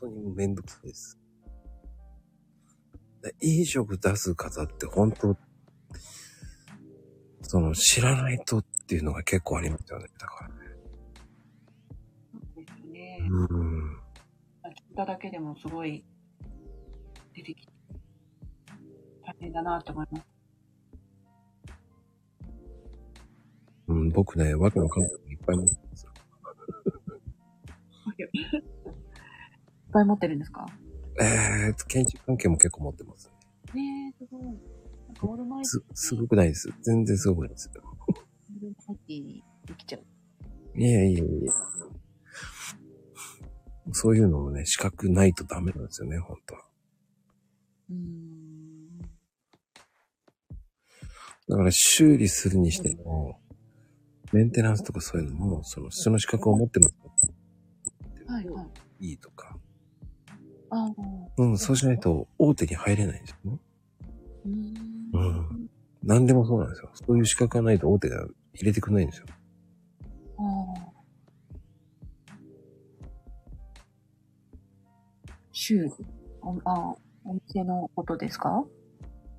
[SPEAKER 3] 当にめんどくさいです。でいい職出す方って本当、その知らないとっていうのが結構ありますよね。だから。
[SPEAKER 4] そうですね。
[SPEAKER 3] うん。
[SPEAKER 4] 聞いただけでもすごい出てきて、大変だなって思います。
[SPEAKER 3] うん、僕ね、わけわかんないのいっぱい持ってます。
[SPEAKER 4] いっぱい持ってるんですか
[SPEAKER 3] えーと、建築関係も結構持ってます、ね。
[SPEAKER 4] ねえ、すごい。なんかオールマイティ
[SPEAKER 3] す、すごくないです。全然すごくないです。
[SPEAKER 4] オールマイティにできちゃう。
[SPEAKER 3] いえいえいえ。そういうのもね、資格ないとダメなんですよね、本当は。
[SPEAKER 4] うーん。
[SPEAKER 3] だから修理するにしても、メンテナンスとかそういうのも、その、その資格を持ってます
[SPEAKER 4] はいはい。
[SPEAKER 3] いいとか。
[SPEAKER 4] ああ。
[SPEAKER 3] うん、そうしないと大手に入れないんですよね。
[SPEAKER 4] うー。
[SPEAKER 3] うん何でもそうなんですよ。そういう資格がないと大手が入れてくれないんですよ。
[SPEAKER 4] ああ。修理。おあお店のことですか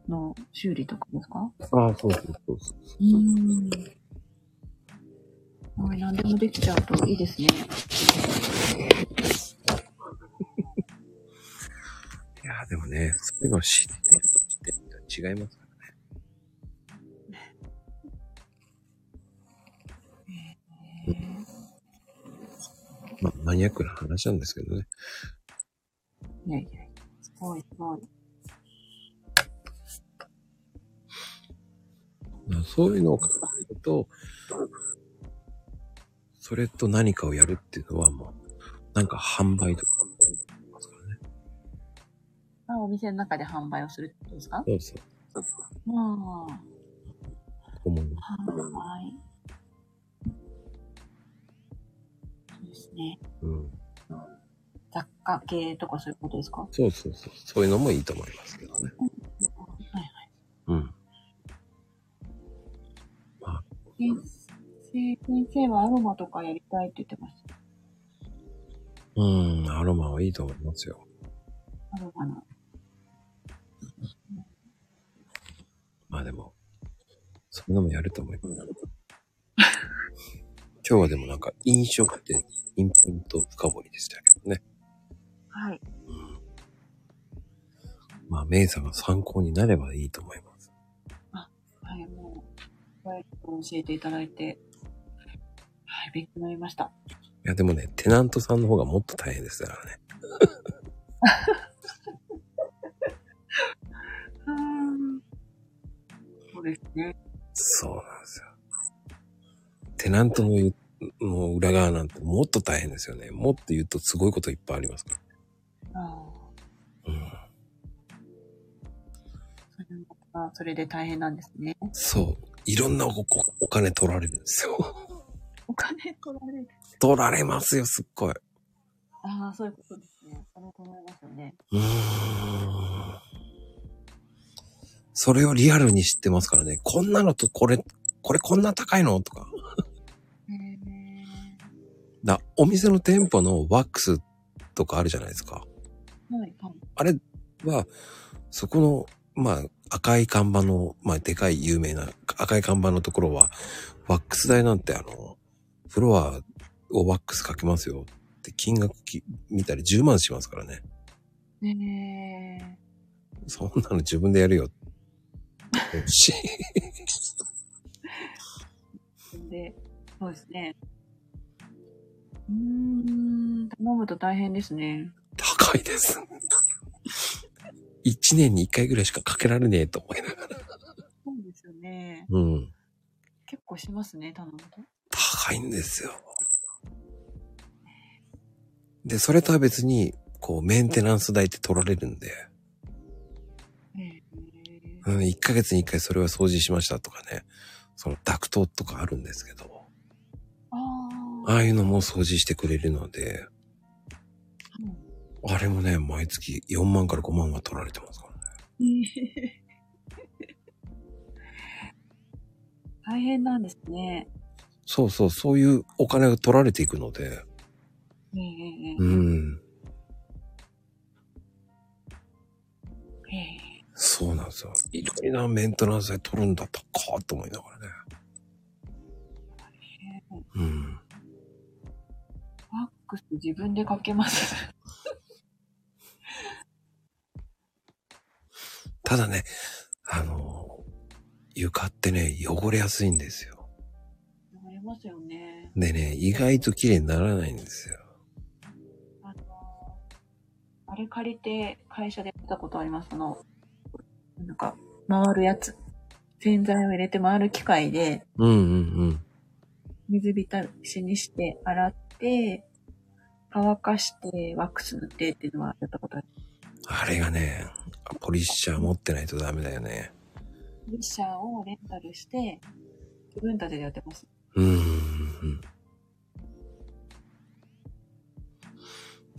[SPEAKER 4] の修理とかですか
[SPEAKER 3] ああ、そうそうそうそう
[SPEAKER 4] うーん。はい、何でもできちゃうといいですね。
[SPEAKER 3] いやーでもね、そういうのを知ってると知ってると違いますからね。まあ、マニアックな話なんですけどね。
[SPEAKER 4] いやいや、すごいすごい。
[SPEAKER 3] そういうのを考えると、それと何かをやるっていうのはもう、なんか販売とか。
[SPEAKER 4] あ、お店の中で販売をするってことですか
[SPEAKER 3] そうそう。
[SPEAKER 4] まあ。
[SPEAKER 3] 思う。
[SPEAKER 4] はい。そうですね。
[SPEAKER 3] うん。
[SPEAKER 4] 雑貨系とかそういうことですかは
[SPEAKER 3] そうそうそう。そういうのもいいと思いますけどね。
[SPEAKER 4] いはい。
[SPEAKER 3] うん。
[SPEAKER 4] 先生、先生はアロマとかやりたいって言ってました。
[SPEAKER 3] うん、アロマはいいと思いますよ。
[SPEAKER 4] アロマの。
[SPEAKER 3] まあでも、そういうのもやると 思います。今日はでもなんか飲食店、インプント深掘りでしたけどね。
[SPEAKER 4] はい。
[SPEAKER 3] まあ、メイさんが参考になればいいと思います。
[SPEAKER 4] はい、もう、はい教えていただいて、はい、勉強になりました。
[SPEAKER 3] いや、でもね、テナントさんの方がもっと大変ですからね。
[SPEAKER 4] うん。そうですね。
[SPEAKER 3] そうなんですよ。テナントの言うの裏側なんてもっと大変ですよね。もっと言うとすごいこといっぱいありますか
[SPEAKER 4] ああ。
[SPEAKER 3] ら。うん。
[SPEAKER 4] それはそれで大変なんですね。
[SPEAKER 3] そう。いろんなおおお金取られるんですよ。
[SPEAKER 4] お金取られる。
[SPEAKER 3] 取られますよ、すっごい。
[SPEAKER 4] ああ、そういうことですね。それと思いますよね。
[SPEAKER 3] うーん。それをリアルに知ってますからね。こんなのとこれ、これこんな高いのとか。
[SPEAKER 4] へえ。
[SPEAKER 3] だお店の店舗のワックスとかあるじゃないですか。
[SPEAKER 4] はい、はい。
[SPEAKER 3] あれは、そこの、まあ、赤い看板の、まあ、でかい有名な赤い看板のところは、ワックス代なんてあの、フロアをワックスかけますよって金額き見たり10万しますからね。
[SPEAKER 4] ねえ。
[SPEAKER 3] そんなの自分でやるよ。し、
[SPEAKER 4] で、そうですね。うーん、頼むと大変ですね。
[SPEAKER 3] 高いです。一年に一回ぐらいしかかけられねえと思いながら。
[SPEAKER 4] そうですよね。
[SPEAKER 3] うん。
[SPEAKER 4] 結構しますね、頼むと。
[SPEAKER 3] 高いんですよ。で、それとは別に、こう、メンテナンス代って取られるんで、
[SPEAKER 4] へえ
[SPEAKER 3] うん、1ヶ月に1回それは掃除しましたとかね、そのダクトとかあるんですけど、
[SPEAKER 4] ああ。
[SPEAKER 3] ああいうのも掃除してくれるので、
[SPEAKER 4] うん
[SPEAKER 3] あれもね、毎月4万から5万は取られてますからね。
[SPEAKER 4] ええ 大変なんですね。
[SPEAKER 3] そうそう、そういうお金が取られていくので。
[SPEAKER 4] ええええ
[SPEAKER 3] うん。
[SPEAKER 4] ええ
[SPEAKER 3] そうなんですよ。いろいろなメンテナンスで取るんだったかと思いながらね。うん。
[SPEAKER 4] ファックス自分でかけ ます。
[SPEAKER 3] ただね、あの、床ってね、汚れやすいんですよ。
[SPEAKER 4] 汚れますよね。
[SPEAKER 3] でね、意外と綺麗にならないんですよ。
[SPEAKER 4] あの、あれ借りて会社でやったことあります。あの、なんか、回るやつ。洗剤を入れて回る機械で、
[SPEAKER 3] うんうん
[SPEAKER 4] 水浸しにして洗って、乾かしてワックス塗ってっていうのはやったことある。
[SPEAKER 3] うん。あれがね、ポリッシャー持ってないとダメだよね。
[SPEAKER 4] ウィッシャーをレンタルして、自分たちでやってます。
[SPEAKER 3] うんうん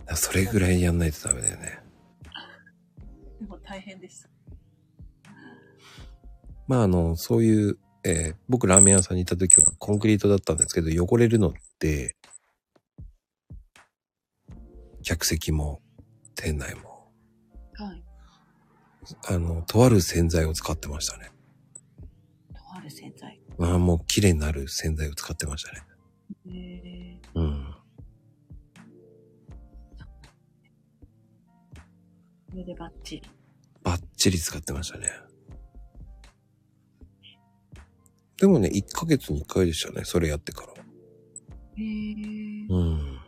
[SPEAKER 3] うん。それぐらいやんないとダメだよね。
[SPEAKER 4] でも大変です。
[SPEAKER 3] まああの、そういう、えー僕ラーメン屋さんに行った時はコンクリートだったんですけど、汚れるのって、客席も、店内も、
[SPEAKER 4] はい。
[SPEAKER 3] あの、とある洗剤を使ってましたね。
[SPEAKER 4] とある洗剤。
[SPEAKER 3] ああ、もう綺麗になる洗剤を使ってましたね。
[SPEAKER 4] へえ
[SPEAKER 3] うん。
[SPEAKER 4] これでバッチリ。
[SPEAKER 3] バッチリ使ってましたね。でもね、1ヶ月に1回でしたね、それやってから。
[SPEAKER 4] へえ
[SPEAKER 3] うん。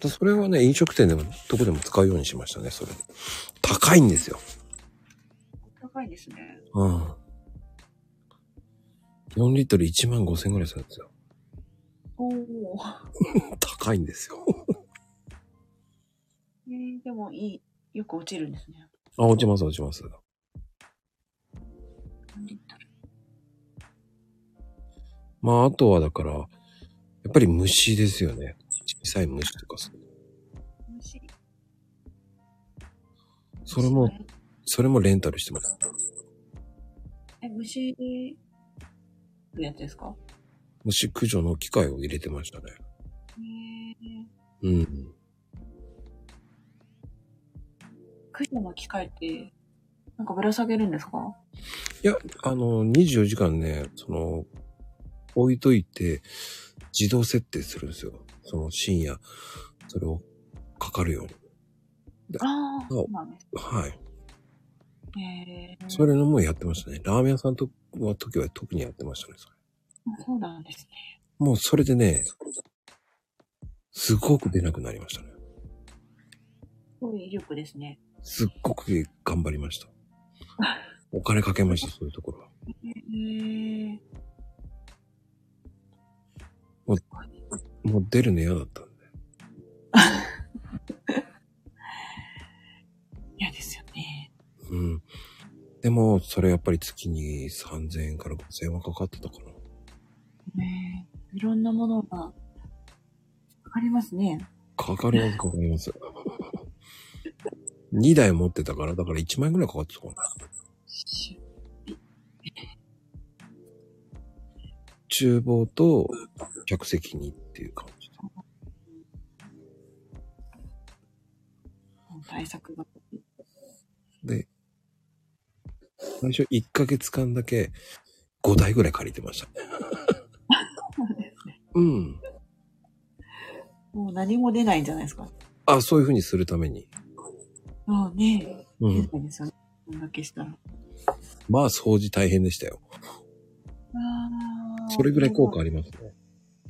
[SPEAKER 3] でそれはね、飲食店でも、どこでも使うようにしましたね、それ。高いんですよ。
[SPEAKER 4] 高いですね。
[SPEAKER 3] うん。4リットル1万5千円ぐらいするんですよ。
[SPEAKER 4] おお。
[SPEAKER 3] 高いんですよ。
[SPEAKER 4] えー、でもいい。よく落ちるんですね。
[SPEAKER 3] あ、落ちます、落ちます。
[SPEAKER 4] 何リットル。
[SPEAKER 3] まあ、あとはだから、やっぱり虫ですよね。小さい虫とかさ。
[SPEAKER 4] 虫
[SPEAKER 3] それも、それもレンタルしてます。
[SPEAKER 4] え、虫のやつですか
[SPEAKER 3] 虫駆除の機械を入れてましたね。
[SPEAKER 4] えー、
[SPEAKER 3] うん。
[SPEAKER 4] 駆除の機械って、なんかぶら下げるんですか
[SPEAKER 3] いや、あの、24時間ね、その、置いといて、自動設定するんですよ。その深夜、それをかかるように。
[SPEAKER 4] ああ、
[SPEAKER 3] そ
[SPEAKER 4] そううなんです。
[SPEAKER 3] はい。
[SPEAKER 4] えー、
[SPEAKER 3] それのもうやってましたね。ラーメン屋さんとは時は特にやってましたね。それ
[SPEAKER 4] そうなんですね。
[SPEAKER 3] もうそれでね、すごく出なくなりましたね。
[SPEAKER 4] すごい威力ですね。
[SPEAKER 3] すっごく頑張りました。お金かけました、そういうところは。
[SPEAKER 4] えー、
[SPEAKER 3] もう出るの嫌だったんで。
[SPEAKER 4] 嫌ですよね。
[SPEAKER 3] うん。でも、それやっぱり月に3000円から5000円はかかってたかな。
[SPEAKER 4] ねえいろんなものが、かかりますね。
[SPEAKER 3] かかります、かかります。2台持ってたから、だから1万円ぐらいかかってたかな。
[SPEAKER 4] し
[SPEAKER 3] 厨房と客席にっていう感じで。
[SPEAKER 4] 対策が。
[SPEAKER 3] で、最初1ヶ月間だけ5台ぐらい借りてましたね。
[SPEAKER 4] そうですね。
[SPEAKER 3] うん。
[SPEAKER 4] もう何も出ないんじゃないですか。
[SPEAKER 3] あ、そういう風にするために。
[SPEAKER 4] そうね。
[SPEAKER 3] う
[SPEAKER 4] 出
[SPEAKER 3] ん。
[SPEAKER 4] ないですよね。こんだけしたら。
[SPEAKER 3] まあ、掃除大変でしたよ。それぐらい効果ありますね。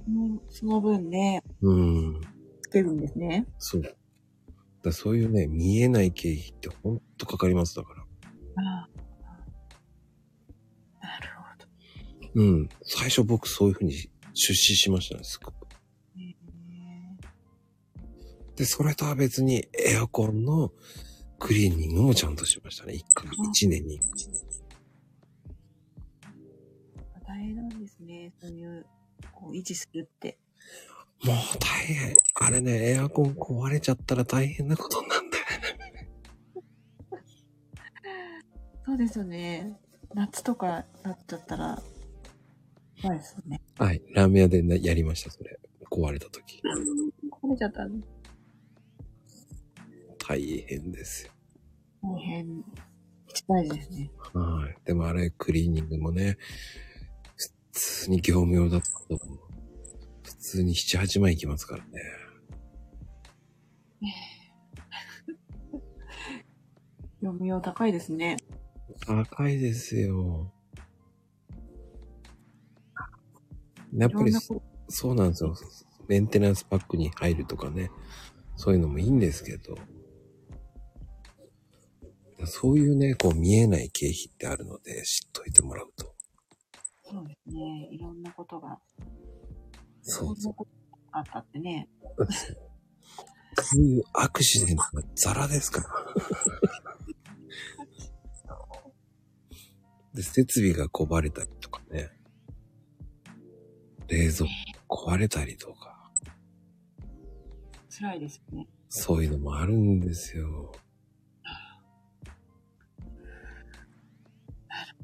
[SPEAKER 4] もうその分ね、
[SPEAKER 3] うん。
[SPEAKER 4] つけるんですね。
[SPEAKER 3] そう。だからそういうね、見えない経費ってほんとかかりますだから。
[SPEAKER 4] ああなるほど。
[SPEAKER 3] うん。最初僕そういう風に出資しましたね、すごく。
[SPEAKER 4] ね
[SPEAKER 3] で、それとは別にエアコンのクリーニングもちゃんとしましたね。1ヶ月、1年に。
[SPEAKER 4] 大変なんですね。そういう、こう、維持するって。
[SPEAKER 3] もう大変。あれね、エアコン壊れちゃったら大変なことになんだよね。
[SPEAKER 4] そうですよね。夏とかなっちゃったら、怖いですよね。
[SPEAKER 3] はい。ラーメン屋でなやりました、それ。壊れた時。
[SPEAKER 4] 壊れちゃったら
[SPEAKER 3] 大変ですよ。
[SPEAKER 4] 大変。一大事ですね。
[SPEAKER 3] はい。でもあれ、クリーニングもね、普通に業務用だったと思う。普通に7、8万いきますからね。
[SPEAKER 4] 読みよう高いですね。
[SPEAKER 3] 高いですよ。やっ
[SPEAKER 4] い
[SPEAKER 3] ぱ
[SPEAKER 4] ろん
[SPEAKER 3] り
[SPEAKER 4] なこ
[SPEAKER 3] そうなんですよ。メンテナンスパックに入るとかね。そういうのもいいんですけど。そういうね、こう見えない経費ってあるので知っといてもらうと。
[SPEAKER 4] と、そうですね。いろんなことが、
[SPEAKER 3] そう
[SPEAKER 4] いろん
[SPEAKER 3] そ
[SPEAKER 4] なことがあったってね。
[SPEAKER 3] う。そういうアクシデントがザラですから。 で、設備が壊れたりとかね。冷蔵庫壊れたりとか。
[SPEAKER 4] 辛いですよね。
[SPEAKER 3] そういうのもあるんですよ。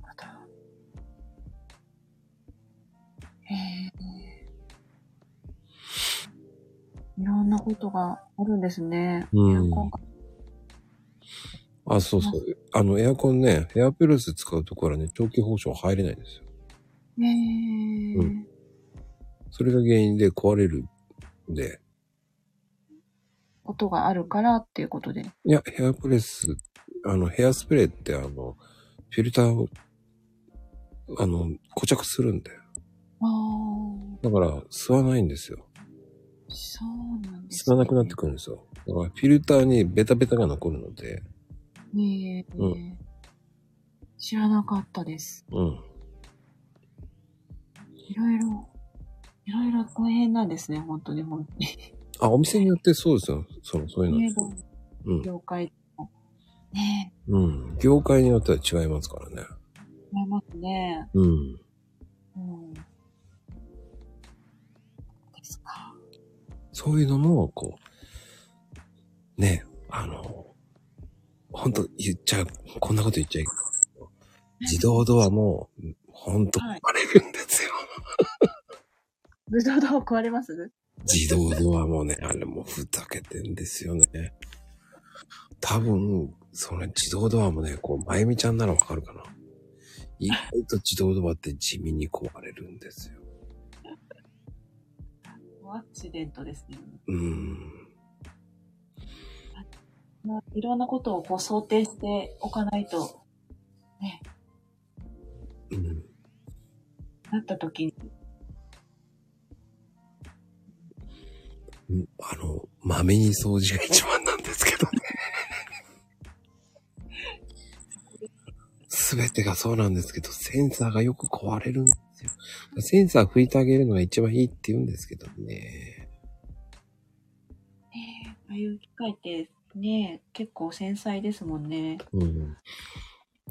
[SPEAKER 4] なるほど。へえ。いろんなことがあるんですね。
[SPEAKER 3] うん
[SPEAKER 4] エアコンが
[SPEAKER 3] あ、そうそう。あの、エアコンね、ヘアピロス使うところはね、長期保証入れないんですよ。
[SPEAKER 4] ねえ、
[SPEAKER 3] うんそれが原因で壊れるんで。
[SPEAKER 4] ことがあるからっていうことで。
[SPEAKER 3] いや、ヘアプレス、あの、ヘアスプレーって、あの、フィルターを、あの、固着するんだよ。
[SPEAKER 4] ああ、
[SPEAKER 3] だから、吸わないんですよ。
[SPEAKER 4] そうなんです
[SPEAKER 3] 吸わなくなってくるんですよ。だから、フィルターにベタベタが残るので、
[SPEAKER 4] ねえ、
[SPEAKER 3] う
[SPEAKER 4] 知らなかったです。
[SPEAKER 3] うん。
[SPEAKER 4] いろいろ、いろいろ大変なんですね、本当に本当に。
[SPEAKER 3] あ、お店によってそうですよ。その、そういうの。
[SPEAKER 4] ねえど
[SPEAKER 3] うん
[SPEAKER 4] の業界も。ね
[SPEAKER 3] うん。業界によっては違いますからね。
[SPEAKER 4] え、思いますね。
[SPEAKER 3] うん。
[SPEAKER 4] うん。ですか。
[SPEAKER 3] そういうのも、こう、ね、あの、ほんと言っちゃう、こんなこと言っちゃいけないですけど。自動ドアも、ほんと
[SPEAKER 4] はい
[SPEAKER 3] 壊れるんですよ。
[SPEAKER 4] ブドウどう壊れます
[SPEAKER 3] 自動ドアもね、あれもうふざけてんですよね。多分、それ自動ドアもね、こう、まゆみちゃんならわかるかな。意外と自動ドアって地味に壊れるんですよ。
[SPEAKER 4] アクシデントですね。
[SPEAKER 3] うん。
[SPEAKER 4] まあ、いろんなことをこう想定しておかないと、
[SPEAKER 3] うん。
[SPEAKER 4] なった時に。
[SPEAKER 3] うんあの、豆に掃除が一番なんですけどね。すべてがそうなんですけど、センサーがよく壊れるんですよ。センサー拭いてあげるのが一番いいって言うんですけどね。
[SPEAKER 4] ねえああいう機械ってねえ、結構繊細ですもんね。
[SPEAKER 3] うん。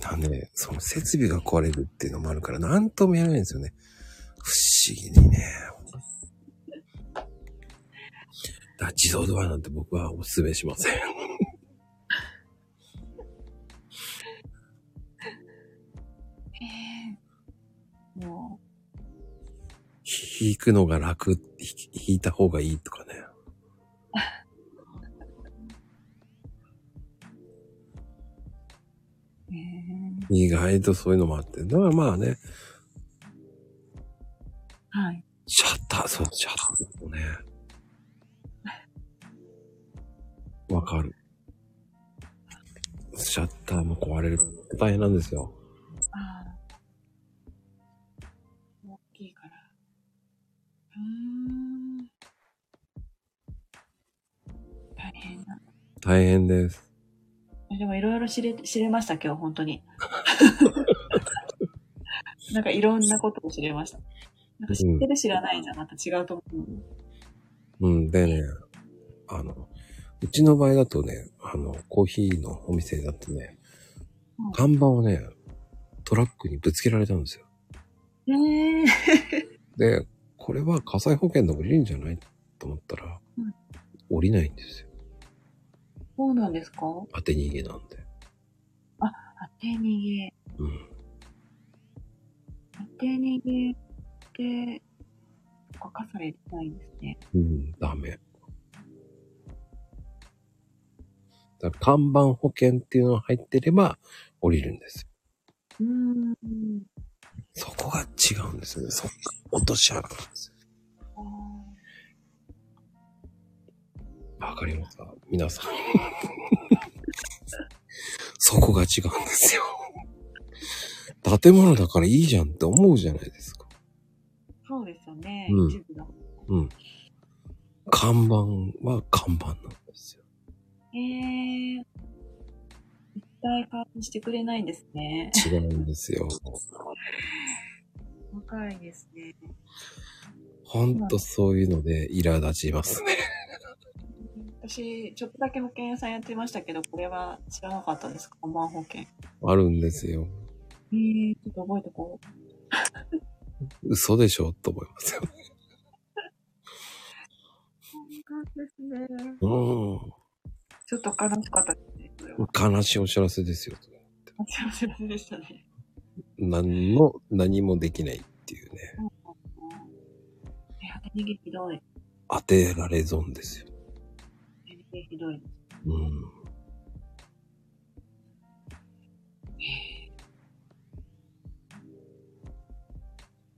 [SPEAKER 3] なんで、ね、その設備が壊れるっていうのもあるから、なんとも言えないんですよね。不思議にね。だから自動ドアなんて僕はお勧めしません。
[SPEAKER 4] ええも
[SPEAKER 3] 引くのが楽、ひ引いた方がいいとかね。
[SPEAKER 4] う、ええ
[SPEAKER 3] 意外とそういうのもあって。だからまあね、
[SPEAKER 4] はい。
[SPEAKER 3] シャッター、そう、シャッターもね。わかる。シャッターも壊れる。大変なんですよ。
[SPEAKER 4] ああ。大きいから。うーん。大変だ。
[SPEAKER 3] 大変です。
[SPEAKER 4] でもいろいろ知れ、知れました、今日、本当に。 なんかいろんなことを知れました。なんか知ってる知らないじゃまた違うと思う。
[SPEAKER 3] うん、でね、あの、うちの場合だとね、あの、コーヒーのお店だとね
[SPEAKER 4] うん、
[SPEAKER 3] 看板をね、トラックにぶつけられたんですよ。
[SPEAKER 4] ねえ。
[SPEAKER 3] で、これは火災保険で降りるんじゃないと思ったら
[SPEAKER 4] うん、
[SPEAKER 3] 降りないんですよ。
[SPEAKER 4] そうなんですか
[SPEAKER 3] 当て逃げなんで。
[SPEAKER 4] 当て逃げ。
[SPEAKER 3] うん。
[SPEAKER 4] 定に入れて、書かされてないですね。
[SPEAKER 3] うん、ダメ。だから看板保険っていうのが入ってれば降りるんですよ。
[SPEAKER 4] うーん。
[SPEAKER 3] そこが違うんですよね。そこが落とし穴なんですよ。
[SPEAKER 4] あ
[SPEAKER 3] わかりますか皆さん。そこが違うんですよ。建物だからいいじゃんって思うじゃないですか。
[SPEAKER 4] ーそうですよね。
[SPEAKER 3] うん
[SPEAKER 4] 一部が。
[SPEAKER 3] うん。看板は看板なんですよ。
[SPEAKER 4] えー。一体化してくれないんですね。
[SPEAKER 3] 違うんですよ。
[SPEAKER 4] 若いですね。
[SPEAKER 3] ほんとそういうので苛立ちますね。
[SPEAKER 4] 私、ちょっとだけ保険屋さんやってましたけど、これは知らなかったです。看板保険。え
[SPEAKER 3] あるんですよ。
[SPEAKER 4] ー、ちょっと覚えてこう。
[SPEAKER 3] 嘘でしょと思いますよ。
[SPEAKER 4] そうなんですね。
[SPEAKER 3] う
[SPEAKER 4] ちょっと悲しかったですね。それは。
[SPEAKER 3] ん。悲しいお知らせですよ。
[SPEAKER 4] お知らせでしたね。
[SPEAKER 3] 何の、何もできないっていうね。
[SPEAKER 4] いや、手逃げひどい。
[SPEAKER 3] 当てられ損ですよ。
[SPEAKER 4] 手逃げひどい。
[SPEAKER 3] うん。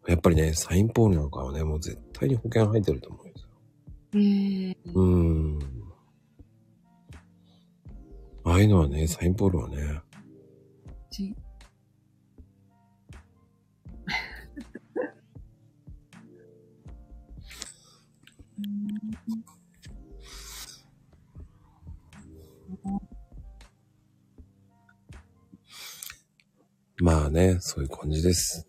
[SPEAKER 3] やっぱりね、サインポールなんかはね、もう絶対に保険入ってると思うんですよ。
[SPEAKER 4] えー、
[SPEAKER 3] うん。ああいうのはね、サインポールはね、
[SPEAKER 4] ち、
[SPEAKER 3] まあね、そういう感じです。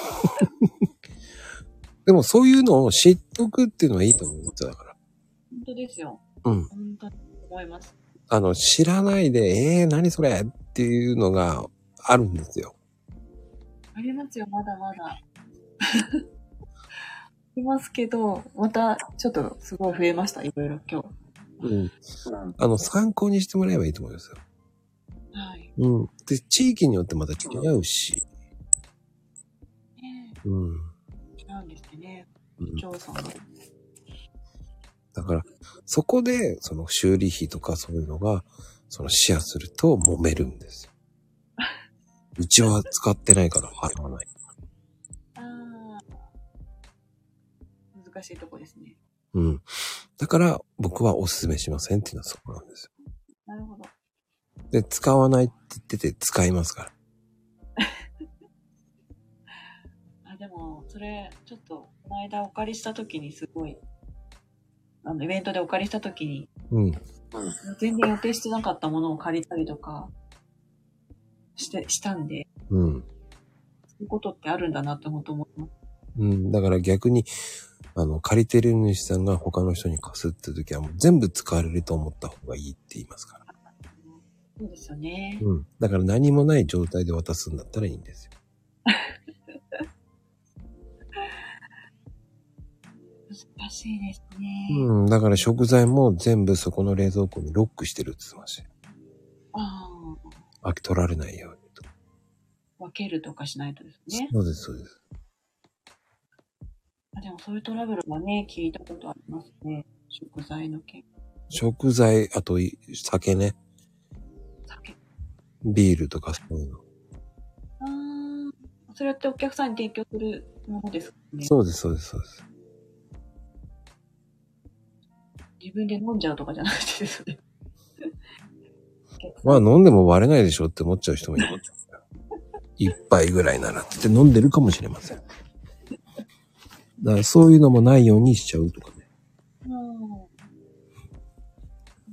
[SPEAKER 3] でもそういうのを知っとくっていうのはいいと思うんですよ、だから。
[SPEAKER 4] 本当ですよ。
[SPEAKER 3] うん。
[SPEAKER 4] 本当に思います。
[SPEAKER 3] あの、知らないで、ええー、何それっていうのがあるんですよ。
[SPEAKER 4] ありますよ、まだまだ。 ありますけど、また、ちょっと、すごい増えました、いろいろ今日。
[SPEAKER 3] うん。あの、参考にしてもらえばいいと思いますよ。
[SPEAKER 4] はい。
[SPEAKER 3] うん。で、地域によってまた違うし。
[SPEAKER 4] ね
[SPEAKER 3] うん。
[SPEAKER 4] 違うんですね。
[SPEAKER 3] うん
[SPEAKER 4] 調査の。
[SPEAKER 3] だから、そこで、その修理費とかそういうのが、そのシェアすると揉めるんです よ。うちは使ってないから払わない。
[SPEAKER 4] あー難しいとこですね。
[SPEAKER 3] うん。だから、僕はお勧めしませんっていうのはそこなんです
[SPEAKER 4] なるほど。
[SPEAKER 3] よ。で、使わないって言ってて使いますから。
[SPEAKER 4] あ、でも、それ、ちょっと、この間お借りしたときにすごい、あの、イベントでお借りしたときに、
[SPEAKER 3] うん。
[SPEAKER 4] 全然予定してなかったものを借りたりとか、して、したんで、
[SPEAKER 3] うん。
[SPEAKER 4] そういうことってあるんだなって本当思います。
[SPEAKER 3] うん。だから逆に、あの、借りてる主さんが他の人に貸すって時はもう全部使われると思った方がいいって言いますから。
[SPEAKER 4] そうですよね。
[SPEAKER 3] うん。だから何もない状態で渡すんだったらいいんですよ。
[SPEAKER 4] 難しいですね。
[SPEAKER 3] うん。だから食材も全部そこの冷蔵庫にロックしてるって言ってましたよ。
[SPEAKER 4] ああ、
[SPEAKER 3] 飽き取られないようにと。
[SPEAKER 4] 分けるとかしないとですね。
[SPEAKER 3] そうです、そうです。
[SPEAKER 4] あでもそういうトラブルはね、聞いたことありますね。食材の件。
[SPEAKER 3] 食材、あとい酒ね、
[SPEAKER 4] 酒。
[SPEAKER 3] ビールとかそういうの。
[SPEAKER 4] ああ、それってお客さんに提供するものですね。
[SPEAKER 3] そうです、そうです、そうです。
[SPEAKER 4] 自分で飲んじゃうとかじゃなくてですね。お客
[SPEAKER 3] まあ
[SPEAKER 4] さん
[SPEAKER 3] 飲んでも割れないでしょって思っちゃう人もいる。 一杯ぐらいならって言って飲んでるかもしれません。だからそういうのもないようにしちゃうとかね。
[SPEAKER 4] も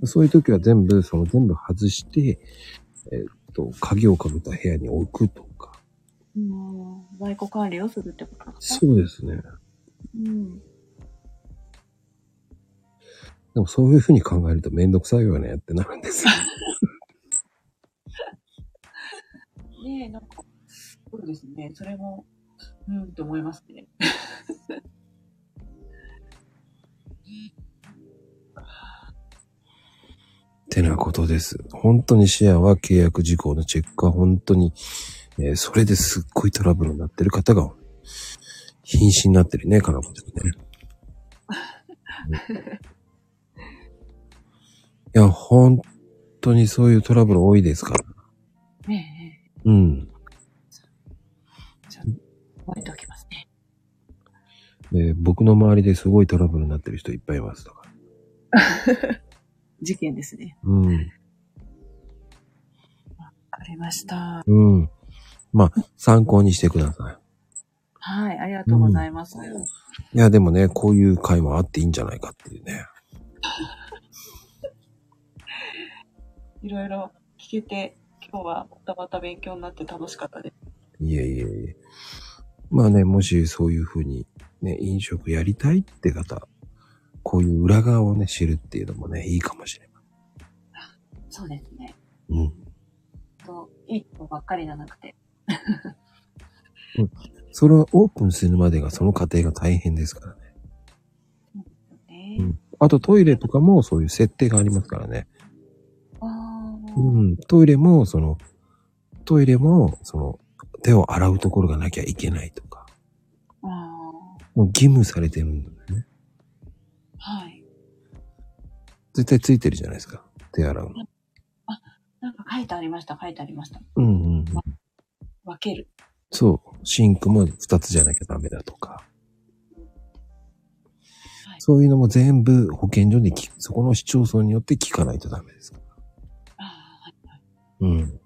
[SPEAKER 3] そういう時は全部、その全部外して、えーっと、鍵をかけた部屋に置くとか。
[SPEAKER 4] う、もう、在庫管理をするってことなんですか
[SPEAKER 3] うですね。
[SPEAKER 4] うん。
[SPEAKER 3] でもそういうふうに考えるとめんどくさいよねってなるんですよ。
[SPEAKER 4] ねえ、なんか、そうですね。それも、うん、と思いますね。
[SPEAKER 3] てなことです。本当にシェアは契約事項のチェックは本当にえーそれですっごいトラブルになってる方が、瀕死になってるね、かなこちゃんね。いや、本当にそういうトラブル多いですから。
[SPEAKER 4] ねえ、
[SPEAKER 3] うん。
[SPEAKER 4] 覚えておきますね。
[SPEAKER 3] で僕の周りですごいトラブルになってる人いっぱいいます。だから。
[SPEAKER 4] 事件ですね。
[SPEAKER 3] うん。
[SPEAKER 4] わかりました。
[SPEAKER 3] うん。まあ、参考にしてくださ
[SPEAKER 4] はい、ありがとうございます。
[SPEAKER 3] い。いや、でもね、こういう会もあっていいんじゃないかっていうね。
[SPEAKER 4] いろいろ聞けて、今日はまたまた勉強になって楽しかったです。
[SPEAKER 3] いえいえいえ。まあね、もしそういうふうに、ね、飲食やりたいって方、こういう裏側をね、知るっていうのもね、いいかもしれない。
[SPEAKER 4] そうですね。
[SPEAKER 3] うん。
[SPEAKER 4] といいとこばっかりじゃなくて。
[SPEAKER 3] それはオープンするまでがその過程が大変ですからね。
[SPEAKER 4] ね
[SPEAKER 3] うんあとトイレとかもそういう設定がありますからね。
[SPEAKER 4] あー
[SPEAKER 3] うん。トイレも、その、トイレも、その、手を洗うところがなきゃいけないとか、
[SPEAKER 4] あ
[SPEAKER 3] もう義務されてるんだよね。
[SPEAKER 4] ーはい。
[SPEAKER 3] 絶対ついてるじゃないですか。手洗うの。
[SPEAKER 4] なんか書いてありました、書いてありました。
[SPEAKER 3] うんうんうん。
[SPEAKER 4] 分ける。
[SPEAKER 3] そう。シンクも2つじゃなきゃダメだとか。
[SPEAKER 4] はい
[SPEAKER 3] そういうのも全部保健所で聞く、そこの市町村によって聞かないとダメですから。
[SPEAKER 4] あーはい
[SPEAKER 3] うん。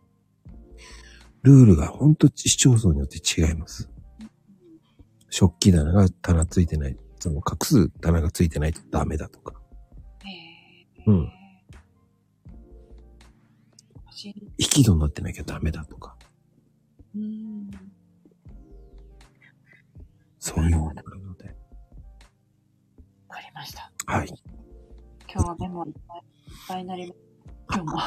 [SPEAKER 3] ルールが本当市町村によって違います。食器棚が棚ついてない、その隠す棚がついてないとダメだとか。
[SPEAKER 4] えー
[SPEAKER 3] うん。
[SPEAKER 4] 教える
[SPEAKER 3] 引き戸になってなきゃダメだとか。
[SPEAKER 4] うん。
[SPEAKER 3] そういうのがあるので。
[SPEAKER 4] わかりました。
[SPEAKER 3] はい。
[SPEAKER 4] 今日はメモいっぱいいっぱいになります。今日も。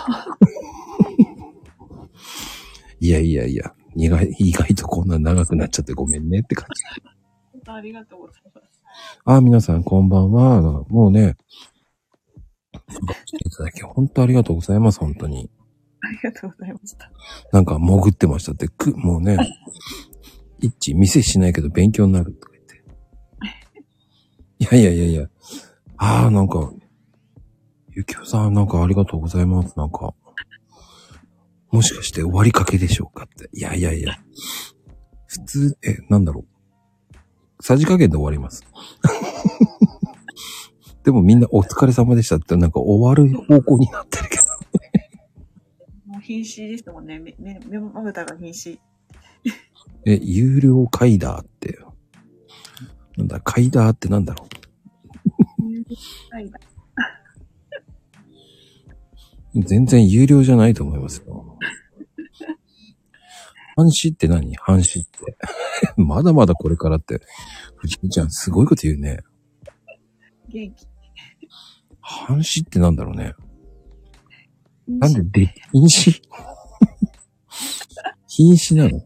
[SPEAKER 3] いやいやいや、意外意外とこんな長くなっちゃってごめんねって感じ。
[SPEAKER 4] 本当ありがとうございます。
[SPEAKER 3] あ、皆さんこんばんは。あのもうね、いただき本当ありがとうございます、本当に。
[SPEAKER 4] ありがとうございました。
[SPEAKER 3] なんか潜ってましたって、く、もうね、一致、店しないけど勉強になるとか言って。いやいやいやいや、ああ、なんか、ゆきおさんなんかありがとうございます、なんか。もしかして終わりかけでしょうかって。いやいやいや。普通、え、なんだろう。さじ加減で終わります。 でもみんなお疲れ様でしたって、なんか終わる方向になってるけど。
[SPEAKER 4] もう瀕死ですもんね。め、め、め、まぶたが瀕死。
[SPEAKER 3] え、有料カイダーって、なんだ、カイダーってなんだろ
[SPEAKER 4] はい。わ
[SPEAKER 3] う全然有料じゃないと思いますよ。半死って何半死って。 まだまだこれからって、藤井ちゃんすごいこと言うね。
[SPEAKER 4] 元気。
[SPEAKER 3] 半死ってなんだろうね。なんでで、瀕 死瀕死なの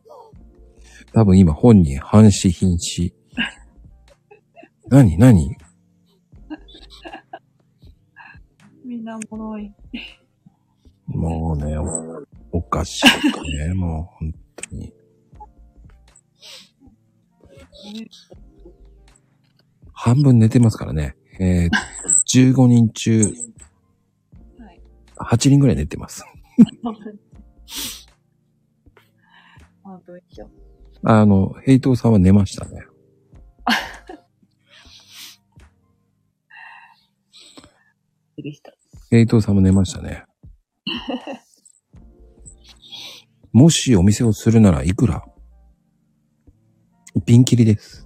[SPEAKER 3] 多分今本人、半死、瀕死。何何
[SPEAKER 4] みんなおもろい。
[SPEAKER 3] もうね、おおかしいね、もう本当に。半分寝てますからね。えー、15人中、
[SPEAKER 4] はい。
[SPEAKER 3] 8人ぐらい寝てます。
[SPEAKER 4] あ、どうしよう。
[SPEAKER 3] あの、平等さんは寝ましたね。
[SPEAKER 4] びっくりした。
[SPEAKER 3] 平等さんも寝ましたね。もしお店をするならいくらピンキリです。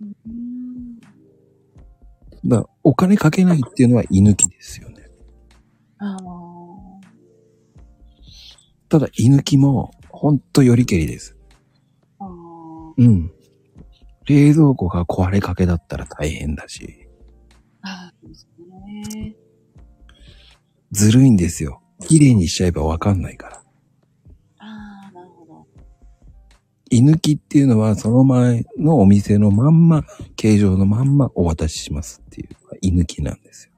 [SPEAKER 4] うん。
[SPEAKER 3] だからお金かけないっていうのは居抜きですよね。
[SPEAKER 4] あの
[SPEAKER 3] ただ居抜きも、ほんとよりけりです。
[SPEAKER 4] あの
[SPEAKER 3] うん。冷蔵庫が壊れかけだったら大変だし、
[SPEAKER 4] あー、そうですね。
[SPEAKER 3] ずるいんですよ。綺麗にしちゃえばわかんないから。
[SPEAKER 4] ああ、なるほど。
[SPEAKER 3] 居抜きっていうのはその前のお店のまんま、形状のまんまお渡ししますっていうのが居抜きなんです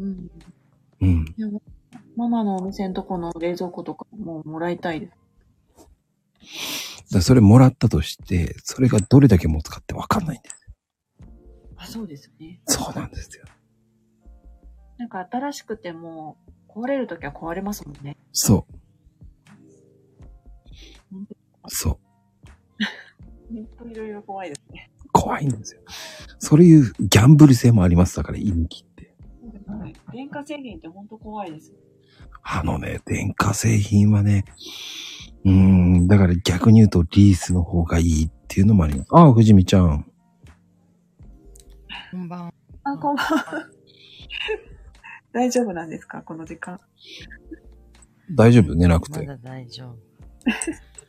[SPEAKER 3] よ。
[SPEAKER 4] うん。
[SPEAKER 3] うん。
[SPEAKER 4] ママのお店のとこの冷蔵庫とかももらいたいです。
[SPEAKER 3] からそれもらったとして、それがどれだけ持つかってわかんないんです。
[SPEAKER 4] あ、そうですよね。
[SPEAKER 3] そうなんですよ。
[SPEAKER 4] なんか新しくても、壊れるときは壊れますもんね。
[SPEAKER 3] そう
[SPEAKER 4] 本当。
[SPEAKER 3] そう。
[SPEAKER 4] 本当いろいろ怖いですね。
[SPEAKER 3] 怖いんですよ。そういうギャンブル性もあります。だから、インキって。
[SPEAKER 4] 電化製品って本当怖いです。
[SPEAKER 3] あのね、電化製品はね、うーん、だから逆に言うとリースの方がいいっていうのもあります。ああ、藤見ちゃん。
[SPEAKER 5] こんばんは。
[SPEAKER 4] あ、こんばんは。 大丈夫なんですかこの時間。
[SPEAKER 3] 大丈夫寝なく
[SPEAKER 5] ま
[SPEAKER 3] て。
[SPEAKER 5] だ大丈夫。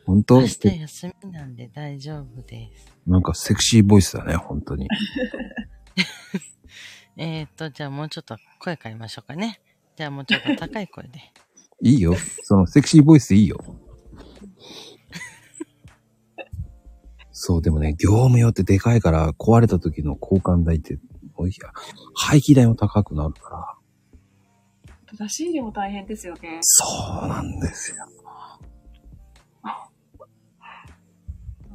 [SPEAKER 3] 本当
[SPEAKER 5] 明日休みなんで大丈夫です。
[SPEAKER 3] なんかセクシーボイスだね、本当に。
[SPEAKER 5] えー、っと、じゃあもうちょっと声変えましょうかね。じゃあもうちょっと高い声で。
[SPEAKER 3] いいよ。そのセクシーボイスでいいよ。そう、でもね、業務用ってでかいから、壊れた時の交換代って、もういや、廃棄代も高くなるから。
[SPEAKER 4] 出し入れも大変ですよね。
[SPEAKER 3] そうなんですよ。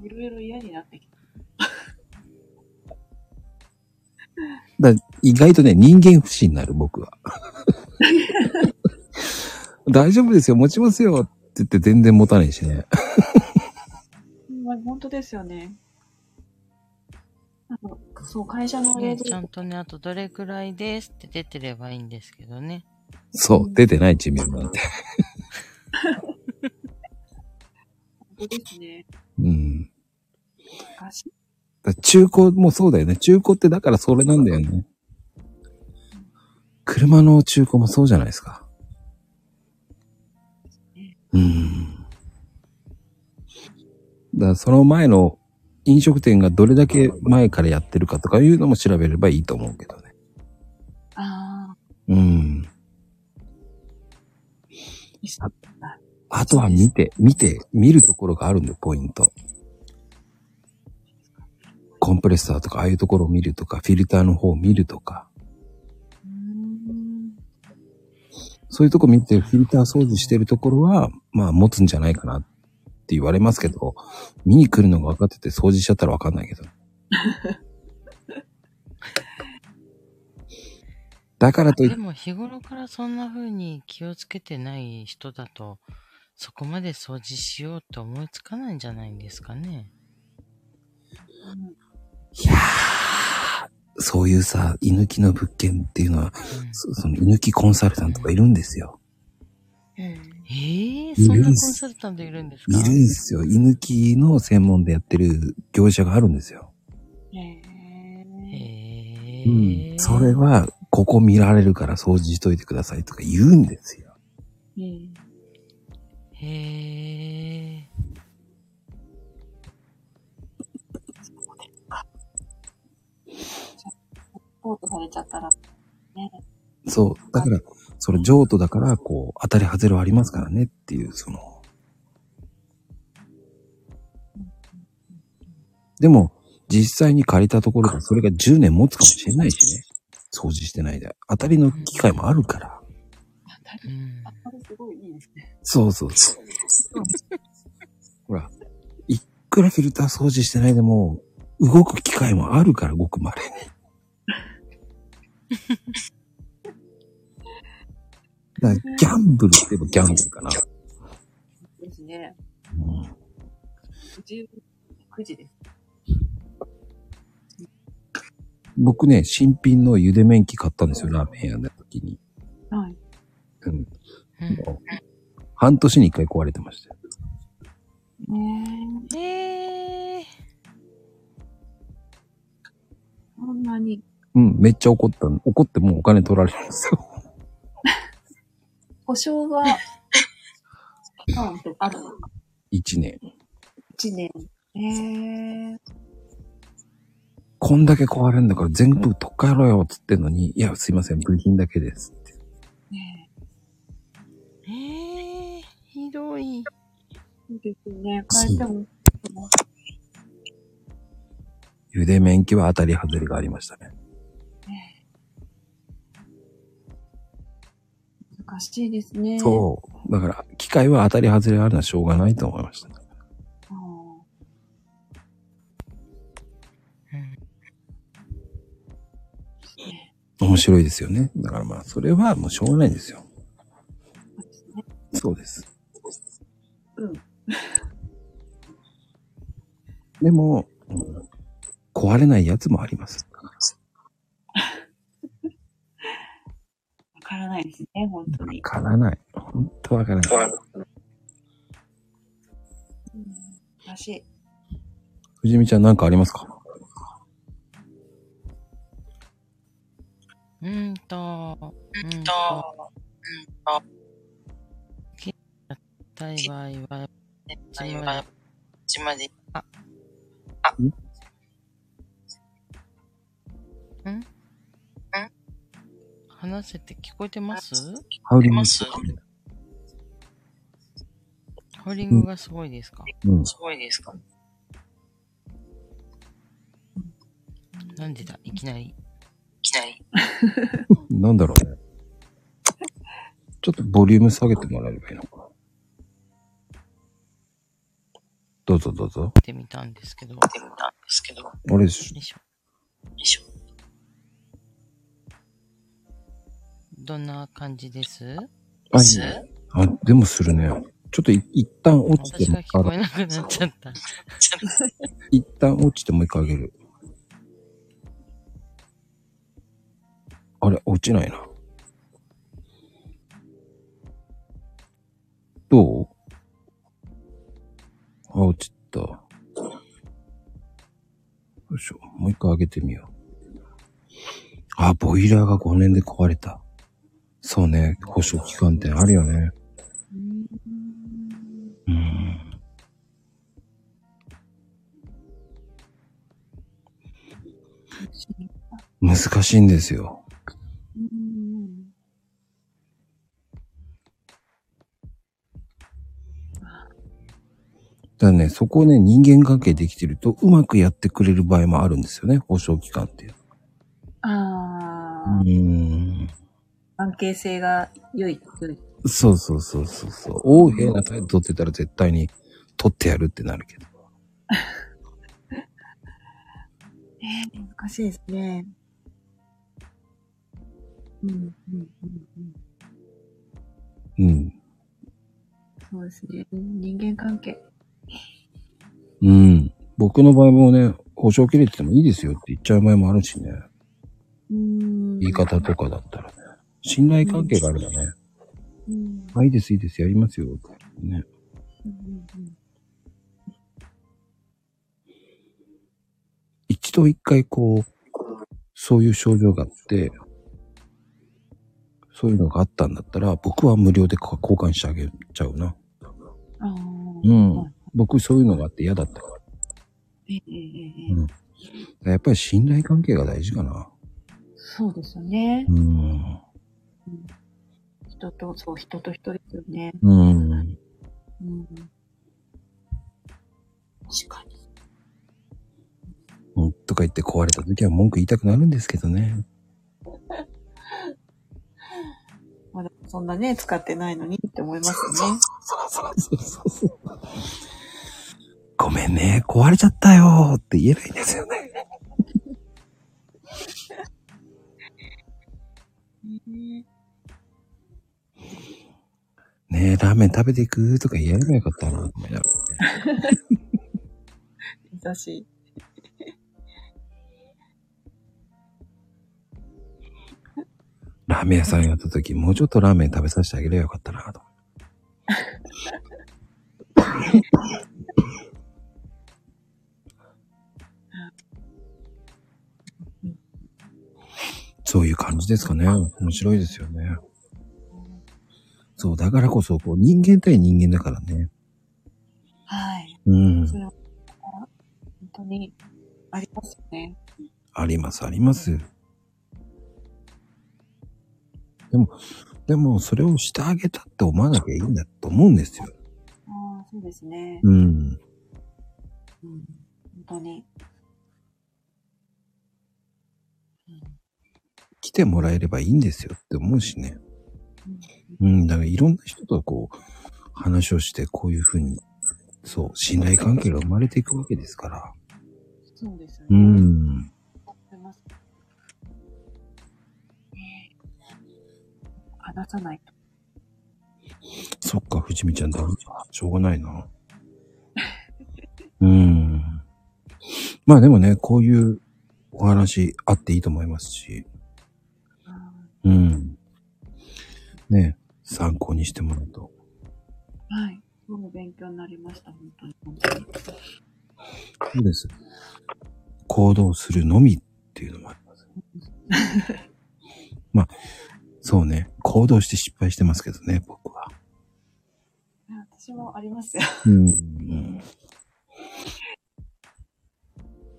[SPEAKER 4] いろいろ嫌になってきて。
[SPEAKER 3] だ意外とね、人間不信になる、僕は。大丈夫ですよ、持ちますよって言って全然持たないしね。
[SPEAKER 4] ほん本当ですよね。あのそう、会社の冷
[SPEAKER 5] ちゃ
[SPEAKER 4] 蔵庫
[SPEAKER 5] んとね、あとどれくらいですって出てればいいんですけどね。
[SPEAKER 3] そう、出てない、地面なんて。
[SPEAKER 4] 本当ですね。
[SPEAKER 3] うん。
[SPEAKER 4] 昔
[SPEAKER 3] だ中古もそうだよね。中古ってだからそれなんだよね。車の中古もそうじゃないですか。うん。だからその前の飲食店がどれだけ前からやってるかとかいうのも調べればいいと思うけどね。
[SPEAKER 4] ああ、
[SPEAKER 3] うん。
[SPEAKER 4] いいっす
[SPEAKER 3] あとは見て、見て、見るところがあるんで、ポイント。コンプレッサーとか、ああいうところを見るとか、フィルターの方を見るとか。
[SPEAKER 4] うーん
[SPEAKER 3] そういうとこ見てフィルター掃除してるところは、まあ持つんじゃないかなって言われますけど、見に来るのが分かってて掃除しちゃったら分かんないけど。だからといっ
[SPEAKER 5] でも日頃からそんな風に気をつけてない人だと、そこまで掃除しようと思いつかないんじゃないんですかね。
[SPEAKER 3] そういうさ、居抜きの物件っていうのは、
[SPEAKER 5] うん
[SPEAKER 3] そその居抜きコンサルタントがいるんですよ。
[SPEAKER 5] えー、そんなコンサルタントいるんです
[SPEAKER 3] い
[SPEAKER 5] か
[SPEAKER 3] るんですよ。居抜きの専門でやってる業者があるんですよ。
[SPEAKER 4] へ
[SPEAKER 5] へ
[SPEAKER 4] え
[SPEAKER 5] え
[SPEAKER 3] うん。それは、ここ見られるから掃除しといてくださいとか言うんですよ。
[SPEAKER 4] うん
[SPEAKER 5] へえ
[SPEAKER 4] ポートされちゃったら、ね。
[SPEAKER 3] そう。だから、それ譲渡だから、こう、当たり外れはありますからねっていう、その。でも、実際に借りたところが、それが10年持つかもしれないしね。掃除してないで。当たりの機会もあるから。
[SPEAKER 4] 当たり、
[SPEAKER 5] うん
[SPEAKER 4] 当たりすごいいいですね。
[SPEAKER 3] そうそうそう。ほら、いくらフィルター掃除してないでも、動く機会もあるから、ごくまれに。だからギャンブルって言えばギャンブルかな。
[SPEAKER 4] ですね。
[SPEAKER 3] うん
[SPEAKER 4] 9時、9時です。
[SPEAKER 3] 僕ね、新品の茹で麺機買ったんですよ、ラーメン屋の時に。
[SPEAKER 4] はい。
[SPEAKER 3] うん、
[SPEAKER 5] うん
[SPEAKER 3] もう半年に一回壊れてましたよ。
[SPEAKER 4] ねえ、
[SPEAKER 5] へえ
[SPEAKER 4] そんなに、
[SPEAKER 3] うん、めっちゃ怒ったの。怒ってもうお金取られるんですよ。
[SPEAKER 4] 保証は、うんと、ある。
[SPEAKER 3] 一年。
[SPEAKER 4] 1年。へえ。
[SPEAKER 3] こんだけ壊れんだから全部取っ替えろよっつってんのに、いや、すいません、部品だけですって。
[SPEAKER 4] ね
[SPEAKER 5] へえひどい。
[SPEAKER 4] え。いいですね。変えても、
[SPEAKER 3] 茹で麺機は当たり外れがありましたね。
[SPEAKER 4] 難しいですね。
[SPEAKER 3] そう。だから、機械は当たり外れあるのはしょうがないと思いましたね。
[SPEAKER 4] うん。
[SPEAKER 3] 面白いですよね。だからまあ、それはもうしょうがないんですよ。
[SPEAKER 4] そうですね。
[SPEAKER 3] そうです。
[SPEAKER 4] うん。
[SPEAKER 3] でも、うん壊れないやつもあります。
[SPEAKER 4] わからないですね、本当
[SPEAKER 3] わ
[SPEAKER 4] に。
[SPEAKER 3] からない。ほんとわからない。
[SPEAKER 4] うん。らしい。
[SPEAKER 3] 藤見ちゃんなんかありますか
[SPEAKER 5] うーんと、うーんと、うんと、やったい場合は、やったい場合は、ちまで、あ、あ、んん話せて聞こえてます
[SPEAKER 3] ハウリングですか
[SPEAKER 5] ハウリングがすごいですか、
[SPEAKER 3] うん。
[SPEAKER 5] すごいですかなんでだいきなり。いきなり。
[SPEAKER 3] なんだろうね。ちょっとボリューム下げてもらえればいいのかな。どうぞどうぞ。
[SPEAKER 5] ってみたんですけど。
[SPEAKER 3] 俺、し
[SPEAKER 5] よいしょ。よいしょ。どんな感じです
[SPEAKER 3] あ、いいねあ、でもするね。ちょっとい一旦落ちて
[SPEAKER 5] 私
[SPEAKER 3] も
[SPEAKER 5] が
[SPEAKER 3] う一
[SPEAKER 5] 聞こ
[SPEAKER 3] 回、
[SPEAKER 5] えなくなっちゃった。
[SPEAKER 3] 一旦落ちてもう一回あげる。あれ、落ちないな。どうあ、落ちた。よいしょ。もう一回上げてみよう。あ、ボイラーが5年で壊れた。そうね。保証期間ってあるよね。うん。難しいんですよ。
[SPEAKER 4] うん。
[SPEAKER 3] だからね、そこをね、人間関係できてると、うまくやってくれる場合もあるんですよね、保証期間っていう。う
[SPEAKER 4] ああ、
[SPEAKER 3] ーん。
[SPEAKER 4] 関係性が良い、良い。
[SPEAKER 3] そうそうそうそうそう。横柄な態度取ってたら絶対に取ってやるってなるけど。
[SPEAKER 4] 難しいですね。うん、うん、うん、うん。
[SPEAKER 3] うん。
[SPEAKER 4] そうですね。人間関係。
[SPEAKER 3] うん。僕の場合もね、保証切れててもいいですよって言っちゃう場合もあるしね。
[SPEAKER 4] うーん。
[SPEAKER 3] 言い方とかだったらね。信頼関係があるだね。
[SPEAKER 4] うん。
[SPEAKER 3] あ、いいです、いいです、やりますよ。ね。
[SPEAKER 4] うんうんうん
[SPEAKER 3] 一度一回こう、そういう症状があって、そういうのがあったんだったら、僕は無料でか交換してあげちゃうな。
[SPEAKER 4] ああ。
[SPEAKER 3] うん
[SPEAKER 4] はい
[SPEAKER 3] 僕そういうのがあって嫌だったか
[SPEAKER 4] ええええええ
[SPEAKER 3] うんら。やっぱり信頼関係が大事かな。
[SPEAKER 4] そうですよね
[SPEAKER 3] う。ん。
[SPEAKER 4] 人と、そう、人と人ですよね。
[SPEAKER 3] うん。
[SPEAKER 4] うん。確かに。
[SPEAKER 3] うんとか言って壊れた時は文句言いたくなるんですけどね。
[SPEAKER 4] まだそんなね、使ってないのにって思いますよね。
[SPEAKER 3] そうそうそう。 ごめんね、壊れちゃったよーって言えないんですよね。
[SPEAKER 4] ね
[SPEAKER 3] ねえ、ラーメン食べていくとか言えればよかったなと思いながらね。
[SPEAKER 4] え優しい。
[SPEAKER 3] ラーメン屋さんやった時、もうちょっとラーメン食べさせてあげればよかったなと。そういう感じですかね。面白いですよね。そう、だからこそ、こう、人間対人間だからね。
[SPEAKER 4] はい。
[SPEAKER 3] うん
[SPEAKER 4] そ。れは、本当に、ありますよね。
[SPEAKER 3] あります、あります。でも、でも、それをしてあげたって思わなきゃいいんだと思うんですよ。
[SPEAKER 4] ああ、そうですね。
[SPEAKER 3] うん。
[SPEAKER 4] うん。本当に。
[SPEAKER 3] 来てもらえればいいんですよって思うしね。うん、だからいろんな人とこう、話をして、こういうふうに、そう、信頼関係が生まれていくわけですから。
[SPEAKER 4] そうですよね。
[SPEAKER 3] うん。
[SPEAKER 4] 思います話さないと。
[SPEAKER 3] そっか、藤見ちゃんだ。しょうがないな。うん。まあでもね、こういうお話あっていいと思いますし、
[SPEAKER 4] う
[SPEAKER 3] う
[SPEAKER 4] ん
[SPEAKER 3] ん。ねえ参考にしてもらうと。
[SPEAKER 4] はい。今日も勉強になりました、本当に。本当に
[SPEAKER 3] そうです。行動するのみっていうのもあります。まあ、そうね。行動して失敗してますけどね、僕は。
[SPEAKER 4] いや私もありますよ。
[SPEAKER 3] うん。うん、
[SPEAKER 4] で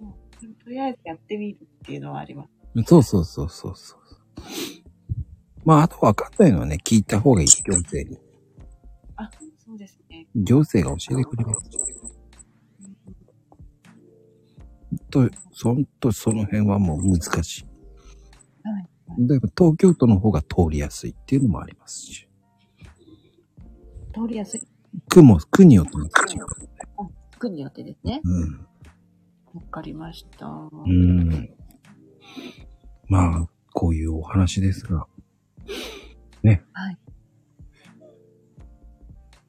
[SPEAKER 4] もとりあえずやってみるっていうのはあります。
[SPEAKER 3] そうそうそうそうそう。まあ、あと分かんないのはね、聞いた方がいい、行政に。
[SPEAKER 4] あ、そうですね。
[SPEAKER 3] 行政が教えてくれます。と、そんと、その辺はもう難しい。
[SPEAKER 4] はい。
[SPEAKER 3] 例えば、東京都の方が通りやすいっていうのもありますし。
[SPEAKER 4] 通りやすい。
[SPEAKER 3] 区も、区によっても違う。
[SPEAKER 4] 区によってですね。
[SPEAKER 3] うん。
[SPEAKER 4] わかりました。
[SPEAKER 3] うーん。まあ、こういうお話ですが、ね。
[SPEAKER 4] はい。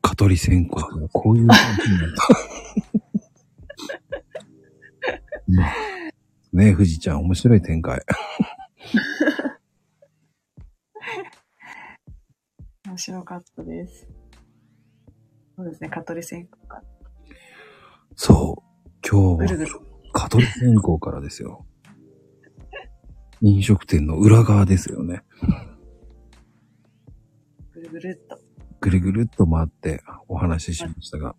[SPEAKER 3] 蚊取り線香とかこういう感じになる と。まあ、ねえ、富士ちゃん、面白い展開。
[SPEAKER 4] 面白かったです。そうですね、蚊取り線香が。
[SPEAKER 3] そう。今
[SPEAKER 4] ぐ
[SPEAKER 3] 日
[SPEAKER 4] る
[SPEAKER 3] は
[SPEAKER 4] ぐる。
[SPEAKER 3] 蚊取り線香からですよ。飲食店の裏側ですよね。
[SPEAKER 4] ぐるぐるっと。
[SPEAKER 3] ぐるぐるっと回ってお話ししましたが。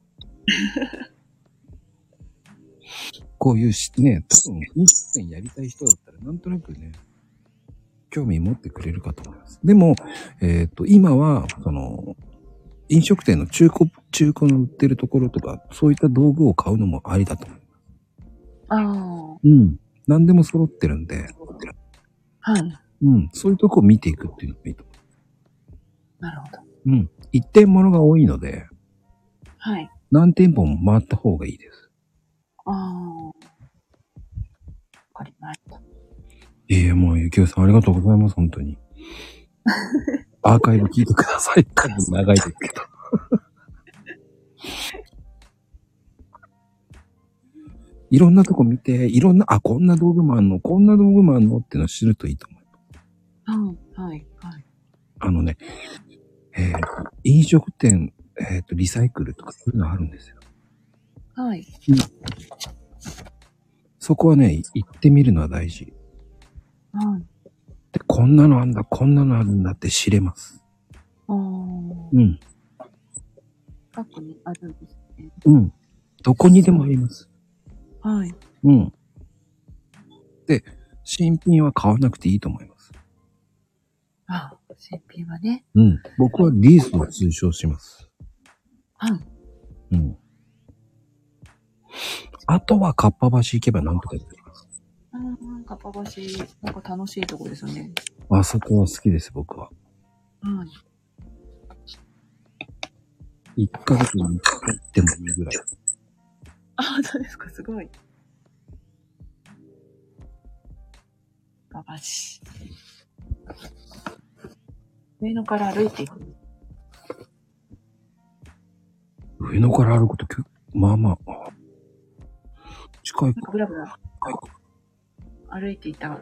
[SPEAKER 3] こういうし、ね、多分飲食店やりたい人だったらなんとなくね、興味持ってくれるかと思います。でも、えっ、と、今は、その、飲食店の中古、中古の売ってるところとか、そういった道具を買うのもありだと思う。
[SPEAKER 4] ああ。
[SPEAKER 3] うん。何でも揃ってるんで、
[SPEAKER 4] はい。
[SPEAKER 3] うん。そういうとこを見ていくっていうのもいいと思
[SPEAKER 4] なるほど。
[SPEAKER 3] う。うん。一点物が多いので、
[SPEAKER 4] はい。
[SPEAKER 3] 何店舗も回った方がいいです。
[SPEAKER 4] ああ。わかりました。
[SPEAKER 3] いえ、もう、ゆきおさん、ありがとうございます、本当に。アーカイブ聞いてください。多分長いですけど。いろんなとこ見て、いろんな、あ、こんな道具もあんの、こんな道具もあんのっていうのを知るといいと思う。
[SPEAKER 4] うん。はい。はい。
[SPEAKER 3] あのね、えー飲食店、えっ、と、リサイクルとかそういうのあるんですよ。
[SPEAKER 4] はい。
[SPEAKER 3] そこはね、い行ってみるのは大事。
[SPEAKER 4] はい。
[SPEAKER 3] で、こんなのあんだ、こんなのあるんだって知れます。
[SPEAKER 4] ああ。
[SPEAKER 3] うん。
[SPEAKER 4] 近くにあるんですね。
[SPEAKER 3] うん。どこにでもあります。
[SPEAKER 4] はい。
[SPEAKER 3] うん。で、新品は買わなくていいと思います。
[SPEAKER 4] ああ。新品はね。
[SPEAKER 3] うん。僕はリースを推奨します。
[SPEAKER 4] はい。
[SPEAKER 3] うん。あとはかっぱ橋行けばなんとかできます。
[SPEAKER 4] ああ、なんかパパシなんか楽しいとこですよね。
[SPEAKER 3] あそこは好きです、僕は。
[SPEAKER 4] はい。
[SPEAKER 3] 1ヶ月に1回行ってもいいぐらい。
[SPEAKER 4] あ、本当ですか、すごい。ババシ。上野から歩いていく。
[SPEAKER 3] 上野から歩くと結構、まあまあ、近い
[SPEAKER 4] なん
[SPEAKER 3] か。
[SPEAKER 4] かブラブラ歩いていた。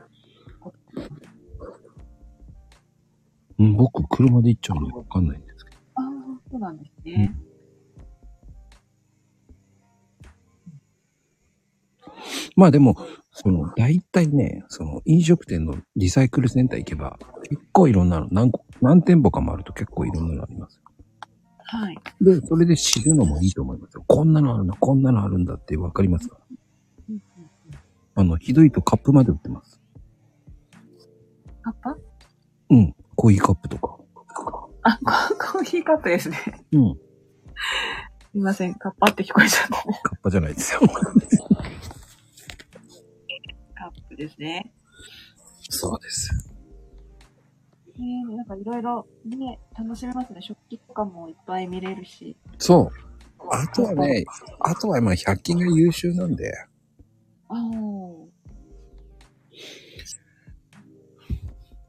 [SPEAKER 3] うん、僕、車で行っちゃうのわかんないんですけど。
[SPEAKER 4] ああ、そうなんですね。
[SPEAKER 3] まあでも、その、大体ね、その、飲食店のリサイクルセンター行けば、結構いろんなの、何個、何店舗かもあると結構いろんなのあります。
[SPEAKER 4] はい。
[SPEAKER 3] で、それで知るのもいいと思いますよ。こんなのあるな、こんなのあるんだってわかりますから。
[SPEAKER 4] うん
[SPEAKER 3] あの、ひどいとカップまで売ってます。
[SPEAKER 4] カッパ
[SPEAKER 3] うん。コーヒーカップとか。
[SPEAKER 4] あ、ココーヒーカップですね。
[SPEAKER 3] うん。
[SPEAKER 4] すいません、カッパって聞こえちゃった。
[SPEAKER 3] カッパじゃないですよ。
[SPEAKER 4] カップですね。
[SPEAKER 3] そうです。
[SPEAKER 4] ねえなんかいろいろね、楽しめますね。食器とかもいっぱい見れるし。
[SPEAKER 3] そう。あとはね、あとはまあ、100均が優秀なんで。
[SPEAKER 4] ああ。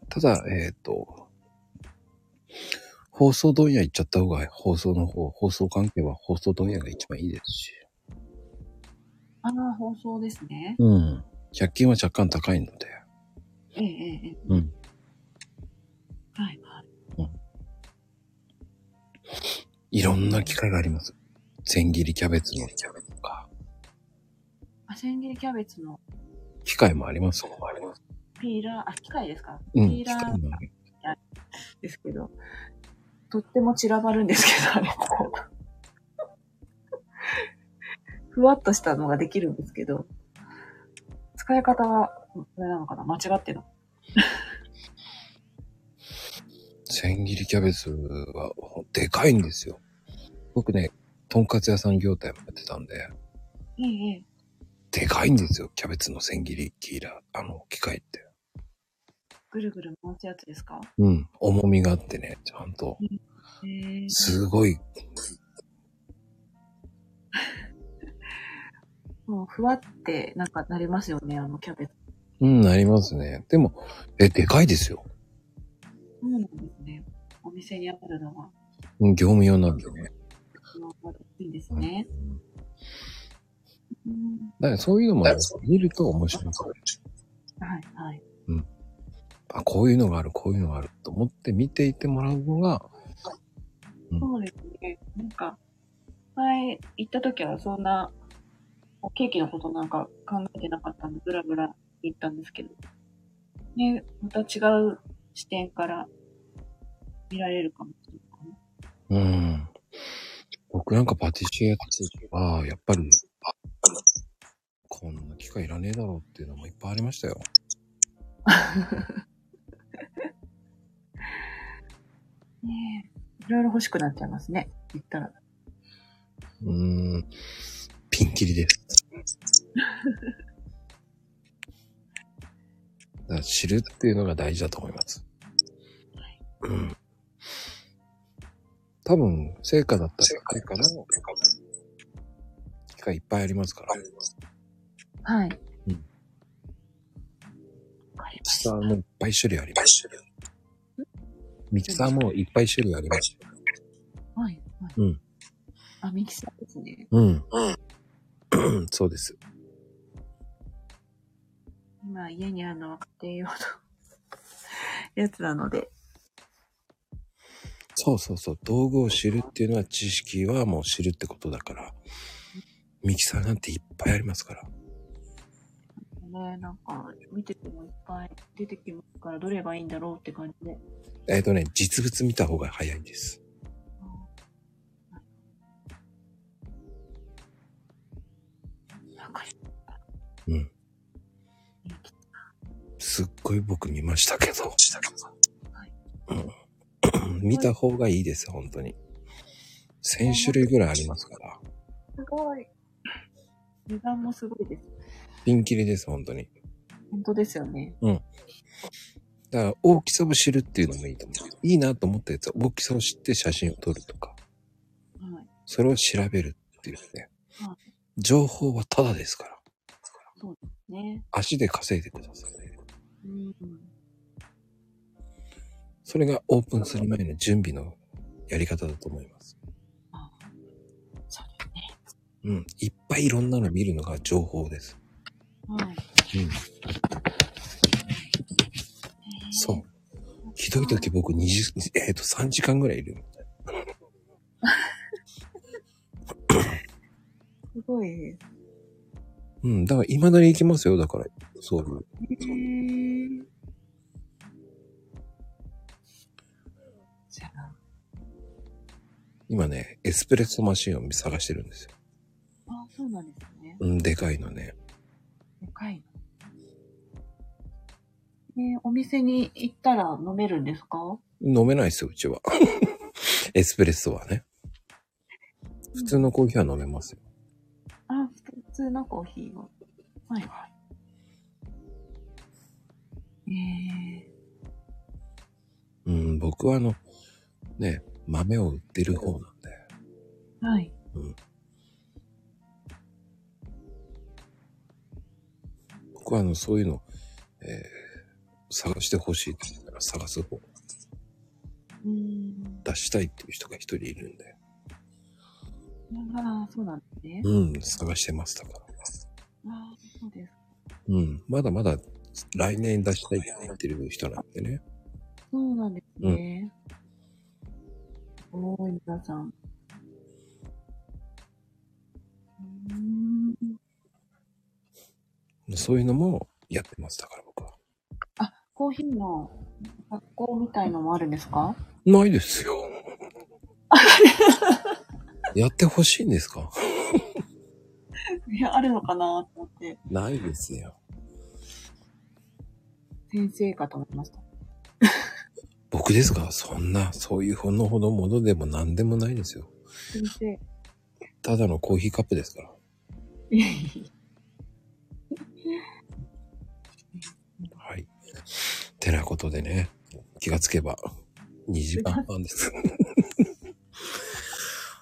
[SPEAKER 3] ただ、えっ、と、放送問屋行っちゃった方が、放送の方、放送関係は放送問屋が一番いいですし。
[SPEAKER 4] ああ、放送ですね。
[SPEAKER 3] うん。100均は若干高いので。
[SPEAKER 4] ええええええ。
[SPEAKER 3] うん。
[SPEAKER 4] はいはい。
[SPEAKER 3] いろんな機会があります。千切りキャベツのキャベツとか。
[SPEAKER 4] あ、千切りキャベツの
[SPEAKER 3] 機械もあります。あります。
[SPEAKER 4] ピーラー、あ、機械ですか
[SPEAKER 3] うん。機
[SPEAKER 4] ピーラー
[SPEAKER 3] 械もあり
[SPEAKER 4] ですけど、とっても散らばるんですけど、あれ。ふわっとしたのができるんですけど、使い方は、あれなのかな間違ってるの
[SPEAKER 3] 千切りキャベツはほでかいんですよ。僕ね、とんかつ屋さん業態もやってたんで、
[SPEAKER 4] ええええ。
[SPEAKER 3] でかいんですよ。キャベツの千切りキーラー、あの、機械って。
[SPEAKER 4] ぐるぐる回すやつですか
[SPEAKER 3] うん。重みがあってね、ちゃんと。
[SPEAKER 4] ええ
[SPEAKER 3] すごい。
[SPEAKER 4] もうふわってなんかなりますよね、あのキャベツ。
[SPEAKER 3] うん、なりますね。でも、え、でかいですよ。
[SPEAKER 4] そうなんですね。お店にあるのは、
[SPEAKER 3] うん業務用なんでね。
[SPEAKER 4] まだいいですね。うん、
[SPEAKER 3] だからそういうのもね見ると面白い。
[SPEAKER 4] はい、はい。
[SPEAKER 3] あ、こういうのがある、こういうのがあると思って見ていてもらうのが、
[SPEAKER 4] そうですね。なんか、前行った時はそんな、ケーキのことなんか考えてなかったんで、ブラブラ行ったんですけど、ね、また違う視点から見られるかもしれないね。
[SPEAKER 3] うん。僕なんかパティシエやってた時は、やっぱり、あこんな機会いらねえだろうっていうのもいっぱいありましたよ。
[SPEAKER 4] ねえいろいろ欲しくなっちゃいますね。行ったら。
[SPEAKER 3] うーん。ピンキリです。だから知るっていうのが大事だと思います。うん。多分、成果だったら、成果の機会いっぱいありますから。
[SPEAKER 4] はい。
[SPEAKER 3] うん
[SPEAKER 4] わかりまし
[SPEAKER 3] ミキサーもいっぱい種類あります。ミキサーもいっぱい種類あります。
[SPEAKER 4] た。はい。はい、
[SPEAKER 3] うん。
[SPEAKER 4] あ、ミキサーですね。
[SPEAKER 3] うん。そうです。
[SPEAKER 4] 今、家にあの、家庭用の やつなので。
[SPEAKER 3] そうそうそう。道具を知るっていうのは知識はもう知るってことだから。ミキサーなんていっぱいありますから。
[SPEAKER 4] ね、なんか、見ててもいっぱい出てきますから、どれがいいんだろうって感じで。
[SPEAKER 3] えっ、とね、実物見た方が早いんです。
[SPEAKER 4] なんか、
[SPEAKER 3] うん。すっごい僕見ましたけど。うん、 見た方がいいです、本当に。1000種類ぐらいありますから。
[SPEAKER 4] すごい。値段もすごいです。
[SPEAKER 3] ピンキリです、本当に。
[SPEAKER 4] 本当ですよね。
[SPEAKER 3] だから大きさを知るっていうのもいいと思う。いいなと思ったやつは大きさを知って写真を撮るとか、
[SPEAKER 4] はい。
[SPEAKER 3] それを調べるっていうね
[SPEAKER 4] は。
[SPEAKER 3] 情報はただですから。
[SPEAKER 4] ね。
[SPEAKER 3] 足で稼いでください。
[SPEAKER 4] うん。
[SPEAKER 3] それがオープンする前の準備のやり方だと思います。
[SPEAKER 4] そうですね。
[SPEAKER 3] うん。いっぱいいろんなの見るのが情報です。
[SPEAKER 4] はい。
[SPEAKER 3] うん。そう。ひどい時僕2時、えっ、と3時間ぐらいいる。
[SPEAKER 4] すごいです。
[SPEAKER 3] うん。だから未だに行きますよ。だから、そういう。
[SPEAKER 4] じゃあ、
[SPEAKER 3] 今ね、エスプレッソマシンを探してるんですよ。
[SPEAKER 4] あ、そうなんですね。
[SPEAKER 3] うん、でかいのね。
[SPEAKER 4] でかいの。ねお店に行ったら飲めるんですか
[SPEAKER 3] 飲めないですよ、うちは。 エスプレッソはね。普通のコーヒーは飲めますよ。
[SPEAKER 4] あ、普通のコーヒーを。はいはい。ええ
[SPEAKER 3] うん、僕はあの、ね、豆を売ってる方なんで。
[SPEAKER 4] はい。
[SPEAKER 3] 僕はあの、そういうの、えー探してほしいって言うから探す方
[SPEAKER 4] うーん。
[SPEAKER 3] だしたいっていう人が一人いるんで。
[SPEAKER 4] ああ、そうなんですね。
[SPEAKER 3] うん、探してます、だから。
[SPEAKER 4] ああ、そうです。
[SPEAKER 3] うん、まだまだ来年出したいって言ってる人なんでね。
[SPEAKER 4] そうなんですね。おーい、皆さん。うーん。
[SPEAKER 3] そういうのもやってます、だから僕は。
[SPEAKER 4] あ、コーヒーの発酵みたいのもあるんですか
[SPEAKER 3] ないですよ。やってほしいんですか
[SPEAKER 4] いや、あるのかなと思って、
[SPEAKER 3] ないですよ。
[SPEAKER 4] 先生かと思いました。
[SPEAKER 3] 僕ですかそんな、そういうほんのほどものでも何でもないですよ。
[SPEAKER 4] 先生。
[SPEAKER 3] ただのコーヒーカップです から。はい。てなことでね、気がつけば2時間半 です。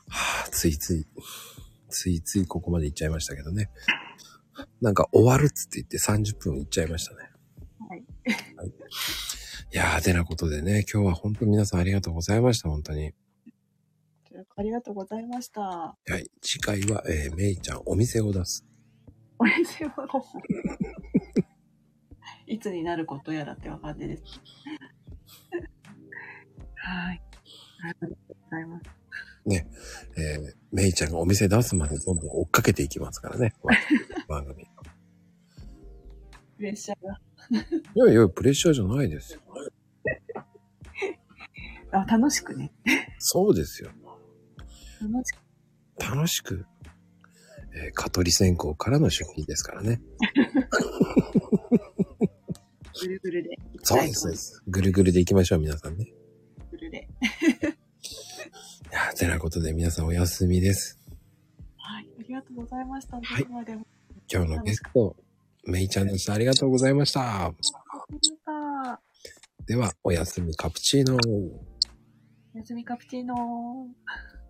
[SPEAKER 3] はあ、ついつい、ついついここまで行っちゃいましたけどね。なんか終わるっつって言って30分行っちゃいましたね。
[SPEAKER 4] はい。
[SPEAKER 3] はい、いやー、てなことでね、今日は本当皆さんありがとうございました、本当に。
[SPEAKER 4] ありがとうございました。
[SPEAKER 3] はい。次回は、えー、めいちゃん、お店を出す。
[SPEAKER 4] おやすみなさ い。いつになることやらってわかんないです。はい。ありがとうございます。
[SPEAKER 3] えー、めいちゃんがお店出すまでどんどん追っかけていきますからね。番組。い
[SPEAKER 4] プレッシャー
[SPEAKER 3] やいや、プレッシャーじゃないですよ。
[SPEAKER 4] が。あ、楽しくね。
[SPEAKER 3] そうですよ。
[SPEAKER 4] 楽しく。
[SPEAKER 3] 楽しく。えー、蚊取り線香からの出費ですからね。
[SPEAKER 4] ぐるぐるで。
[SPEAKER 3] そうです、そうです。ぐるぐるで行きましょう、皆さんね。
[SPEAKER 4] ぐるぐるで。
[SPEAKER 3] いやー、てなことで皆さんお休みです。
[SPEAKER 4] はい。ありがとうございました。
[SPEAKER 3] はい
[SPEAKER 4] どこまでも。
[SPEAKER 3] 今日のゲスト、めいちゃんでした。ありがとうございました。
[SPEAKER 4] さあ、
[SPEAKER 3] では、おやすみカプチーノ
[SPEAKER 4] おやすみカプチーノー。